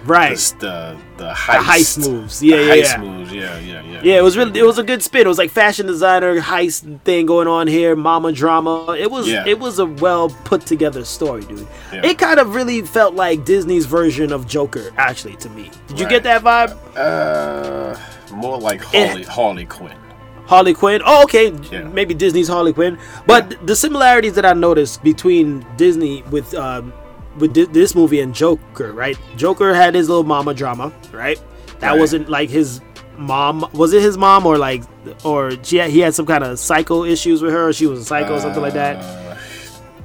Speaker 1: the,
Speaker 2: right.
Speaker 1: s- the the
Speaker 2: The
Speaker 1: heist,
Speaker 2: heist moves. Yeah, yeah,
Speaker 1: heist
Speaker 2: yeah.
Speaker 1: moves. Yeah, yeah, yeah.
Speaker 2: Yeah, it was really it was a good spin. It was like fashion designer heist thing going on here, mama drama. It was
Speaker 1: Yeah.
Speaker 2: it was a well put together story, dude.
Speaker 1: Yeah.
Speaker 2: It kind of really felt like Disney's version of Joker, actually, to me. Did you get that
Speaker 1: Right.
Speaker 2: vibe?
Speaker 1: Uh, more like Harley Harley Quinn.
Speaker 2: Harley Quinn. Oh, okay,
Speaker 1: Yeah.
Speaker 2: maybe Disney's Harley Quinn. But th- the similarities that I noticed between Disney with um, with thi- this movie and Joker, right? Joker had his little mama drama, right? That
Speaker 1: Right.
Speaker 2: wasn't like his mom. Was it his mom or like or she had, he had some kind of psycho issues with her? Or she was a psycho or something like that.
Speaker 1: Uh,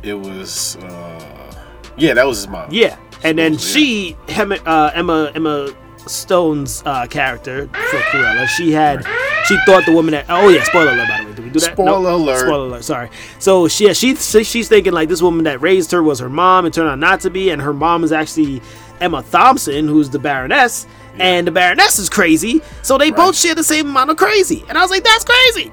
Speaker 1: It was. Uh, yeah, that was his mom.
Speaker 2: Yeah, and then
Speaker 1: Supposedly,
Speaker 2: she Emma uh, Emma Emma Stone's uh, character for Cruella. She had she thought the woman that oh yeah spoiler alert by the way did we do that No.
Speaker 1: Spoiler alert.
Speaker 2: spoiler alert sorry so she yeah, she she- she's thinking like this woman that raised her was her mom it turned out not to be and her mom is actually Emma Thompson who's the Baroness. And the Baroness is crazy, so they both share the same amount of crazy. And I was like, "That's crazy!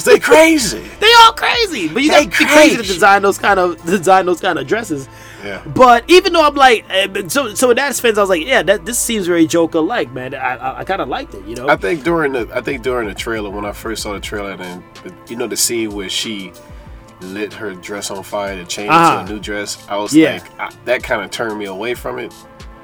Speaker 1: they crazy.
Speaker 2: they all crazy." But you
Speaker 1: They
Speaker 2: got to be crazy to
Speaker 1: crazy.
Speaker 2: design those kind of design those kind of dresses.
Speaker 1: Yeah,
Speaker 2: But even though I'm like, eh, but so so in that sense, I was like, yeah, that this seems very Joker like, man. I I, I kind of liked it, you know.
Speaker 1: I think during the I think during the trailer when I first saw the trailer and then, you know the scene where she lit her dress on fire to change to
Speaker 2: Ah.
Speaker 1: a new dress, I was
Speaker 2: Yeah.
Speaker 1: like, I, that kind of turned me away from it.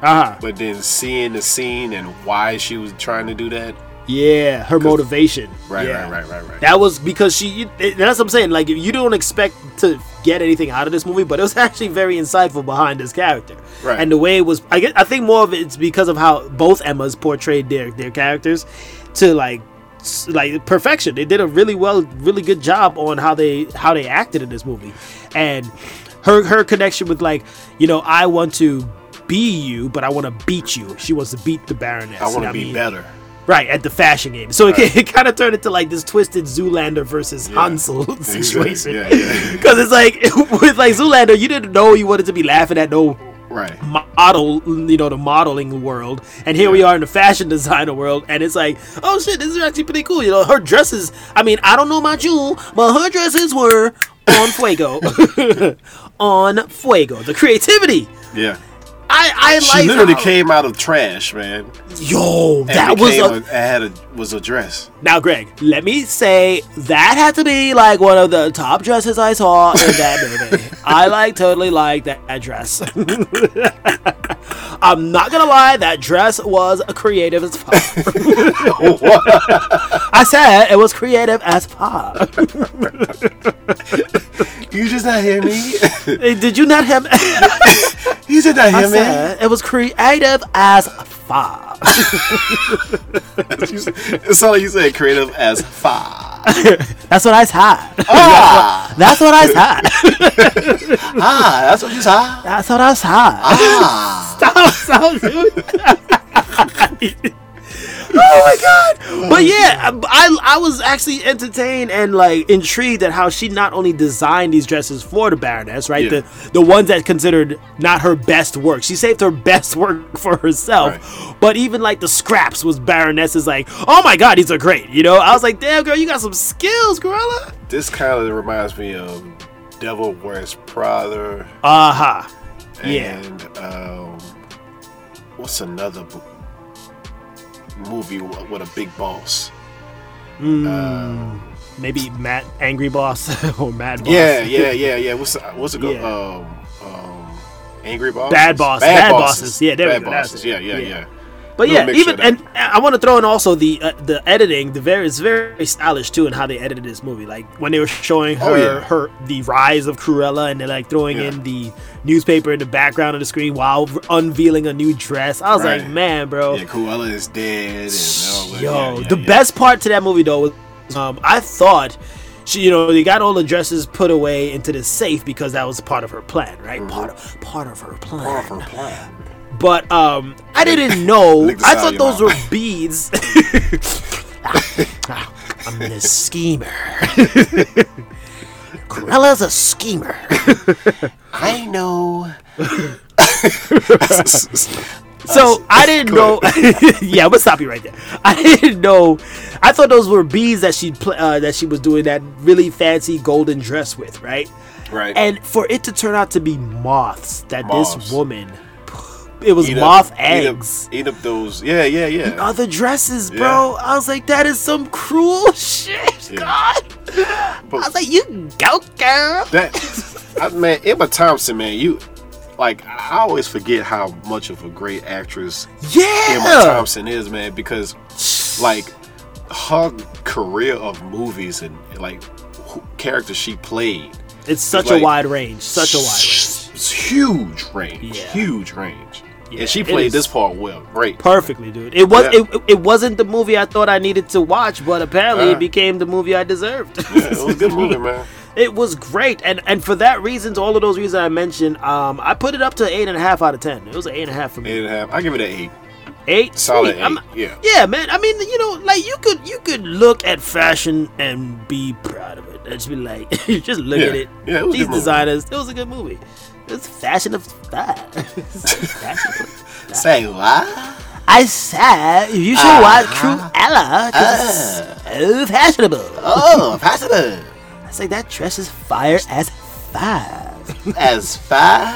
Speaker 2: Uh-huh.
Speaker 1: But then seeing the scene and why she was trying to do that,
Speaker 2: Yeah, her motivation.
Speaker 1: right,
Speaker 2: Yeah.
Speaker 1: right, right, right, right.
Speaker 2: That was because she. you- it- That's what I'm saying. Like, if you don't expect to get anything out of this movie, but it was actually very insightful behind this character.
Speaker 1: Right.
Speaker 2: And the way it was, I guess, I think more of it's because of how both Emmas portrayed their their characters to like s- like perfection. They did a really well, really good job on how they how they acted in this movie, and her her connection with like you know I want to be you, but I want to beat you. She wants to beat the Baroness.
Speaker 1: I want
Speaker 2: and
Speaker 1: to be
Speaker 2: mean-
Speaker 1: better.
Speaker 2: Right, at the fashion game. So it, it kind of turned into like this twisted Zoolander versus Hansel situation.
Speaker 1: Yeah, yeah.
Speaker 2: Because it's like, with like Zoolander, you didn't know you wanted to be laughing at no
Speaker 1: Right.
Speaker 2: model, you know, the modeling world. And here we are in the fashion designer world. And it's like, oh shit, this is actually pretty cool. You know, her dresses, I mean, I don't know about you, but her dresses were on fuego. on fuego. The creativity.
Speaker 1: Yeah.
Speaker 2: I, I
Speaker 1: She
Speaker 2: like
Speaker 1: literally
Speaker 2: how-
Speaker 1: came out of trash, man.
Speaker 2: Yo,
Speaker 1: And
Speaker 2: that was
Speaker 1: became
Speaker 2: a,
Speaker 1: a, had a was a dress.
Speaker 2: Now, Greg, let me say that had to be like one of the top dresses I saw in that movie. I like totally like that dress. I'm not gonna lie, that dress was creative as fuck. I said it was creative as fuck.
Speaker 1: You just not hear me.
Speaker 2: Did you not have?
Speaker 1: you just not
Speaker 2: I
Speaker 1: hear me.
Speaker 2: said it was creative as fuck.
Speaker 1: You s- It's all you said. Creative as far.
Speaker 2: That's what I said.
Speaker 1: Ah,
Speaker 2: That's what I said.
Speaker 1: ah, that's what you said.
Speaker 2: That's what I said.
Speaker 1: Ah,
Speaker 2: stop, stop, dude. oh my god! But yeah, I I was actually entertained and like intrigued at how she not only designed these dresses for the Baroness, right?
Speaker 1: Yeah.
Speaker 2: The the ones that considered not her best work. She saved her best work for herself. But even like the scraps was Baroness's like, oh my god, these are great. You know, I was like, damn girl, you got some skills, gorilla.
Speaker 1: this kind of reminds me of Devil Wears Prada.
Speaker 2: Uh huh.
Speaker 1: Uh-huh.
Speaker 2: Yeah.
Speaker 1: And um, what's another bo- movie w- with a big boss?
Speaker 2: Mm, Maybe Matt Angry Boss or Mad Boss.
Speaker 1: Yeah, yeah, yeah, yeah. What's the- what's it go?
Speaker 2: Yeah.
Speaker 1: Um, um, Angry Boss.
Speaker 2: Bad Boss- Bad Bosses. Yeah, there we
Speaker 1: Bad
Speaker 2: go, that's
Speaker 1: Bosses.
Speaker 2: it.
Speaker 1: Yeah, yeah,
Speaker 2: Yeah.
Speaker 1: yeah,
Speaker 2: But
Speaker 1: Little
Speaker 2: yeah,
Speaker 1: mixture
Speaker 2: even
Speaker 1: there.
Speaker 2: and I want to throw in also the uh, the editing. The very it's very stylish too in how they edited this movie. Like when they were showing her
Speaker 1: Oh, yeah.
Speaker 2: her the rise of Cruella and they're like throwing
Speaker 1: Yeah.
Speaker 2: in the newspaper in the background of the screen while r- unveiling a new dress. I was like,
Speaker 1: Right.
Speaker 2: man, bro,
Speaker 1: Yeah, Cruella is dead. And all that.
Speaker 2: yo,
Speaker 1: Yeah, yeah,
Speaker 2: the
Speaker 1: yeah.
Speaker 2: best part to that movie though was um, I thought. She, you know, they got all the dresses put away into the safe because that was part of her plan, right? Part of part of her plan.
Speaker 1: Mm-hmm. Part of her plan.
Speaker 2: But um, I didn't know.
Speaker 1: Lick the
Speaker 2: I
Speaker 1: side
Speaker 2: thought
Speaker 1: of
Speaker 2: those
Speaker 1: your
Speaker 2: were beads. I'm the schemer. Corella's a schemer.
Speaker 1: I know.
Speaker 2: So I didn't know. yeah, I'm gonna stop you right there. I didn't know. I thought those were beads that she pl- uh, that she was doing that really fancy golden dress with, right?
Speaker 1: right.
Speaker 2: And for it to turn out to be moths that
Speaker 1: Moths.
Speaker 2: this woman, it was
Speaker 1: Eat up- eat
Speaker 2: moth
Speaker 1: up-
Speaker 2: eggs.
Speaker 1: Eat up, those. Yeah, yeah, yeah.
Speaker 2: other dresses, bro. I was like, that is some cruel shit,
Speaker 1: Yeah.
Speaker 2: God.
Speaker 1: But-
Speaker 2: I was like, you go, girl.
Speaker 1: That I, man, Emma Thompson, man, you like I always forget how much of a great actress Emma
Speaker 2: Yeah.
Speaker 1: Thompson is, man, because like her career of movies and like who- characters she played,
Speaker 2: It's such
Speaker 1: Like-
Speaker 2: a wide range. Such a wide range.
Speaker 1: It's huge range,
Speaker 2: Yeah.
Speaker 1: huge range,
Speaker 2: Yeah,
Speaker 1: and she
Speaker 2: it
Speaker 1: played
Speaker 2: is.
Speaker 1: this part well. Great,
Speaker 2: Perfectly, dude. It was
Speaker 1: Yeah.
Speaker 2: it, it wasn't the movie I thought I needed to watch, but apparently
Speaker 1: Uh.
Speaker 2: it became the movie I deserved.
Speaker 1: yeah, it was a good movie, man.
Speaker 2: it was great, and and for that reasons, all of those reasons I mentioned, um, I put it up to eight and a half out of ten. It was an eight and a half for me.
Speaker 1: Eight and a half. I give it an eight,
Speaker 2: Eight,
Speaker 1: solid
Speaker 2: Sweet.
Speaker 1: eight.
Speaker 2: I'm-
Speaker 1: yeah,
Speaker 2: Yeah, man. I mean, you know, like you could you could look at fashion and be proud of it. Just be like, just look
Speaker 1: Yeah.
Speaker 2: at it.
Speaker 1: Yeah, it was a
Speaker 2: These
Speaker 1: good movie.
Speaker 2: designers. It was a good movie. It's fashion of that. Fashion of-
Speaker 1: say what? Uh-huh.
Speaker 2: I said you should watch Cruella 'cause it's
Speaker 1: Uh.
Speaker 2: so fashionable.
Speaker 1: Oh, positive
Speaker 2: I say that dress is fire as fire,
Speaker 1: as far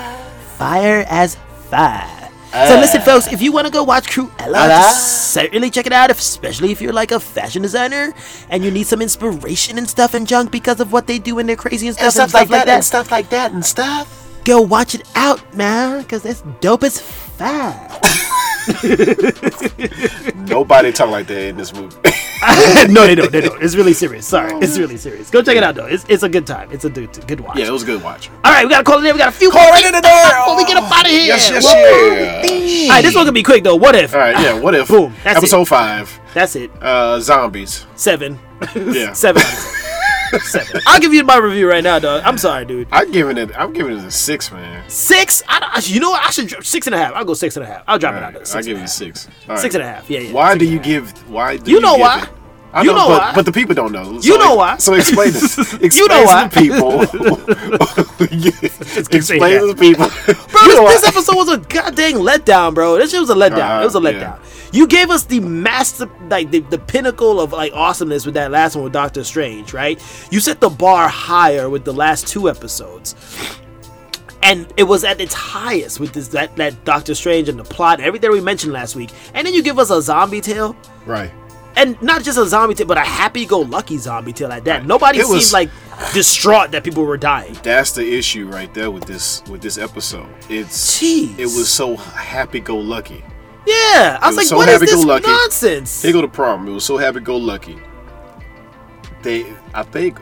Speaker 2: fire as fire. So listen, folks, if you want to go watch Crew Ella, just certainly check it out, if- especially if you're like a fashion designer and you need some inspiration and stuff and junk because of what they do and they're crazy and stuff and stuff, like, that.
Speaker 1: and stuff like that and stuff.
Speaker 2: Go watch it out, man, because that's dope as fuck.
Speaker 1: Nobody talk like that in this movie.
Speaker 2: no, they don't. They don't. It's really serious. Sorry, it's really serious. Go check it out though. It's, it's a good time. It's a good good watch.
Speaker 1: yeah, it was a good watch.
Speaker 2: All right, we gotta call it in. We got a few.
Speaker 1: Call
Speaker 2: more
Speaker 1: right
Speaker 2: things
Speaker 1: in the door.
Speaker 2: Before we get up out of here.
Speaker 1: Yes, yes,
Speaker 2: Whoa.
Speaker 1: yes.
Speaker 2: All right, this one can be quick though. What if?
Speaker 1: All right, yeah. What if?
Speaker 2: Boom, that's it.
Speaker 1: episode five.
Speaker 2: That's it.
Speaker 1: Uh, zombies.
Speaker 2: Seven.
Speaker 1: Yeah.
Speaker 2: Seven. out of ten. Seven. I'll give you my review right now, dog. I'm sorry, dude.
Speaker 1: I'm giving it. I'm giving it a six, man.
Speaker 2: Six. I, don't- I should- you know what? I should drop six and a half. I'll go six and a half. I'll drop
Speaker 1: All
Speaker 2: it
Speaker 1: right,
Speaker 2: out. there.
Speaker 1: I
Speaker 2: Six,
Speaker 1: give
Speaker 2: and,
Speaker 1: it a
Speaker 2: a half.
Speaker 1: six. All right.
Speaker 2: six and a half. Yeah, yeah.
Speaker 1: Why do you give? Why do
Speaker 2: You know
Speaker 1: give
Speaker 2: why.
Speaker 1: it- I
Speaker 2: You know
Speaker 1: but,
Speaker 2: why.
Speaker 1: but the people don't know.
Speaker 2: You know why.
Speaker 1: So explain this. Explain
Speaker 2: You know why.
Speaker 1: to the people. explain to the people.
Speaker 2: Bro,
Speaker 1: You know why.
Speaker 2: this, this episode was a goddamn letdown, bro. This shit was a letdown. it was a
Speaker 1: Uh-huh,
Speaker 2: letdown. You gave us the master, like the, the pinnacle of like awesomeness with that last one with Doctor Strange, right? You set the bar higher with the last two episodes, and it was at its highest with this that that Doctor Strange and the plot, everything we mentioned last week. And then you give us a zombie tale,
Speaker 1: Right.
Speaker 2: and not just a zombie tale, but a happy-go-lucky zombie tale like that. Nobody
Speaker 1: It
Speaker 2: seemed
Speaker 1: was-
Speaker 2: like distraught that people were dying.
Speaker 1: That's the issue right there with this with this episode. It's
Speaker 2: Jeez.
Speaker 1: it was so happy go lucky.
Speaker 2: Yeah,
Speaker 1: It
Speaker 2: I was
Speaker 1: was
Speaker 2: like,
Speaker 1: so
Speaker 2: what is this
Speaker 1: happy-go-lucky.
Speaker 2: nonsense?
Speaker 1: Here go the problem. It was so happy go lucky. They, I think,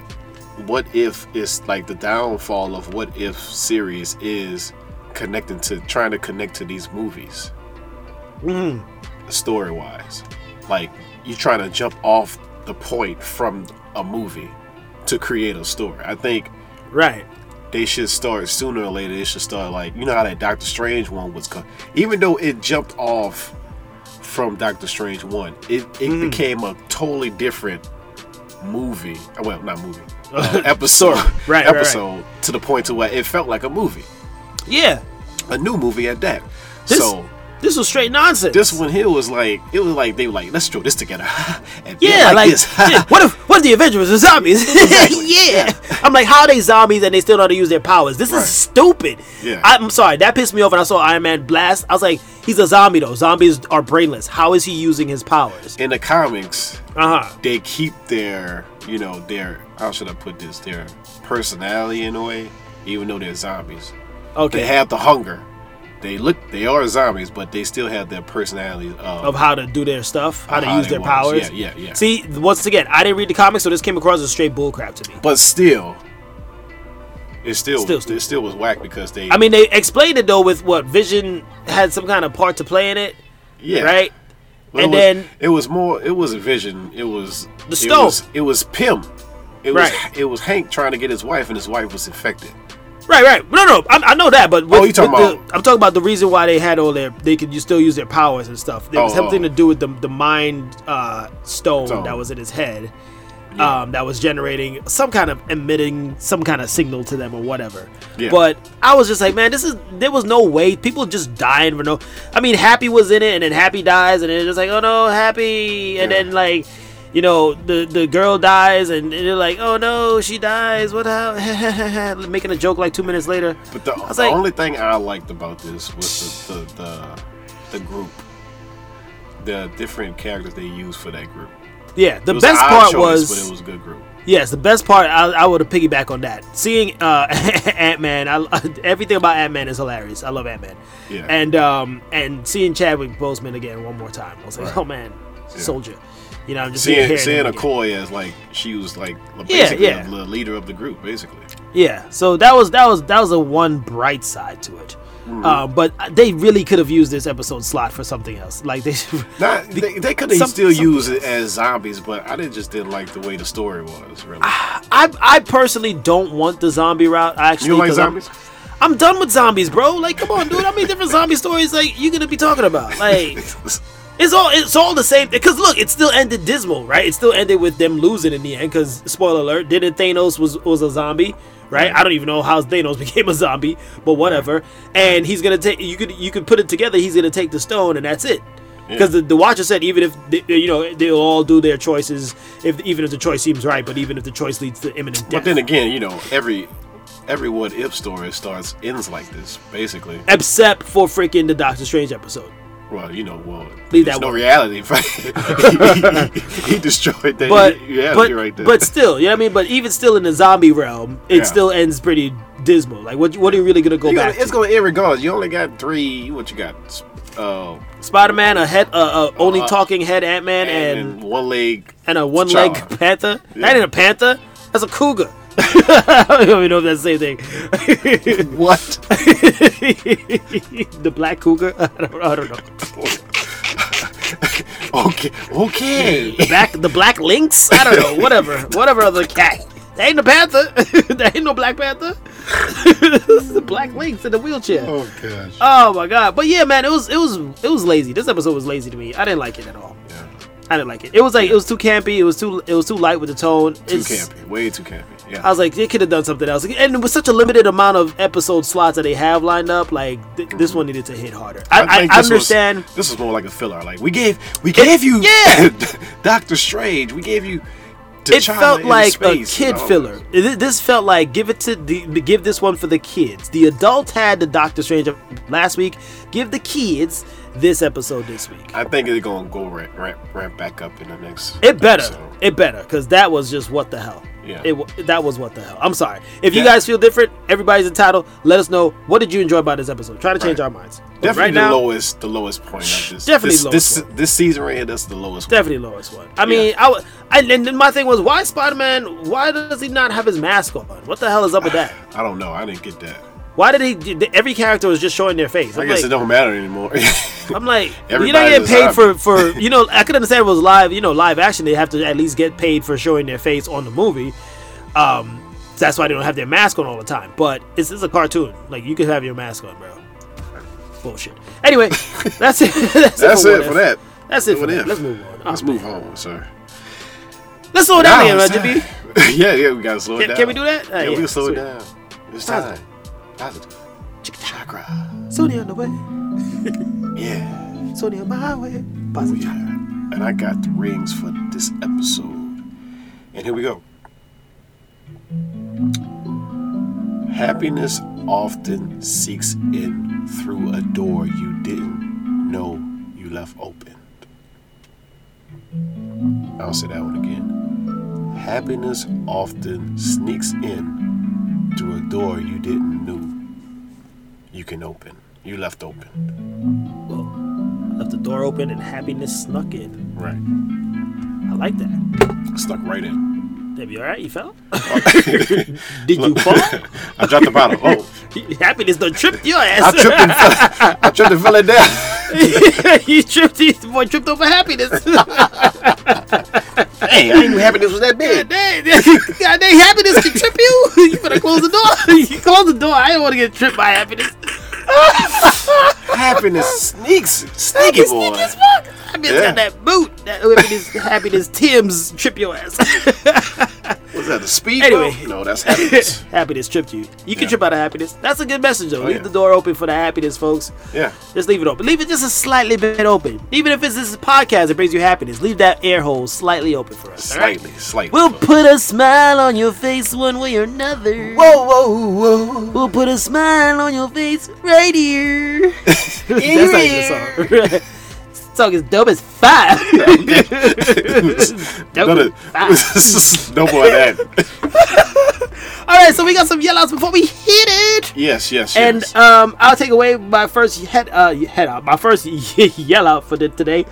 Speaker 1: what if is like the downfall of what if series is connecting to trying to connect to these movies, story wise. Like you trying to jump off the point from a movie to create a story. I think
Speaker 2: Right.
Speaker 1: they should start sooner or later. They should start like you know how that Doctor Strange one was, co- even though it jumped off from Doctor Strange one, it it
Speaker 2: Mm.
Speaker 1: became a totally different movie. Uh, Well, not movie, uh, episode,
Speaker 2: right, right.
Speaker 1: episode to the point to where it felt like a movie,
Speaker 2: Yeah.
Speaker 1: a new movie at that.
Speaker 2: This,
Speaker 1: so
Speaker 2: this was straight nonsense.
Speaker 1: this one here was like it was like they were like let's throw this together, and then
Speaker 2: yeah, like,
Speaker 1: this.
Speaker 2: yeah, what if what if the Avengers are zombies? yeah. I'm like, how are they zombies and they still know how to use their powers? This
Speaker 1: Right.
Speaker 2: is stupid.
Speaker 1: Yeah.
Speaker 2: I'm sorry, that pissed me off when I saw Iron Man blast. I was like, he's a zombie though. Zombies are brainless. How is he using his powers?
Speaker 1: In the comics,
Speaker 2: Uh huh.
Speaker 1: they keep their, you know, their how should I put this, their personality in a way, even though they're zombies. They
Speaker 2: Okay.
Speaker 1: have the hunger. They look they are zombies, but they still have their personality uh, of,
Speaker 2: of how to do their stuff, how to
Speaker 1: How
Speaker 2: use
Speaker 1: they
Speaker 2: their
Speaker 1: want us.
Speaker 2: powers.
Speaker 1: Yeah, yeah, yeah.
Speaker 2: See, once again, I didn't read the comics, so this came across as straight bullcrap to me.
Speaker 1: but still it still,
Speaker 2: Still
Speaker 1: it
Speaker 2: stupid.
Speaker 1: still was whack because they
Speaker 2: I mean, they explained it though with what Vision had some kind of part to play in it,
Speaker 1: yeah
Speaker 2: right?
Speaker 1: Well,
Speaker 2: and
Speaker 1: it was,
Speaker 2: then
Speaker 1: it was more it was a vision. It was
Speaker 2: The
Speaker 1: It
Speaker 2: stone.
Speaker 1: was, it was Pim. It
Speaker 2: Right.
Speaker 1: was it was Hank trying to get his wife and his wife was infected.
Speaker 2: Right, right. No, no, I, I know that, but with,
Speaker 1: Oh, you talking
Speaker 2: with the-
Speaker 1: about-
Speaker 2: I'm talking about the reason why they had all their they could you still use their powers and stuff. There was
Speaker 1: Oh,
Speaker 2: something
Speaker 1: oh.
Speaker 2: to do with the the mind uh, stone,
Speaker 1: Stone.
Speaker 2: that was in his head, um, that was generating some kind of emitting some kind of signal to them or whatever.
Speaker 1: Yeah.
Speaker 2: But I was just like, man, this is there was no way people just dying for no. I mean, Happy was in it, and then Happy dies, and then it's just like, oh no, Happy, and
Speaker 1: Yeah.
Speaker 2: then like. You know the the girl dies and they're like, oh no, she dies. What? How? Making a joke like two minutes later.
Speaker 1: But the,
Speaker 2: was
Speaker 1: the
Speaker 2: like-
Speaker 1: only thing I liked about this was the the, the, the group, the different characters they used for that group.
Speaker 2: Yeah, the
Speaker 1: It was
Speaker 2: best
Speaker 1: an odd
Speaker 2: part
Speaker 1: choice,
Speaker 2: was,
Speaker 1: but it was a good group.
Speaker 2: yes, the best part. I, I would have piggyback on that. Seeing uh, Ant Man, I everything about Ant Man is hilarious. I love Ant Man.
Speaker 1: Yeah.
Speaker 2: And um and seeing Chadwick Boseman again one more time, I was like,
Speaker 1: Right.
Speaker 2: oh man, soldier. You know, I'm just
Speaker 1: Seeing
Speaker 2: hearing
Speaker 1: seeing
Speaker 2: him again.
Speaker 1: Okoye as like she was like
Speaker 2: Yeah,
Speaker 1: basically
Speaker 2: yeah.
Speaker 1: the leader of the group, basically.
Speaker 2: Yeah, so that was that was that was a one bright side to it.
Speaker 1: Hmm.
Speaker 2: Uh, but they really could have used this episode slot for something else. Like they,
Speaker 1: Not they, they could have
Speaker 2: some-
Speaker 1: still
Speaker 2: some-
Speaker 1: used it as zombies, but I didn't just didn't like the way the story was. Really,
Speaker 2: I I personally don't want the zombie route. I actually
Speaker 1: you don't like
Speaker 2: 'cause I'm-
Speaker 1: zombies?
Speaker 2: I'm done with zombies, bro. Like, come on, dude. How many different zombie stories like you gonna be talking about? Like, it's all it's all the same. Because look, it still ended dismal, right? It still ended with them losing in the end. Because spoiler alert, didn't Thanos was was a zombie, right? I don't even know how Thanos became a zombie, but whatever. And he's gonna take you could you could put it together. He's gonna take the stone, and that's it. Because the, the Watcher said, even if they, you know they'll all do their choices, if even if the choice seems right, but even if the choice leads to imminent death.
Speaker 1: But then again, you know every every what if story starts ends like this, basically.
Speaker 2: except for freaking the Doctor Strange episode.
Speaker 1: Well, you know, well,
Speaker 2: Leave
Speaker 1: there's
Speaker 2: that
Speaker 1: no
Speaker 2: one.
Speaker 1: reality. he, he, he destroyed that
Speaker 2: But
Speaker 1: reality
Speaker 2: but,
Speaker 1: right there.
Speaker 2: but still, you know what I mean. But even still in the zombie realm, it
Speaker 1: Yeah.
Speaker 2: still ends pretty dismal. Like what what are you really gonna go
Speaker 1: You
Speaker 2: back?
Speaker 1: gotta- it's going to end regardless. You only got three. What you got? S- Uh,
Speaker 2: Spider Man, a head, uh, uh, only
Speaker 1: Uh,
Speaker 2: talking head Ant Man,
Speaker 1: and,
Speaker 2: and
Speaker 1: one leg.
Speaker 2: and a one leg
Speaker 1: T'Challa.
Speaker 2: panther.
Speaker 1: Yeah.
Speaker 2: That ain't a panther. That's a cougar. I don't even know if that's the same thing.
Speaker 1: What?
Speaker 2: the black cougar. I don't, I don't know.
Speaker 1: okay. Okay.
Speaker 2: The black the black lynx. I don't know. Whatever. Whatever other cat. That ain't a panther. that ain't no black panther. this is the black lynx in the wheelchair.
Speaker 1: Oh gosh.
Speaker 2: Oh my god! But yeah, man, it was it was it was lazy. This episode was lazy to me. I didn't like it at all.
Speaker 1: Yeah.
Speaker 2: I didn't like it. It was like it was too campy. It was too it was too light with the tone.
Speaker 1: Too
Speaker 2: It's-
Speaker 1: campy. Way too campy. Yeah.
Speaker 2: I was like, they could have done something else. And with such a limited amount of episode slots that they have lined up, like th- this one needed to hit harder. I, I,
Speaker 1: think
Speaker 2: I
Speaker 1: this was-
Speaker 2: understand.
Speaker 1: this is more like a filler. Like we gave, we gave you,
Speaker 2: yeah.
Speaker 1: Doctor Strange. We gave you.
Speaker 2: it
Speaker 1: T'Challa
Speaker 2: felt
Speaker 1: in
Speaker 2: like
Speaker 1: space,
Speaker 2: a kid
Speaker 1: you know?
Speaker 2: filler. Th- This felt like give it to the, give this one for the kids. The adult had the Doctor Strange of last week. Give the kids this episode this week.
Speaker 1: I think it's gonna go ramp, ramp, ramp back up in the next.
Speaker 2: It better.
Speaker 1: episode.
Speaker 2: It better because that was just what the hell.
Speaker 1: Yeah.
Speaker 2: It wa- that was what the hell. I'm sorry. If you
Speaker 1: Yeah.
Speaker 2: guys feel different, everybody's entitled. Let us know what did you enjoy about this episode. Try to change
Speaker 1: Right.
Speaker 2: our minds. But
Speaker 1: Definitely
Speaker 2: right
Speaker 1: the
Speaker 2: now,
Speaker 1: lowest, the lowest point of this.
Speaker 2: Definitely
Speaker 1: this,
Speaker 2: lowest
Speaker 1: this, this season right here. That's the lowest. one.
Speaker 2: definitely lowest one. I mean, I, w- I and then my thing was why Spider Man? Why does he not have his mask on? What the hell is up with that?
Speaker 1: I don't know. I didn't get that.
Speaker 2: Why did he? did- Every character was just showing their face.
Speaker 1: I
Speaker 2: I'm
Speaker 1: guess it
Speaker 2: like,
Speaker 1: don't matter anymore.
Speaker 2: I'm like, you're not
Speaker 1: Everybody's
Speaker 2: getting
Speaker 1: a
Speaker 2: paid for
Speaker 1: zombie.
Speaker 2: for you know. I could understand if it was live, you know, live action. They have to at least get paid for showing their face on the movie. Um, that's why they don't have their mask on all the time. But it's, it's a cartoon. Like you could have your mask on, bro. Bullshit. Anyway, that's it. That's,
Speaker 1: That's
Speaker 2: What
Speaker 1: it for
Speaker 2: If.
Speaker 1: that.
Speaker 2: That's it for
Speaker 1: What
Speaker 2: that.
Speaker 1: if.
Speaker 2: Let's move on.
Speaker 1: Let's
Speaker 2: Oh,
Speaker 1: move on, sir.
Speaker 2: Let's slow down again,
Speaker 1: Wow,
Speaker 2: right,
Speaker 1: sir.
Speaker 2: JB?
Speaker 1: yeah, yeah, we gotta slow it
Speaker 2: Can,
Speaker 1: down.
Speaker 2: can we do that? Uh,
Speaker 1: yeah, we can slow
Speaker 2: sweet.
Speaker 1: it down. It's time. Positive. Chakra.
Speaker 2: Sony on the way.
Speaker 1: Yeah.
Speaker 2: Sony on my highway.
Speaker 1: we
Speaker 2: Positive.
Speaker 1: are. Oh, And I got the rings for this episode. And here we go. Happiness often seeks in through a door you didn't know you left open. I'll say that one again. Happiness often sneaks in through a door you didn't know you can open. You left open.
Speaker 2: Left the door open and happiness snuck in.
Speaker 1: Right.
Speaker 2: I like that.
Speaker 1: Stuck right in.
Speaker 2: That'd be all right. You fell? Did you fall?
Speaker 1: I dropped the bottle. Oh,
Speaker 2: Happiness done tripped your
Speaker 1: I
Speaker 2: ass.
Speaker 1: tripped and fell. I tripped and fell it down.
Speaker 2: you tripped. You boy tripped over happiness.
Speaker 1: Hey, I didn't even happy this was that
Speaker 2: God
Speaker 1: big.
Speaker 2: dang, God dang, happiness can trip you. You better close the door. You close the door. I don't want to get tripped by happiness.
Speaker 1: Happiness sneaks, sneaky
Speaker 2: It's
Speaker 1: boy.
Speaker 2: sneaky as fuck. Happiness
Speaker 1: Yeah.
Speaker 2: got that boot. That happiness, happiness Tim's trip your ass.
Speaker 1: What's that? The speed?
Speaker 2: Anyway.
Speaker 1: bump? no, that's happiness.
Speaker 2: happiness tripped you. You can
Speaker 1: Yeah.
Speaker 2: trip out of happiness. That's a good message though.
Speaker 1: Oh,
Speaker 2: leave
Speaker 1: yeah.
Speaker 2: the door open for the happiness, folks.
Speaker 1: Yeah,
Speaker 2: Just leave it open. Leave it just a slightly bit open. Even if it's this podcast that brings you happiness, leave that air hole slightly open for us. all right?
Speaker 1: slightly, slightly.
Speaker 2: We'll put a smile on your face one way or another.
Speaker 5: Whoa, whoa, whoa.
Speaker 2: We'll put a smile on your face right here. That's not even the song. this song is dope as five.
Speaker 1: None
Speaker 2: dope
Speaker 1: of-
Speaker 2: as five.
Speaker 1: no more of that.
Speaker 2: All right, so we got some yellouts before we hit it.
Speaker 1: Yes, yes,
Speaker 2: And
Speaker 1: yes.
Speaker 2: um, I'll take away my first head uh, head out. My first yell out for the, today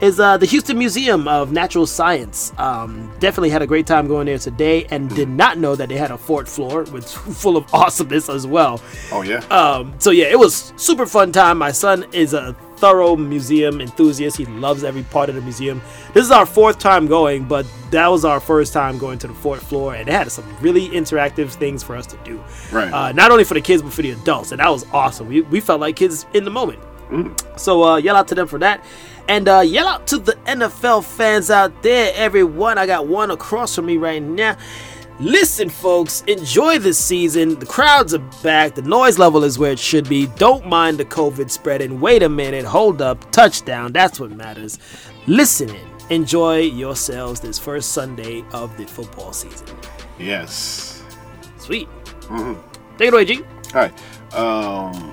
Speaker 2: is uh, the Houston Museum of Natural Science. Um, definitely had a great time going there today, and did not know that they had a fort floor with full of awesomeness as well.
Speaker 1: oh yeah.
Speaker 2: Um, so yeah, it was super fun time. My son is a thorough museum enthusiast. He loves every part of the museum. This is our fourth time going, but that was our first time going to the fourth floor, and it had some really interactive things for us to do.
Speaker 1: Right.
Speaker 2: Uh, not only for the kids, but for the adults, and that was awesome. We, we felt like kids in the moment. So uh, yell out to them for that. And uh, yell out to the NFL fans out there, everyone. I got one across from me right now. Listen, folks, enjoy this season. The crowds are back. The noise level is where it should be. Don't mind the COVID spread. And wait a minute, hold up, touchdown. That's what matters. Listen in. Enjoy yourselves this first Sunday of the football season.
Speaker 1: yes.
Speaker 2: Sweet.
Speaker 4: Take it away, G.
Speaker 1: All right. Um,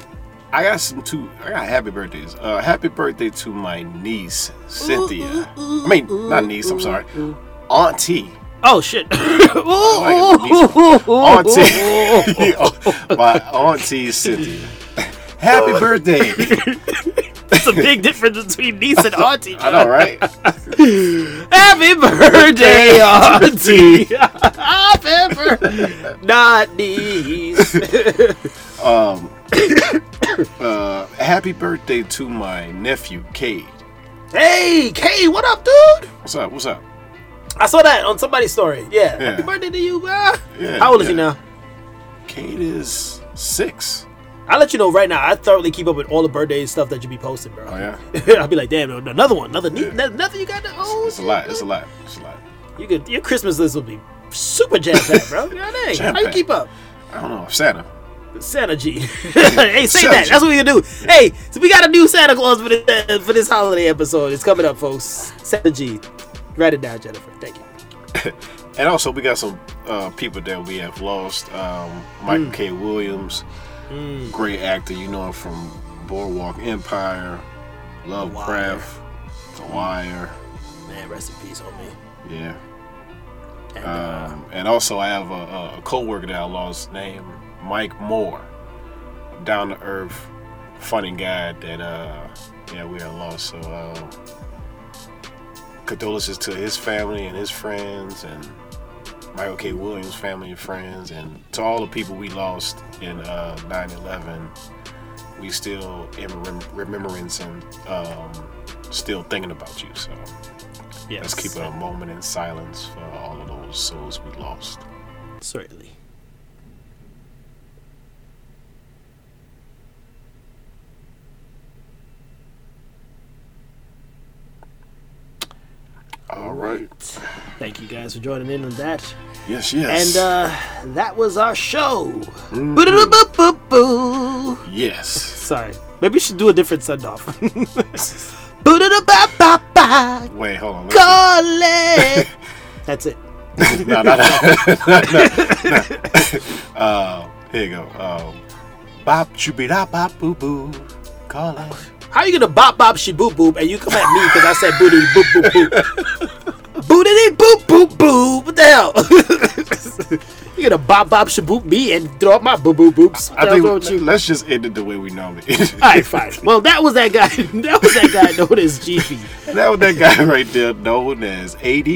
Speaker 1: I got some two. I got happy birthdays. Uh, happy birthday to my niece Cynthia. I mean, not niece. I'm sorry, Mm-hmm. auntie.
Speaker 2: Oh shit.
Speaker 1: Like auntie, You know, my auntie Cynthia.
Speaker 2: Uh,
Speaker 1: Happy birthday!
Speaker 4: It's a big difference between niece and auntie.
Speaker 1: I know, right?
Speaker 2: Happy birthday, auntie.
Speaker 4: I've ever.
Speaker 2: Not these.
Speaker 1: Uh, happy birthday to my nephew Cade.
Speaker 2: Hey, Kay, what up, dude?
Speaker 1: What's up? What's up?
Speaker 2: I saw that on somebody's story. Yeah.
Speaker 1: Yeah.
Speaker 2: Happy birthday to you, bro.
Speaker 1: Yeah,
Speaker 2: How old is he
Speaker 1: yeah.
Speaker 2: now?
Speaker 1: Cade is six.
Speaker 2: I'll let you know right now. I thoroughly keep up with all the birthday stuff that you be posting, bro.
Speaker 1: Oh yeah,
Speaker 2: I'll be like, damn, another one, another neat, nothing you got to own.
Speaker 1: it's a lot. It's a lot. It's a lot.
Speaker 2: You could, your Christmas list will be super jam packed, bro. You know what I mean? How you
Speaker 1: Jam-packed.
Speaker 2: keep up?
Speaker 1: I don't know. Santa.
Speaker 2: Santa G. hey, say
Speaker 1: Santa
Speaker 2: that.
Speaker 1: G.
Speaker 2: That's what we can do. Hey, so we got a new Santa Claus for this, uh, for this holiday episode. It's coming up, folks. Santa G. Write it down, Jennifer. Thank you.
Speaker 1: And also, we got some uh, people that we have lost. Um, Michael
Speaker 2: Hmm.
Speaker 1: K. Williams, great actor. You know him from Boardwalk Empire, Lovecraft, The Wire.
Speaker 2: Man, rest in peace, homie.
Speaker 1: Yeah.
Speaker 2: And,
Speaker 1: Um, and also, I have a, a co-worker that I lost named Mike Moore. Down to earth, funny guy that, uh, yeah, we had lost. So, uh, condolences to his family and his friends and Michael K. Williams' family and friends and to all the people we lost in uh, 9-11. We still in rem- remembrance and um, still thinking about you. So,
Speaker 2: yes.
Speaker 1: Let's keep a moment in silence for all of those souls we lost.
Speaker 2: Certainly.
Speaker 1: All right.
Speaker 2: Thank you guys for joining in on that.
Speaker 1: Yes,
Speaker 2: And
Speaker 1: yes.
Speaker 2: uh, that was our show. Mm-hmm. Boo-da-da-boo-boo-boo.
Speaker 1: yes.
Speaker 2: Sorry. Maybe we should do a different send off.
Speaker 1: Wait, hold on. Let's
Speaker 2: That's it.
Speaker 1: no, no, no. No, no, no. Uh, here you go. Um, bop chubida bop boo boo. Call out.
Speaker 2: How you gonna bop bop she boop boop and you come at me because I said booty boop boop boop. Bootity boop boop boop. What the hell? you gonna bop bop she boop me and throw up my boop boop boops.
Speaker 1: I
Speaker 2: What the hell's wrong with you?
Speaker 1: think let's just end it the way we normally end it.
Speaker 2: All right, fine. Well, that was that guy. That was that guy known as GP.
Speaker 1: That was that guy right there known as AD.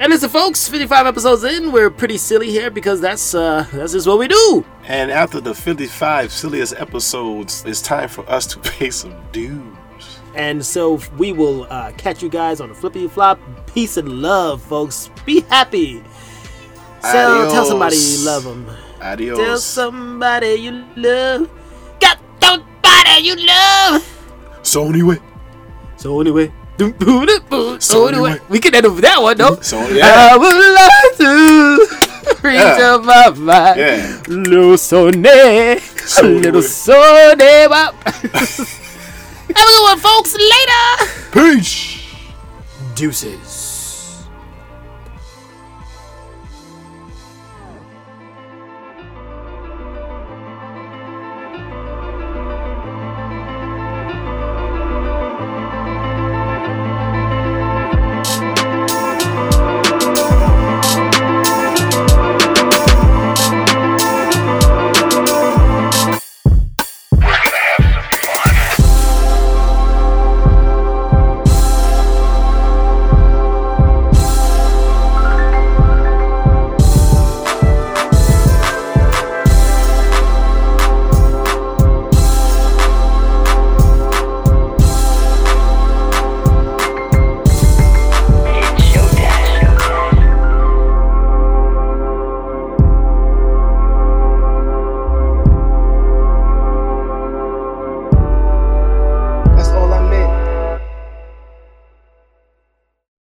Speaker 2: And listen, folks, 55 episodes in, we're pretty silly here because that's uh that's just what we do.
Speaker 1: And after the 55 silliest episodes, it's time for us to pay some dues.
Speaker 2: And so we will uh, catch you guys on the flippity flop. Peace and love, folks. Be happy. So tell
Speaker 1: Adios.
Speaker 2: somebody you love them.
Speaker 1: Adios.
Speaker 2: Tell somebody you love. Got somebody you love.
Speaker 1: so anyway.
Speaker 2: So anyway, doo- doo- doo-
Speaker 1: So
Speaker 2: doo- so anyway,
Speaker 1: anyway.
Speaker 2: we can end with that one though.
Speaker 1: So yeah.
Speaker 2: I would like to reach
Speaker 1: Yeah.
Speaker 2: up my mind.
Speaker 1: Yeah.
Speaker 2: Little Sonny,
Speaker 1: So
Speaker 2: a little
Speaker 1: anyway.
Speaker 2: Sonny Bop. Have a good one, folks. Later.
Speaker 1: Peace.
Speaker 2: Deuces.